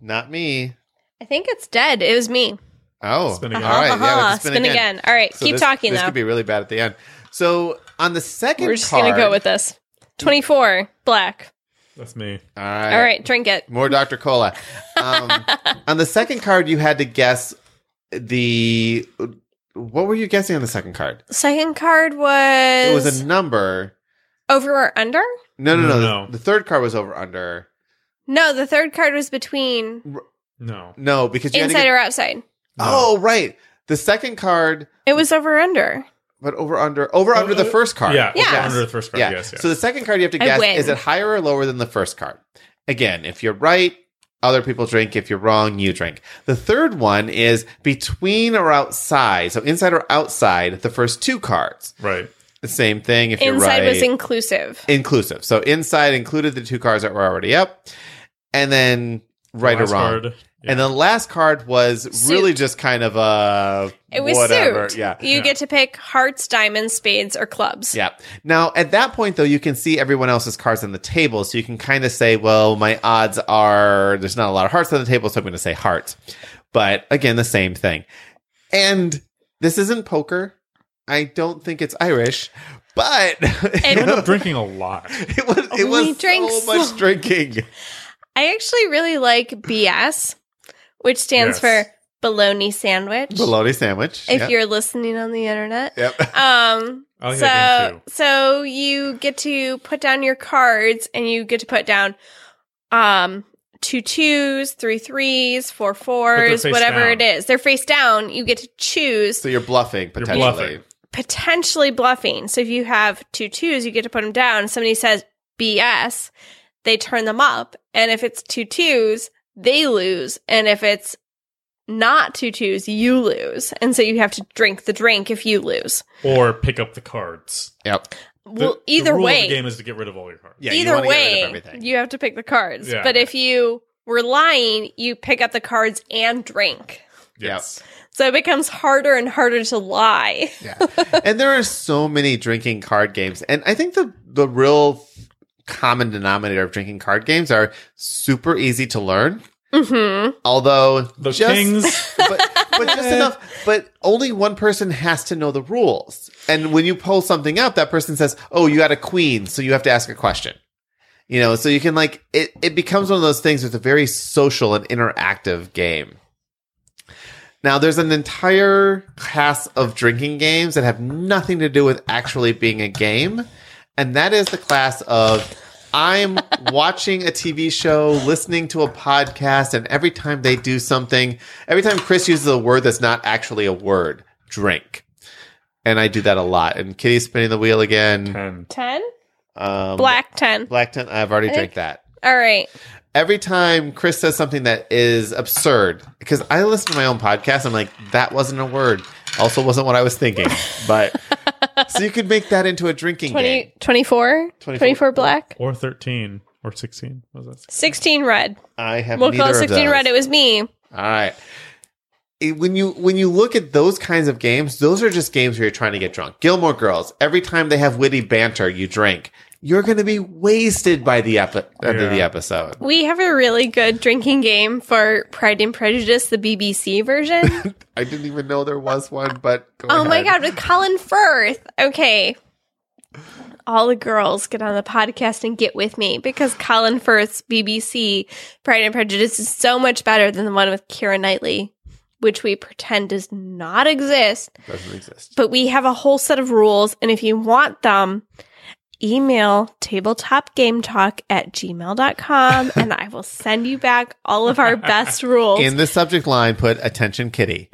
[SPEAKER 1] Not me.
[SPEAKER 2] I think it's dead. It was me.
[SPEAKER 1] Oh,
[SPEAKER 3] Spin
[SPEAKER 1] all
[SPEAKER 3] again.
[SPEAKER 1] right.
[SPEAKER 2] Uh-huh.
[SPEAKER 1] Yeah, we have to
[SPEAKER 2] spin, again. All right.
[SPEAKER 1] So
[SPEAKER 2] Keep
[SPEAKER 1] this-
[SPEAKER 2] talking,
[SPEAKER 1] This
[SPEAKER 2] though.
[SPEAKER 1] could be really bad at the end. So on the second,
[SPEAKER 2] We're just
[SPEAKER 1] card,
[SPEAKER 2] going to go with this. 24 black.
[SPEAKER 3] That's me.
[SPEAKER 1] all right.
[SPEAKER 2] All right. Drink it.
[SPEAKER 1] More Dr. Cola. Um, on the second card, you had to guess the. What were you guessing on the second card?
[SPEAKER 2] Second card
[SPEAKER 1] It
[SPEAKER 2] was,
[SPEAKER 1] was a number.
[SPEAKER 2] over or under?
[SPEAKER 1] No, no,
[SPEAKER 3] No,
[SPEAKER 1] no.
[SPEAKER 3] no.
[SPEAKER 1] The, the third card was over under.
[SPEAKER 2] No, the third card was between
[SPEAKER 3] No.
[SPEAKER 1] No, because you
[SPEAKER 2] inside
[SPEAKER 1] had to get,
[SPEAKER 2] or outside.
[SPEAKER 1] Oh, right. The second card,
[SPEAKER 2] It was over or under.
[SPEAKER 1] but over under over under the first card.
[SPEAKER 3] Oh, Yeah.
[SPEAKER 2] Yes.
[SPEAKER 3] over Under the first card.
[SPEAKER 1] yeah.
[SPEAKER 3] Yes. yes.
[SPEAKER 1] So the second card you have to
[SPEAKER 2] I
[SPEAKER 1] guess
[SPEAKER 2] win.
[SPEAKER 1] is it higher or lower than the first card? Again, if you're right, other people drink. If you're wrong, you drink. The third one is between or outside. So inside or outside the first two cards.
[SPEAKER 3] right.
[SPEAKER 1] The same thing if you're
[SPEAKER 2] Inside
[SPEAKER 1] right.
[SPEAKER 2] was inclusive.
[SPEAKER 1] inclusive. So inside included the two cards that were already up. And then right or
[SPEAKER 3] Last
[SPEAKER 1] wrong.
[SPEAKER 3] card. Yeah.
[SPEAKER 1] And the last card was
[SPEAKER 2] Suit.
[SPEAKER 1] really just kind of a
[SPEAKER 2] It was
[SPEAKER 1] whatever.
[SPEAKER 2] suit.
[SPEAKER 1] Yeah.
[SPEAKER 2] You
[SPEAKER 3] Yeah.
[SPEAKER 2] get to pick hearts, diamonds, spades, or clubs.
[SPEAKER 1] Yeah. Now, at that point, though, you can see everyone else's cards on the table. So you can kind of say, well, my odds are there's not a lot of hearts on the table. So I'm going to say hearts. But again, the same thing. And this isn't poker. I don't think it's Irish, but
[SPEAKER 3] You end
[SPEAKER 1] it,
[SPEAKER 3] up drinking a lot.
[SPEAKER 1] was, it
[SPEAKER 2] We
[SPEAKER 1] was
[SPEAKER 2] drank
[SPEAKER 1] so much
[SPEAKER 2] so-
[SPEAKER 1] drinking.
[SPEAKER 2] I actually really like BS, which stands
[SPEAKER 3] Yes.
[SPEAKER 2] for bologna sandwich.
[SPEAKER 1] Bologna sandwich.
[SPEAKER 2] If
[SPEAKER 1] Yep.
[SPEAKER 2] you're listening on the internet.
[SPEAKER 1] Yep.
[SPEAKER 2] Um
[SPEAKER 3] I like that game
[SPEAKER 2] so so you get to put down your cards and you get to put down um two twos, three threes, four fours,
[SPEAKER 3] face
[SPEAKER 2] whatever
[SPEAKER 3] down.
[SPEAKER 2] it is. They're face down. You get to choose
[SPEAKER 1] So you're bluffing
[SPEAKER 3] You're
[SPEAKER 1] potentially.
[SPEAKER 3] bluffing.
[SPEAKER 2] potentially bluffing. So if you have two twos, you get to put them down. Somebody says BS, they turn them up. And if it's two twos, they lose. And if it's not two twos, you lose. And so you have to drink the drink if you lose.
[SPEAKER 3] or pick up the cards.
[SPEAKER 1] Yep.
[SPEAKER 3] The-
[SPEAKER 2] well,
[SPEAKER 3] the
[SPEAKER 2] either
[SPEAKER 3] rule of
[SPEAKER 2] way,
[SPEAKER 3] the game is to get rid of all your cards.
[SPEAKER 1] Yeah, you
[SPEAKER 2] either
[SPEAKER 1] wanna get rid of
[SPEAKER 2] way,
[SPEAKER 1] everything.
[SPEAKER 2] you have to pick the cards.
[SPEAKER 3] Yeah.
[SPEAKER 2] But if you were lying, you pick up the cards and drink.
[SPEAKER 3] Yes.
[SPEAKER 2] So it becomes harder and harder to lie.
[SPEAKER 1] Yeah. and there are so many drinking card games. And I think the the real common denominator of drinking card games are super easy to learn.
[SPEAKER 2] hmm
[SPEAKER 1] Although
[SPEAKER 3] The
[SPEAKER 1] just,
[SPEAKER 3] kings.
[SPEAKER 1] but, but just enough. But only one person has to know the rules. And when you pull something up, that person says, "Oh, you had a queen, so you have to ask a question." You know, so you can like it. It becomes one of those things. It's a very social and interactive game. Now, there's an entire class of drinking games that have nothing to do with actually being a game, and that is the class of I'm watching a TV show, listening to a podcast, and every time they do something, every time Chris uses a word that's not actually a word, drink. And I do that a lot. And Kitty's spinning the wheel again.
[SPEAKER 3] Ten.
[SPEAKER 2] 10?
[SPEAKER 1] Um,
[SPEAKER 2] Black 10.
[SPEAKER 1] Black Ten. I've already
[SPEAKER 2] I
[SPEAKER 1] drank
[SPEAKER 2] think-
[SPEAKER 1] that
[SPEAKER 2] All right.
[SPEAKER 1] every time Chris says something that is absurd, because I listen to my own podcast, I'm like, that wasn't a word. Also, wasn't what I was thinking. But so you could make that into a drinking
[SPEAKER 2] 20,
[SPEAKER 1] game.
[SPEAKER 2] 24?
[SPEAKER 1] 24.
[SPEAKER 2] 24, black,
[SPEAKER 3] Or thirteen. Or sixteen. What was that?
[SPEAKER 2] 16 red.
[SPEAKER 1] I have
[SPEAKER 2] We'll
[SPEAKER 1] neither
[SPEAKER 2] call it
[SPEAKER 1] of
[SPEAKER 2] 16
[SPEAKER 1] those.
[SPEAKER 2] red. It was me.
[SPEAKER 1] All right. It- when you when you look at those kinds of games, those are just games where you're trying to get drunk. Gilmore Girls. Every time they have witty banter, you drink. You're going to be wasted by the epi- end of the
[SPEAKER 3] Yeah.
[SPEAKER 1] episode.
[SPEAKER 2] We have a really good drinking game for Pride and Prejudice, the BBC version.
[SPEAKER 1] I didn't even know there was one, but go
[SPEAKER 2] oh my
[SPEAKER 1] ahead.
[SPEAKER 2] God, with Colin Firth. Okay. all the girls get on the podcast and get with me because Colin Firth's BBC Pride and Prejudice is so much better than the one with Kira Knightley, which we pretend does not exist.
[SPEAKER 5] Doesn't exist.
[SPEAKER 2] But we have a whole set of rules, and if you want them, email tabletopgametalk at gmail.com and I will send you back all of our best rules.
[SPEAKER 1] In the subject line, put attention kitty.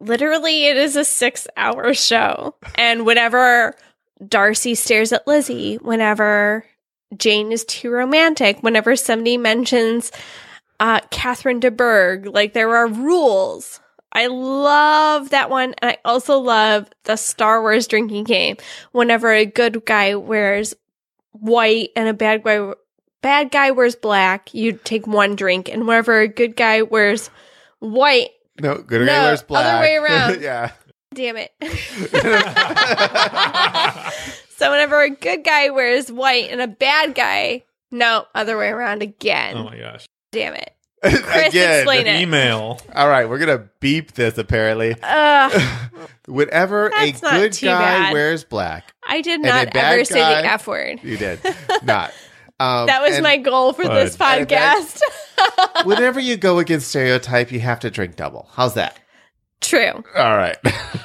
[SPEAKER 2] Literally, it is a six hour show. And whenever Darcy stares at Lizzie, whenever Jane is too romantic, whenever somebody mentions uh, Catherine de Bourgh, like there are rules. I love that one. And I also love the Star Wars drinking game. Whenever a good guy wears white and a bad guy bad guy wears black, you take one drink. And whenever a good guy wears white,
[SPEAKER 1] No, good
[SPEAKER 2] No,
[SPEAKER 1] regulars
[SPEAKER 2] other
[SPEAKER 1] black.
[SPEAKER 2] way around.
[SPEAKER 1] yeah.
[SPEAKER 2] damn it. so whenever a good guy wears white and a bad guy, no, other way around again.
[SPEAKER 3] Oh my gosh.
[SPEAKER 2] damn it.
[SPEAKER 1] Chris,
[SPEAKER 2] explain it.
[SPEAKER 3] Email.
[SPEAKER 1] All right, we're gonna beep this. Apparently,
[SPEAKER 2] Ugh,
[SPEAKER 1] whenever
[SPEAKER 2] That's
[SPEAKER 1] a
[SPEAKER 2] not
[SPEAKER 1] good
[SPEAKER 2] too
[SPEAKER 1] guy
[SPEAKER 2] bad.
[SPEAKER 1] wears black,
[SPEAKER 2] I did
[SPEAKER 1] a
[SPEAKER 2] not
[SPEAKER 1] bad
[SPEAKER 2] ever say the
[SPEAKER 1] guy-
[SPEAKER 2] F word.
[SPEAKER 1] you did not. Um,
[SPEAKER 2] That was
[SPEAKER 1] and
[SPEAKER 2] my goal for this
[SPEAKER 1] And then-
[SPEAKER 2] podcast.
[SPEAKER 1] Whenever you go against stereotype, you have to drink double. How's that?
[SPEAKER 2] True.
[SPEAKER 1] All right.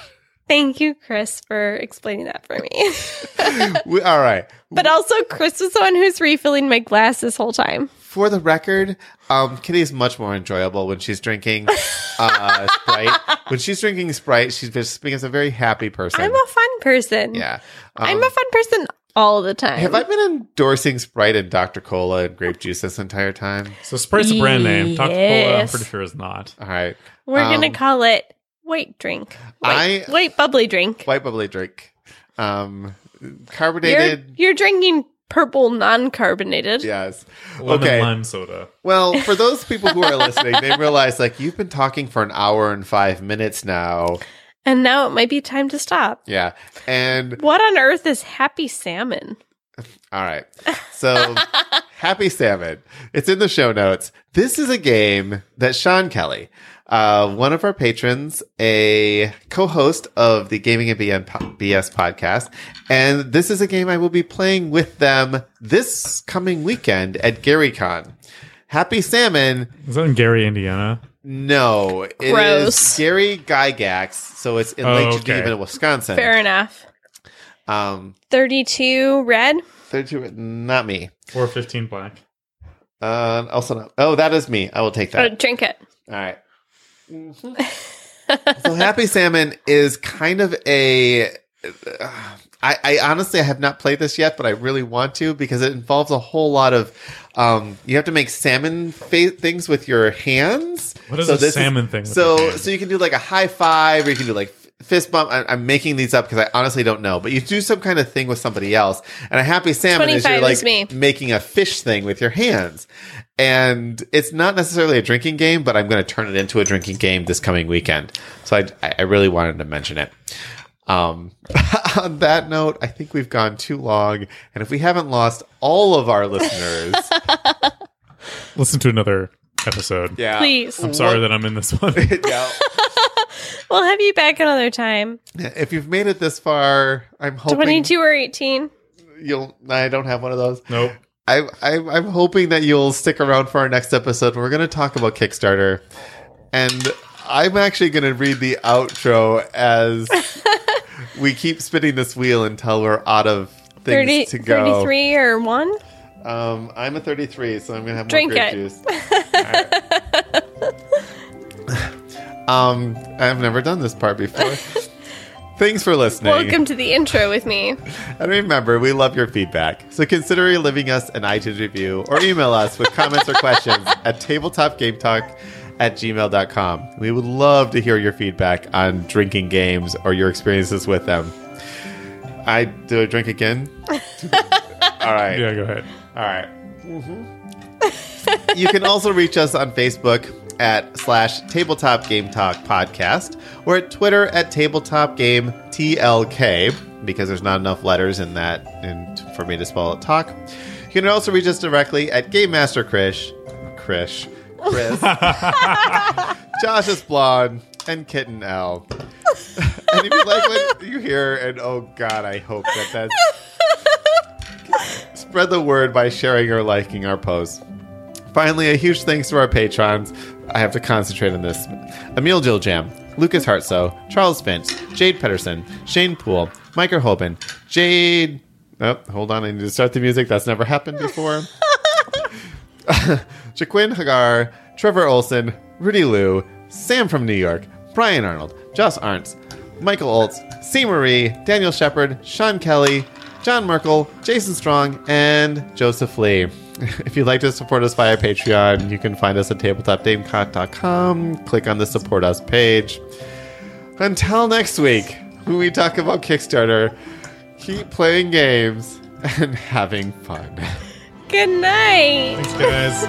[SPEAKER 2] Thank you, Chris, for explaining that for me.
[SPEAKER 1] We- all right.
[SPEAKER 2] but also, Chris was the one who's refilling my glass this whole time.
[SPEAKER 1] For the record, um, Kitty is much more enjoyable when she's drinking uh, Sprite. When she's drinking Sprite, she just becomes a very happy person.
[SPEAKER 2] I'm a fun person.
[SPEAKER 1] yeah. Um,
[SPEAKER 2] I'm a fun person all the time.
[SPEAKER 1] have I been endorsing Sprite and Dr. Cola and grape juice this entire time?
[SPEAKER 3] So Sprite's a brand name. Dr. Cola, I'm
[SPEAKER 2] Yes.
[SPEAKER 3] pretty sure is not.
[SPEAKER 1] All right.
[SPEAKER 2] We're
[SPEAKER 1] um,
[SPEAKER 2] gonna call it white drink. White,
[SPEAKER 1] I-
[SPEAKER 2] white bubbly drink.
[SPEAKER 1] White bubbly drink. Um,
[SPEAKER 2] You're,
[SPEAKER 1] carbonated.
[SPEAKER 2] you're drinking purple non-carbonated.
[SPEAKER 1] Yes.
[SPEAKER 3] Lemon
[SPEAKER 1] okay.
[SPEAKER 3] lime soda.
[SPEAKER 1] Well, for those people who are listening, they realize like you've been talking for an hour and five minutes now.
[SPEAKER 2] And now it might be time to stop.
[SPEAKER 1] Yeah. And
[SPEAKER 2] What on earth is happy salmon?
[SPEAKER 1] all right. So happy salmon. It's in the show notes. This is a game that Sean Kelly, uh, one of our patrons, a co-host of the Gaming and BN po- BS podcast. And this is a game I will be playing with them this coming weekend at GaryCon. Happy salmon
[SPEAKER 3] Is that in Gary, Indiana?
[SPEAKER 1] No, it is
[SPEAKER 2] Gross.
[SPEAKER 1] Gary Gygax. So it's in
[SPEAKER 3] Oh,
[SPEAKER 1] Lake
[SPEAKER 3] okay.
[SPEAKER 1] Geneva, Wisconsin.
[SPEAKER 2] Fair enough.
[SPEAKER 1] Um,
[SPEAKER 2] Thirty-two red.
[SPEAKER 1] 32, not me.
[SPEAKER 3] Or 15 black?
[SPEAKER 1] Uh, also not. Oh, that is me. I will take
[SPEAKER 2] Oh,
[SPEAKER 1] that.
[SPEAKER 2] drink it.
[SPEAKER 1] All right. so Happy Salmon is kind of a. uh, I, I honestly I have not played this yet, but I really want to because it involves a whole lot of. Um, you have to make salmon fa- things with your hands.
[SPEAKER 3] What is
[SPEAKER 1] So
[SPEAKER 3] a
[SPEAKER 1] this is-
[SPEAKER 3] salmon thing? with your
[SPEAKER 1] So
[SPEAKER 3] hand?
[SPEAKER 1] so you can do like a high five, or you can do like f- fist bump. I, I'm making these up because I honestly don't know, but you do some kind of thing with somebody else. And a happy salmon is you're
[SPEAKER 2] 25
[SPEAKER 1] like
[SPEAKER 2] is me.
[SPEAKER 1] making a fish thing with your hands. And it's not necessarily a drinking game, but I'm going to turn it into a drinking game this coming weekend. So I, I really wanted to mention it. Um, on that note, I think we've gone too long. And if we haven't lost all of our listeners,
[SPEAKER 3] listen to another episode.
[SPEAKER 1] yeah,
[SPEAKER 2] Please.
[SPEAKER 3] I'm sorry that I'm in this one.
[SPEAKER 1] yeah.
[SPEAKER 2] We'll have you back another time.
[SPEAKER 1] If you've made it this far, I'm hoping
[SPEAKER 2] Twenty-two or eighteen.
[SPEAKER 1] you'll I don't have one of those.
[SPEAKER 3] nope.
[SPEAKER 1] I, I I'm hoping that you'll stick around for our next episode. We're going to talk about Kickstarter, and I'm actually going to read the outro as we keep spinning this wheel until we're out of things
[SPEAKER 2] 30,
[SPEAKER 1] to go.
[SPEAKER 2] 33 or one.
[SPEAKER 1] Um, I'm a 33, so I'm going to have
[SPEAKER 2] Drink
[SPEAKER 1] more grape
[SPEAKER 2] it.
[SPEAKER 1] juice. All right. um, I've never done this part before. Thanks for listening.
[SPEAKER 2] Welcome to the intro with me.
[SPEAKER 1] And remember, we love your feedback. So consider leaving us an iTunes review or email us with comments or questions at tabletopgametalk at gmail.com. We would love to hear your feedback on drinking games or your experiences with them. I do I drink again? All right.
[SPEAKER 3] Yeah, go ahead.
[SPEAKER 1] All Mm-hmm. you can also reach us on Facebook at slash tabletop game talk podcast or at Twitter at tabletop game TLK because there's not enough letters in that and for me to spell it talk. You can also reach us directly at Game Master Krish, Krish, Chris, Josh is blonde, and Kitten L. and if you like what you hear, and oh god, I hope that that's
[SPEAKER 6] Spread the word by sharing or liking our posts. Finally, a huge thanks to our patrons. I have to concentrate on this. Emil Jiljam, Lucas Hartso, Charles Finch, Jade Pedersen, Shane Poole, Micah Hoban, Jade. Oh, hold on. I need to start the music. That's never happened before. Jaquin Hagar, Trevor Olson, Rudy Liu, Sam from New York, Brian Arnold, Joss Arntz, Michael Oltz, C. Marie, Daniel Shepard, Sean Kelly, John Merkel, Jason Strong, and Joseph Lee. If you'd like to support us via Patreon, you can find us at tabletopdamecot.com. Click on the Support Us page. Until next week, when we talk about Kickstarter, keep playing games and having fun.
[SPEAKER 2] Good night.
[SPEAKER 3] Thanks, guys.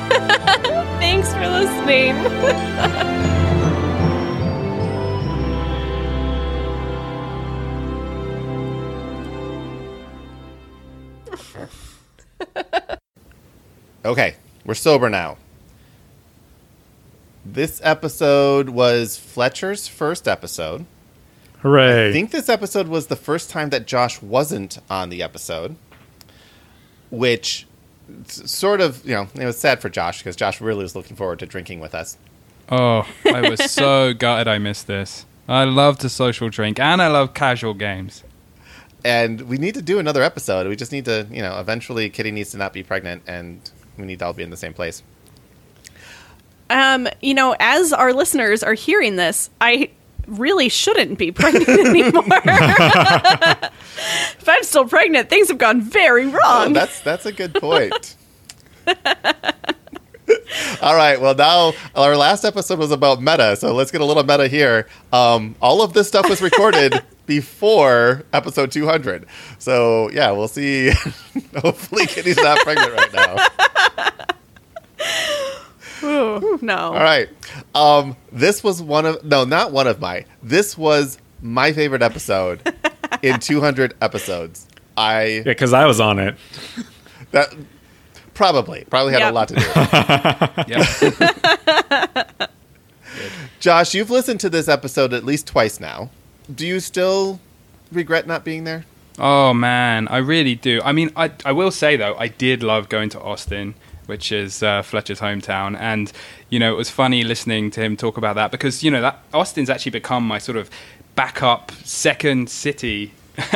[SPEAKER 2] Thanks for listening.
[SPEAKER 1] Okay, we're sober now. This episode was Fletcher's first episode.
[SPEAKER 3] Hooray.
[SPEAKER 1] I think this episode was the first time that Josh wasn't on the episode, which s- sort of, you know, it was sad for Josh because Josh really was looking forward to drinking with us.
[SPEAKER 7] Oh, I was so gutted I missed this. I love to social drink and I love casual games.
[SPEAKER 1] And we need to do another episode. We just need to, you know, eventually Kitty needs to not be pregnant and we need to all be in the same place.
[SPEAKER 8] Um, you know, as our listeners are hearing this, I really shouldn't be pregnant anymore. if I'm still pregnant, things have gone very
[SPEAKER 1] Oh,
[SPEAKER 8] wrong.
[SPEAKER 1] that's that's a good point. all right. Well, now our last episode was about meta, so let's get a little meta here. Um, all of this stuff was recorded before episode 200, so yeah, we'll see. Hopefully, Kitty's not pregnant right now.
[SPEAKER 8] Ooh, no.
[SPEAKER 1] All right. Um, this was one of no, not one of my. This was my favorite episode in 200 episodes. I
[SPEAKER 3] yeah, because I was on it.
[SPEAKER 1] that probably probably had
[SPEAKER 8] Yep.
[SPEAKER 1] a lot to do. with it.
[SPEAKER 7] Yep.
[SPEAKER 1] Josh, you've listened to this episode at least twice now. Do you still regret not being there?
[SPEAKER 7] oh man, I really do. I mean, I I will say though, I did love going to Austin, which is uh, Fletcher's hometown, and you know it was funny listening to him talk about that because you know that Austin's actually become my sort of backup second city.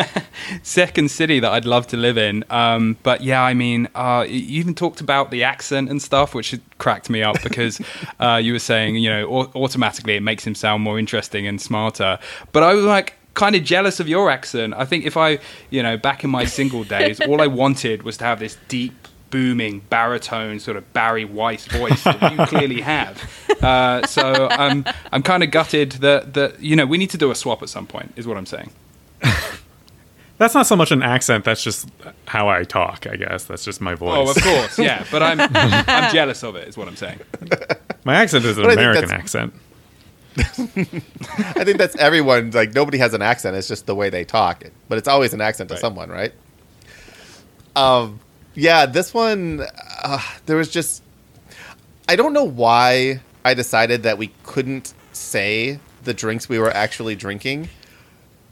[SPEAKER 7] second city that I'd love to live in. Um, but yeah, I mean, uh, you even talked about the accent and stuff, which cracked me up because uh, you were saying, you know, au- automatically it makes him sound more interesting and smarter. But I was like, kind of jealous of your accent. I think if I, you know, back in my single days, all I wanted was to have this deep, booming baritone sort of Barry Weiss voice that you clearly have. Uh, so I'm I'm kind of gutted that that you know we need to do a swap at some point. Is what I'm saying.
[SPEAKER 3] That's not so much an accent. That's just how I talk, I guess. That's just my voice.
[SPEAKER 7] Oh, of course, yeah. But I'm I'm jealous of it. Is what I'm saying.
[SPEAKER 3] my accent is an
[SPEAKER 1] But I think
[SPEAKER 3] American
[SPEAKER 1] that's-
[SPEAKER 3] accent.
[SPEAKER 1] I think that's everyone. Like nobody has an accent; it's just the way they talk. But it's always an accent to
[SPEAKER 7] Right.
[SPEAKER 1] someone, right? Um, yeah, this one uh, there was just I don't know why I decided that we couldn't say the drinks we were actually drinking.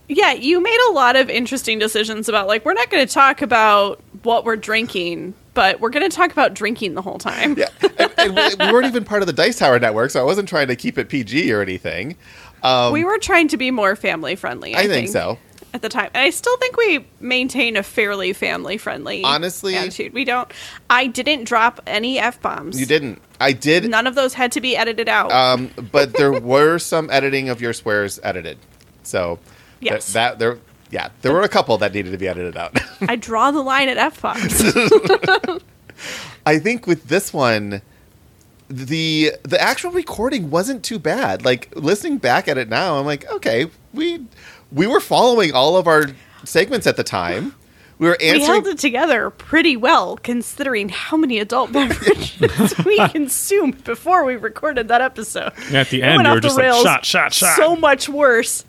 [SPEAKER 8] Yeah, you made a lot of interesting decisions about like we're not going to talk about what we're drinking, but we're going to talk about drinking the whole time.
[SPEAKER 1] Yeah, and, and we- we weren't even part of the Dice Tower network, so I wasn't trying to keep it PG or anything. Um,
[SPEAKER 8] We were trying to be more family friendly. I,
[SPEAKER 1] I think so.
[SPEAKER 8] at the time. And I still think we maintain a fairly family friendly
[SPEAKER 1] Honestly-
[SPEAKER 8] attitude. We don't I didn't drop any F bombs.
[SPEAKER 1] You didn't. I did
[SPEAKER 8] None of those had to be edited out.
[SPEAKER 1] Um, but there were some editing of your swears edited. So th-
[SPEAKER 8] Yes.
[SPEAKER 1] that there yeah, there were a couple that needed to be edited out.
[SPEAKER 8] I draw the line at F bombs.
[SPEAKER 1] I think with this one the the actual recording wasn't too bad. Like listening back at it now, I'm like, okay, we we were following all of our segments at the time. We were
[SPEAKER 8] we
[SPEAKER 1] answering
[SPEAKER 8] held it together pretty well considering how many adult beverages we consumed before we recorded that episode.
[SPEAKER 3] And at the
[SPEAKER 8] It
[SPEAKER 3] end,
[SPEAKER 8] went
[SPEAKER 3] you were
[SPEAKER 8] off the
[SPEAKER 3] just like,
[SPEAKER 8] rails
[SPEAKER 3] shot, shot, shot.
[SPEAKER 8] So much worse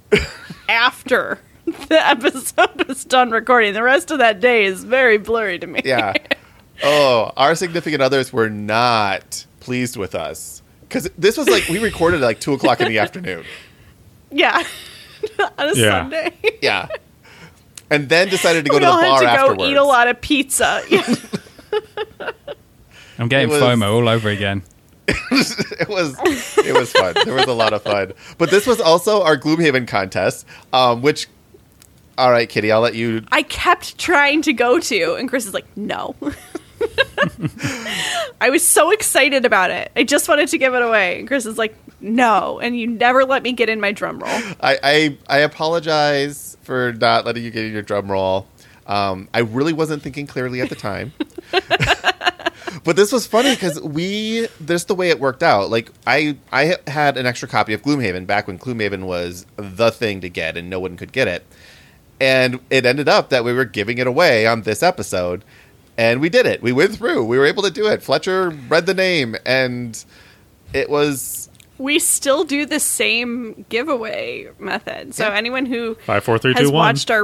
[SPEAKER 8] after the episode was done recording. The rest of that day is very blurry to me.
[SPEAKER 1] yeah. Oh, our significant others were not pleased with us because this was like we recorded at like two o'clock in the afternoon.
[SPEAKER 8] Yeah. On a
[SPEAKER 3] Yeah.
[SPEAKER 8] Sunday.
[SPEAKER 1] Yeah. And then decided to go
[SPEAKER 8] we
[SPEAKER 1] to the
[SPEAKER 8] all
[SPEAKER 1] bar
[SPEAKER 8] had to go
[SPEAKER 1] afterwards.
[SPEAKER 8] eat a lot of pizza. Yeah.
[SPEAKER 7] I'm getting
[SPEAKER 1] It was-
[SPEAKER 7] FOMO all over again.
[SPEAKER 1] it was it was fun. There was a lot of fun. But this was also our Gloomhaven contest, um, which. All right, Kitty, I'll let you.
[SPEAKER 8] I kept trying to go to, and Chris is like, no. I was so excited about it. I just wanted to give it away. And Chris is like, no. And you never let me get in my drum roll.
[SPEAKER 1] I I, I apologize for not letting you get in your drum roll. Um, I really wasn't thinking clearly at the time. but this was funny because we this the way it worked out. Like I I had an extra copy of Gloomhaven back when Gloomhaven was the thing to get and no one could get it. And it ended up that we were giving it away on this episode. And we did it. We went through. We were able to do it. Fletcher read the name and it was
[SPEAKER 8] We still do the same giveaway method. So anyone who
[SPEAKER 3] Five, four, three,
[SPEAKER 8] has
[SPEAKER 3] two, one.
[SPEAKER 8] watched our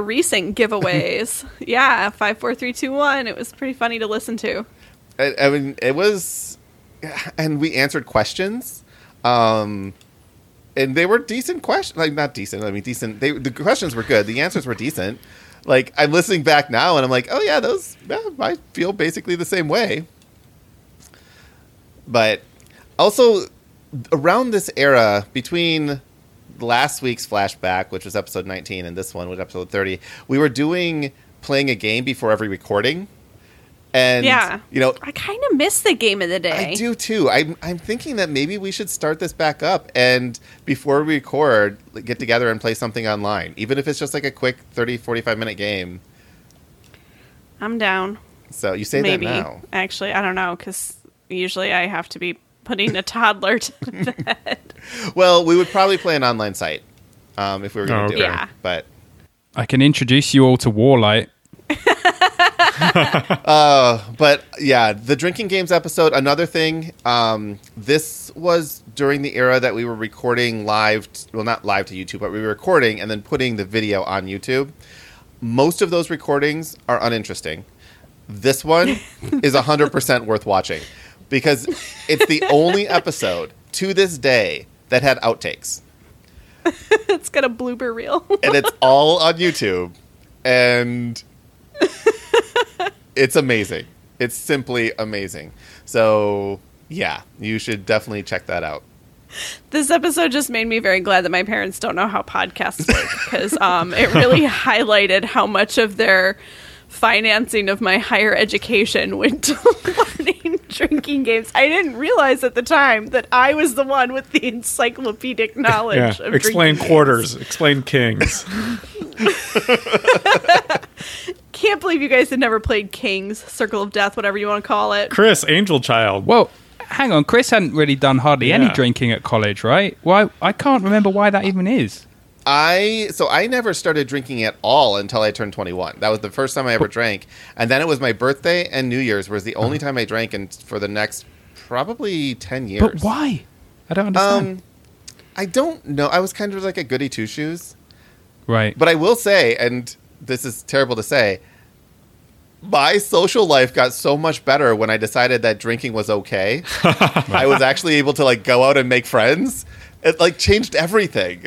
[SPEAKER 8] recent giveaways, yeah, five, four, three, two, one. It was pretty funny to listen to.
[SPEAKER 1] I, I mean, it was, and we answered questions, um, and they were decent questions. Like not decent. I mean, decent. They the questions were good. The answers were decent. Like I'm listening back now, and I'm like, oh yeah, those. Yeah, I feel basically the same way. But also around this era between last week's flashback, which was episode 19, and this one was episode 30, we were doing playing a game before every recording. And
[SPEAKER 8] Yeah.
[SPEAKER 1] you know,
[SPEAKER 8] I kind of miss the game of the day.
[SPEAKER 1] I do too. I'm, I'm thinking that maybe we should start this back up and before we record, like, get together and play something online, even if it's just like a quick 30, 45 minute game.
[SPEAKER 8] I'm down.
[SPEAKER 1] So you say
[SPEAKER 8] Maybe.
[SPEAKER 1] that now.
[SPEAKER 8] Actually, I don't know because usually I have to be putting a toddler to bed.
[SPEAKER 1] Well, we would probably play an online site um, if we were going to
[SPEAKER 3] Oh,
[SPEAKER 1] do
[SPEAKER 3] okay.
[SPEAKER 1] it.
[SPEAKER 8] Yeah.
[SPEAKER 1] But
[SPEAKER 7] I can introduce you all to Warlight.
[SPEAKER 1] but yeah, the drinking games episode. Another thing, um, this was during the era that we were recording live. t- well, not live to YouTube, but we were recording and then putting the video on YouTube. Most of those recordings are uninteresting. This one is hundred percent worth watching because it's the only episode to this day that had outtakes
[SPEAKER 8] it's got a blooper reel.
[SPEAKER 1] and it's all on YouTube, and it's amazing. It's simply amazing. So yeah, you should definitely check that out.
[SPEAKER 8] this episode just made me very glad that my parents don't know how podcasts work because um, it really highlighted how much of their financing of my higher education went to learning drinking games. I didn't realize at the time that I was the one with the encyclopedic knowledge
[SPEAKER 3] Yeah.
[SPEAKER 8] of
[SPEAKER 3] Explain
[SPEAKER 8] drinking games.
[SPEAKER 3] quarters. Explain kings.
[SPEAKER 8] Can't believe you guys had never played Kings, Circle of Death, whatever you want to call it.
[SPEAKER 3] Chris, angel child.
[SPEAKER 7] Well, hang on. Chris hadn't really done hardly any
[SPEAKER 3] Yeah.
[SPEAKER 7] drinking at college, right? Why? I can't remember why that even is.
[SPEAKER 1] I so I never started drinking at all until I turned 21. That was the first time I ever drank, and then it was my birthday and New Year's was the only time I drank, and for the next probably 10 years.
[SPEAKER 7] Uh-huh. But why? I don't understand.
[SPEAKER 1] Um, I don't know. I was kind of like a goody two shoes.
[SPEAKER 7] right.
[SPEAKER 1] But I will say, and this is terrible to say, my social life got so much better when I decided that drinking was okay. I was actually able to like go out and make friends. It like changed everything.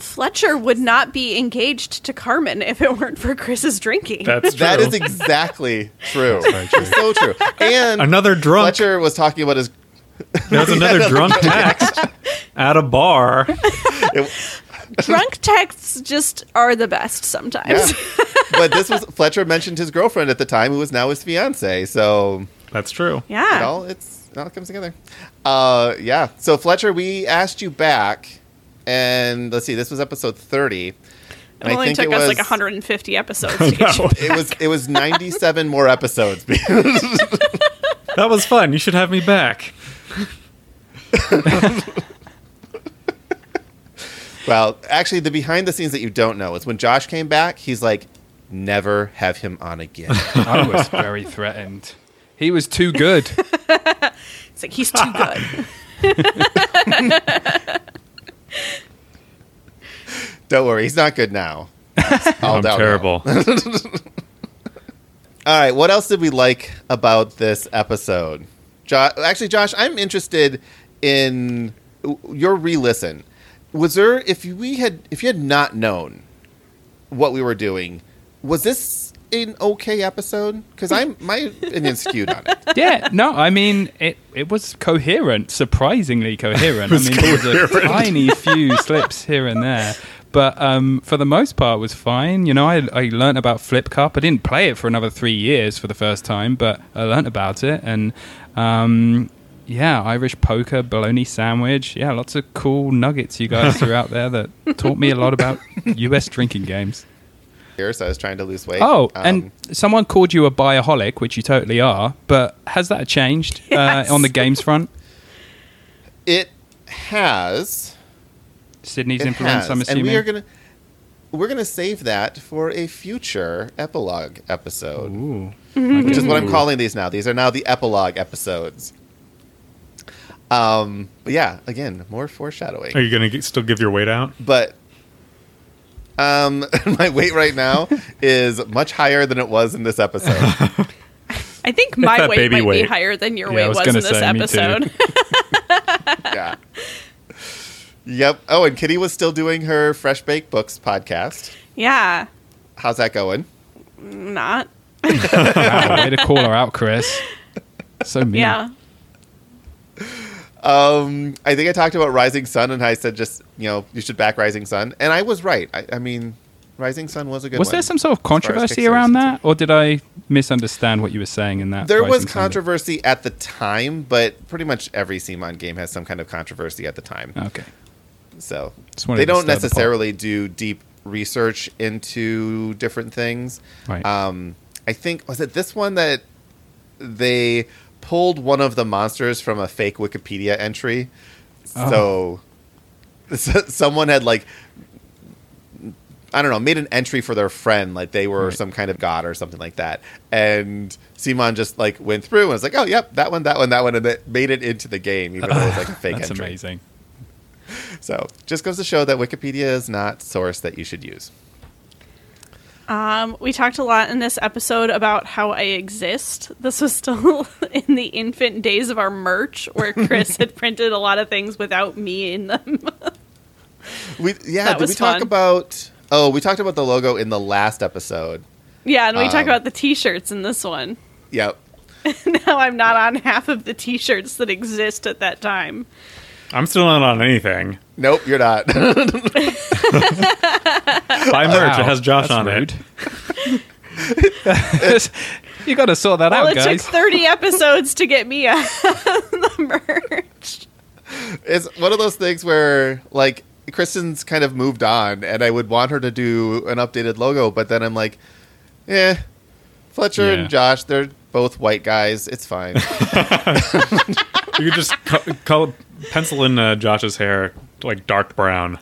[SPEAKER 8] Fletcher would not be engaged to Carmen if it weren't for Chris's drinking.
[SPEAKER 3] That's true.
[SPEAKER 1] that is exactly true.
[SPEAKER 7] very true.
[SPEAKER 1] so true. And
[SPEAKER 3] another drunk.
[SPEAKER 1] Fletcher was talking about his.
[SPEAKER 3] There's another drunk text at a bar.
[SPEAKER 1] it-
[SPEAKER 8] Drunk texts just are the best sometimes.
[SPEAKER 1] yeah. but this was Fletcher mentioned his girlfriend at the time, who was now his fiance. So
[SPEAKER 3] That's true.
[SPEAKER 1] it all it's it all comes together. Uh, yeah. So Fletcher, we asked you back, and let's see, this was episode thirty.
[SPEAKER 8] It only took us like 150 episodes to get you
[SPEAKER 3] That,
[SPEAKER 1] It was it was ninety seven more episodes.
[SPEAKER 3] that was fun. You should have me back.
[SPEAKER 1] well, actually, the behind the scenes that you don't know is when Josh came back, he's like, "Never have him on again."
[SPEAKER 7] I was very threatened. He was too good.
[SPEAKER 8] It's like he's too good.
[SPEAKER 1] don't worry, he's not good now. All
[SPEAKER 3] I'm
[SPEAKER 1] downhill.
[SPEAKER 3] terrible.
[SPEAKER 1] All right, what else did we like about this episode? Jo- actually, Josh, I'm interested in w- your re-listen. Was there if we had if you had not known what we were doing, was this an okay episode? Because I'm my opinion's skewed on it.
[SPEAKER 7] yeah, no, I mean it. It was coherent, surprisingly coherent. I mean, there was a tiny few slips here and there, but um, for the most part, it was fine. You know, I I learned about Flip Cup. I didn't play it for another three years for the first time, but I learned about it, and um, yeah, Irish poker, bologna sandwich. Yeah, lots of cool nuggets you guys threw out there that taught me a lot about U.S. drinking games.
[SPEAKER 1] Here, so I was trying to lose weight.
[SPEAKER 7] Oh,
[SPEAKER 1] Um,
[SPEAKER 7] and someone called you a bioholic, which you totally are. But has that changed
[SPEAKER 8] Yes.
[SPEAKER 7] uh, on the games front?
[SPEAKER 1] it has.
[SPEAKER 7] Sydney's
[SPEAKER 1] It
[SPEAKER 7] influence,
[SPEAKER 1] has.
[SPEAKER 7] I'm
[SPEAKER 1] and
[SPEAKER 7] assuming.
[SPEAKER 1] we are gonna we're gonna save that for a future epilogue episode.
[SPEAKER 7] Ooh.
[SPEAKER 1] which is what I'm calling these now. These are now the epilogue episodes. Um, but yeah, again, more foreshadowing.
[SPEAKER 3] Are you going to still give your weight out?
[SPEAKER 1] But um, my weight right now is much higher than it was in this episode.
[SPEAKER 8] I think my
[SPEAKER 3] that
[SPEAKER 8] weight
[SPEAKER 3] baby
[SPEAKER 8] might
[SPEAKER 3] weight.
[SPEAKER 8] be higher than your
[SPEAKER 7] Yeah, I
[SPEAKER 8] weight
[SPEAKER 7] was
[SPEAKER 8] was, in
[SPEAKER 7] gonna
[SPEAKER 8] this
[SPEAKER 7] say, me too.
[SPEAKER 8] episode.
[SPEAKER 1] yeah. Yep. Oh, and Kitty was still doing her Fresh Baked Books podcast.
[SPEAKER 8] yeah,
[SPEAKER 1] How's that going?
[SPEAKER 8] not.
[SPEAKER 7] Wow, way to call her out, Chris. So mean.
[SPEAKER 8] Yeah.
[SPEAKER 1] Um, I think I talked about Rising Sun, and I said just you know you should back Rising Sun, and I was right. I, I mean, Rising Sun was a good.
[SPEAKER 7] Was
[SPEAKER 1] one.
[SPEAKER 7] there some sort of
[SPEAKER 1] as
[SPEAKER 7] controversy
[SPEAKER 1] Kickstarter
[SPEAKER 7] around
[SPEAKER 1] is
[SPEAKER 7] that, or did I misunderstand what you were saying in that?
[SPEAKER 1] There was
[SPEAKER 7] Rising Thunder?
[SPEAKER 1] controversy at the time, but pretty much every CMON game has some kind of controversy at the time.
[SPEAKER 7] Okay.
[SPEAKER 1] So
[SPEAKER 7] Just wanted
[SPEAKER 1] they
[SPEAKER 7] to
[SPEAKER 1] don't
[SPEAKER 7] stir the pot.
[SPEAKER 1] necessarily do deep research into different things.
[SPEAKER 7] Right.
[SPEAKER 1] Um, I think was it this one that they pulled one of the monsters from a fake Wikipedia entry.
[SPEAKER 7] Oh.
[SPEAKER 1] So, so someone had like I don't know, made an entry for their friend, like they were
[SPEAKER 7] Right.
[SPEAKER 1] some kind of god or something like that. And Simon just like went through and was like, "Oh, yep, that one, that one, that one," and that made it into the game, even though it was like a fake
[SPEAKER 7] That's
[SPEAKER 1] entry.
[SPEAKER 7] amazing.
[SPEAKER 1] So, just goes to show that Wikipedia is not source that you should use.
[SPEAKER 8] Um, we talked a lot in this episode about how I exist. This was still in the infant days of our merch, where Chris had printed a lot of things without me in them.
[SPEAKER 1] We yeah,
[SPEAKER 8] That
[SPEAKER 1] did
[SPEAKER 8] was
[SPEAKER 1] we talk
[SPEAKER 8] fun.
[SPEAKER 1] about? Oh, we talked about the logo in the last episode.
[SPEAKER 8] yeah, and we talked
[SPEAKER 1] Um,
[SPEAKER 8] about the T-shirts in this one.
[SPEAKER 1] Yep.
[SPEAKER 8] now I'm not on half of the T-shirts that exist at that time.
[SPEAKER 3] I'm still not on anything.
[SPEAKER 1] Nope, you're not.
[SPEAKER 3] Buy merch.
[SPEAKER 7] Wow,
[SPEAKER 3] it has Josh
[SPEAKER 7] that's
[SPEAKER 3] on
[SPEAKER 7] rude.
[SPEAKER 3] it.
[SPEAKER 7] you got to sort that
[SPEAKER 8] Well,
[SPEAKER 7] out,
[SPEAKER 8] it
[SPEAKER 7] guys.
[SPEAKER 8] took 30 episodes to get me on the merch.
[SPEAKER 1] it's one of those things where like Kristen's kind of moved on, and I would want her to do an updated logo, but then I'm like, eh, Fletcher
[SPEAKER 7] Yeah.
[SPEAKER 1] and Josh, they're both white guys. It's fine.
[SPEAKER 3] You could just co- color, pencil in uh, Josh's hair like dark brown.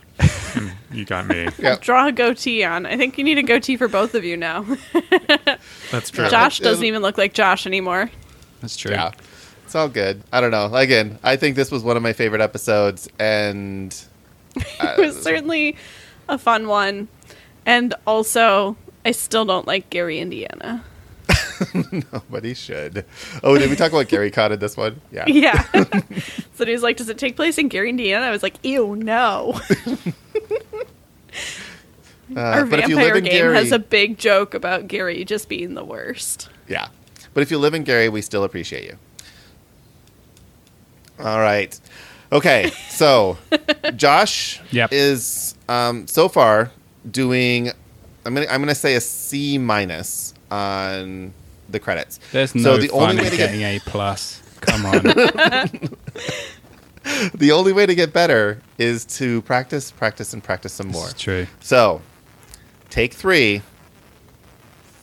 [SPEAKER 3] And you got me.
[SPEAKER 1] yeah,
[SPEAKER 8] Draw a goatee on. I think you need a goatee for both of you now.
[SPEAKER 3] That's true.
[SPEAKER 8] Josh
[SPEAKER 1] it-
[SPEAKER 8] doesn't even look like Josh anymore.
[SPEAKER 7] That's true.
[SPEAKER 1] yeah, it's all good. I don't know. Again, I think this was one of my favorite episodes, and
[SPEAKER 8] it was certainly a fun one. And also, I still don't like Gary, Indiana.
[SPEAKER 1] nobody should. Oh, did we talk about Gary Cod in this one? Yeah.
[SPEAKER 8] Yeah. so he was like, Does it take place in Gary, Indiana? I was like, Ew, no.
[SPEAKER 1] Uh,
[SPEAKER 8] Our vampire game
[SPEAKER 1] Gary,
[SPEAKER 8] has a big joke about Gary just being the worst.
[SPEAKER 1] yeah. But if you live in Gary, we still appreciate you. All right. Okay. So Josh
[SPEAKER 7] Yep.
[SPEAKER 1] is um, so far doing. I'm gonna I'm gonna say a C minus on the credits.
[SPEAKER 7] There's
[SPEAKER 1] So
[SPEAKER 7] no
[SPEAKER 1] the
[SPEAKER 7] fun
[SPEAKER 1] only way
[SPEAKER 7] in
[SPEAKER 1] to get-
[SPEAKER 7] getting A plus. Come on.
[SPEAKER 1] The only way to get better is to practice, practice, and practice some more.
[SPEAKER 7] it's true.
[SPEAKER 1] So take three.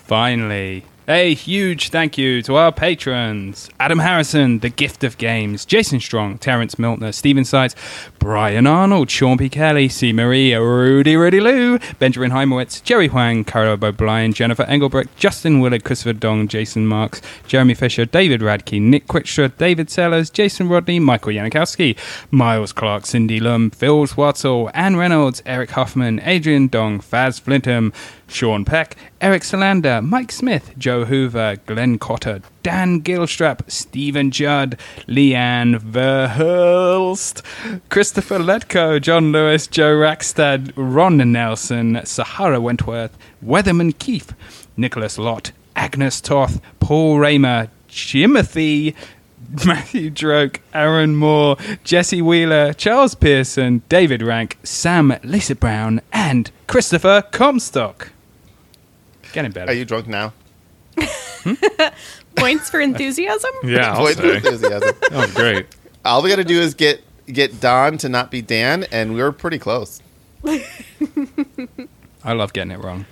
[SPEAKER 7] Finally, a huge thank you to our patrons Adam Harrison, The Gift of Games, Jason Strong, Terrence Miltner, Stephen Sides, Brian Arnold, Sean P. Kelly, C. Marie, Rudy Rudy Lou, Benjamin Heimowitz, Jerry Huang, Carlo O'Brien, Jennifer Engelbrecht, Justin Willard, Christopher Dong, Jason Marks, Jeremy Fisher, David Radke, Nick Quickshaw, David Sellers, Jason Rodney, Michael Yanikowski, Miles Clark, Cindy Lum, Phil Swartzel, Anne Reynolds, Eric Hoffman, Adrian Dong, Faz Flintham, Sean Peck, Eric Solander, Mike Smith, Joe Hoover, Glenn Cotter, Dan Gilstrap, Stephen Judd, Leanne Verhulst, Christopher Letko, John Lewis, Joe Rackstad, Ron Nelson, Sahara Wentworth, Weatherman Keefe, Nicholas Lott, Agnes Toth, Paul Raymer, Jimothy, Matthew Droke, Aaron Moore, Jesse Wheeler, Charles Pearson, David Rank, Sam Lisa Brown, and Christopher Comstock. Getting better.
[SPEAKER 4] Are you drunk now?
[SPEAKER 8] Points for enthusiasm?
[SPEAKER 3] Yeah, I'll
[SPEAKER 4] Void of
[SPEAKER 3] say.
[SPEAKER 4] enthusiasm.
[SPEAKER 3] That was great.
[SPEAKER 4] All we got to do is get get Don to not be Dan, and we were pretty close.
[SPEAKER 7] I love getting it wrong.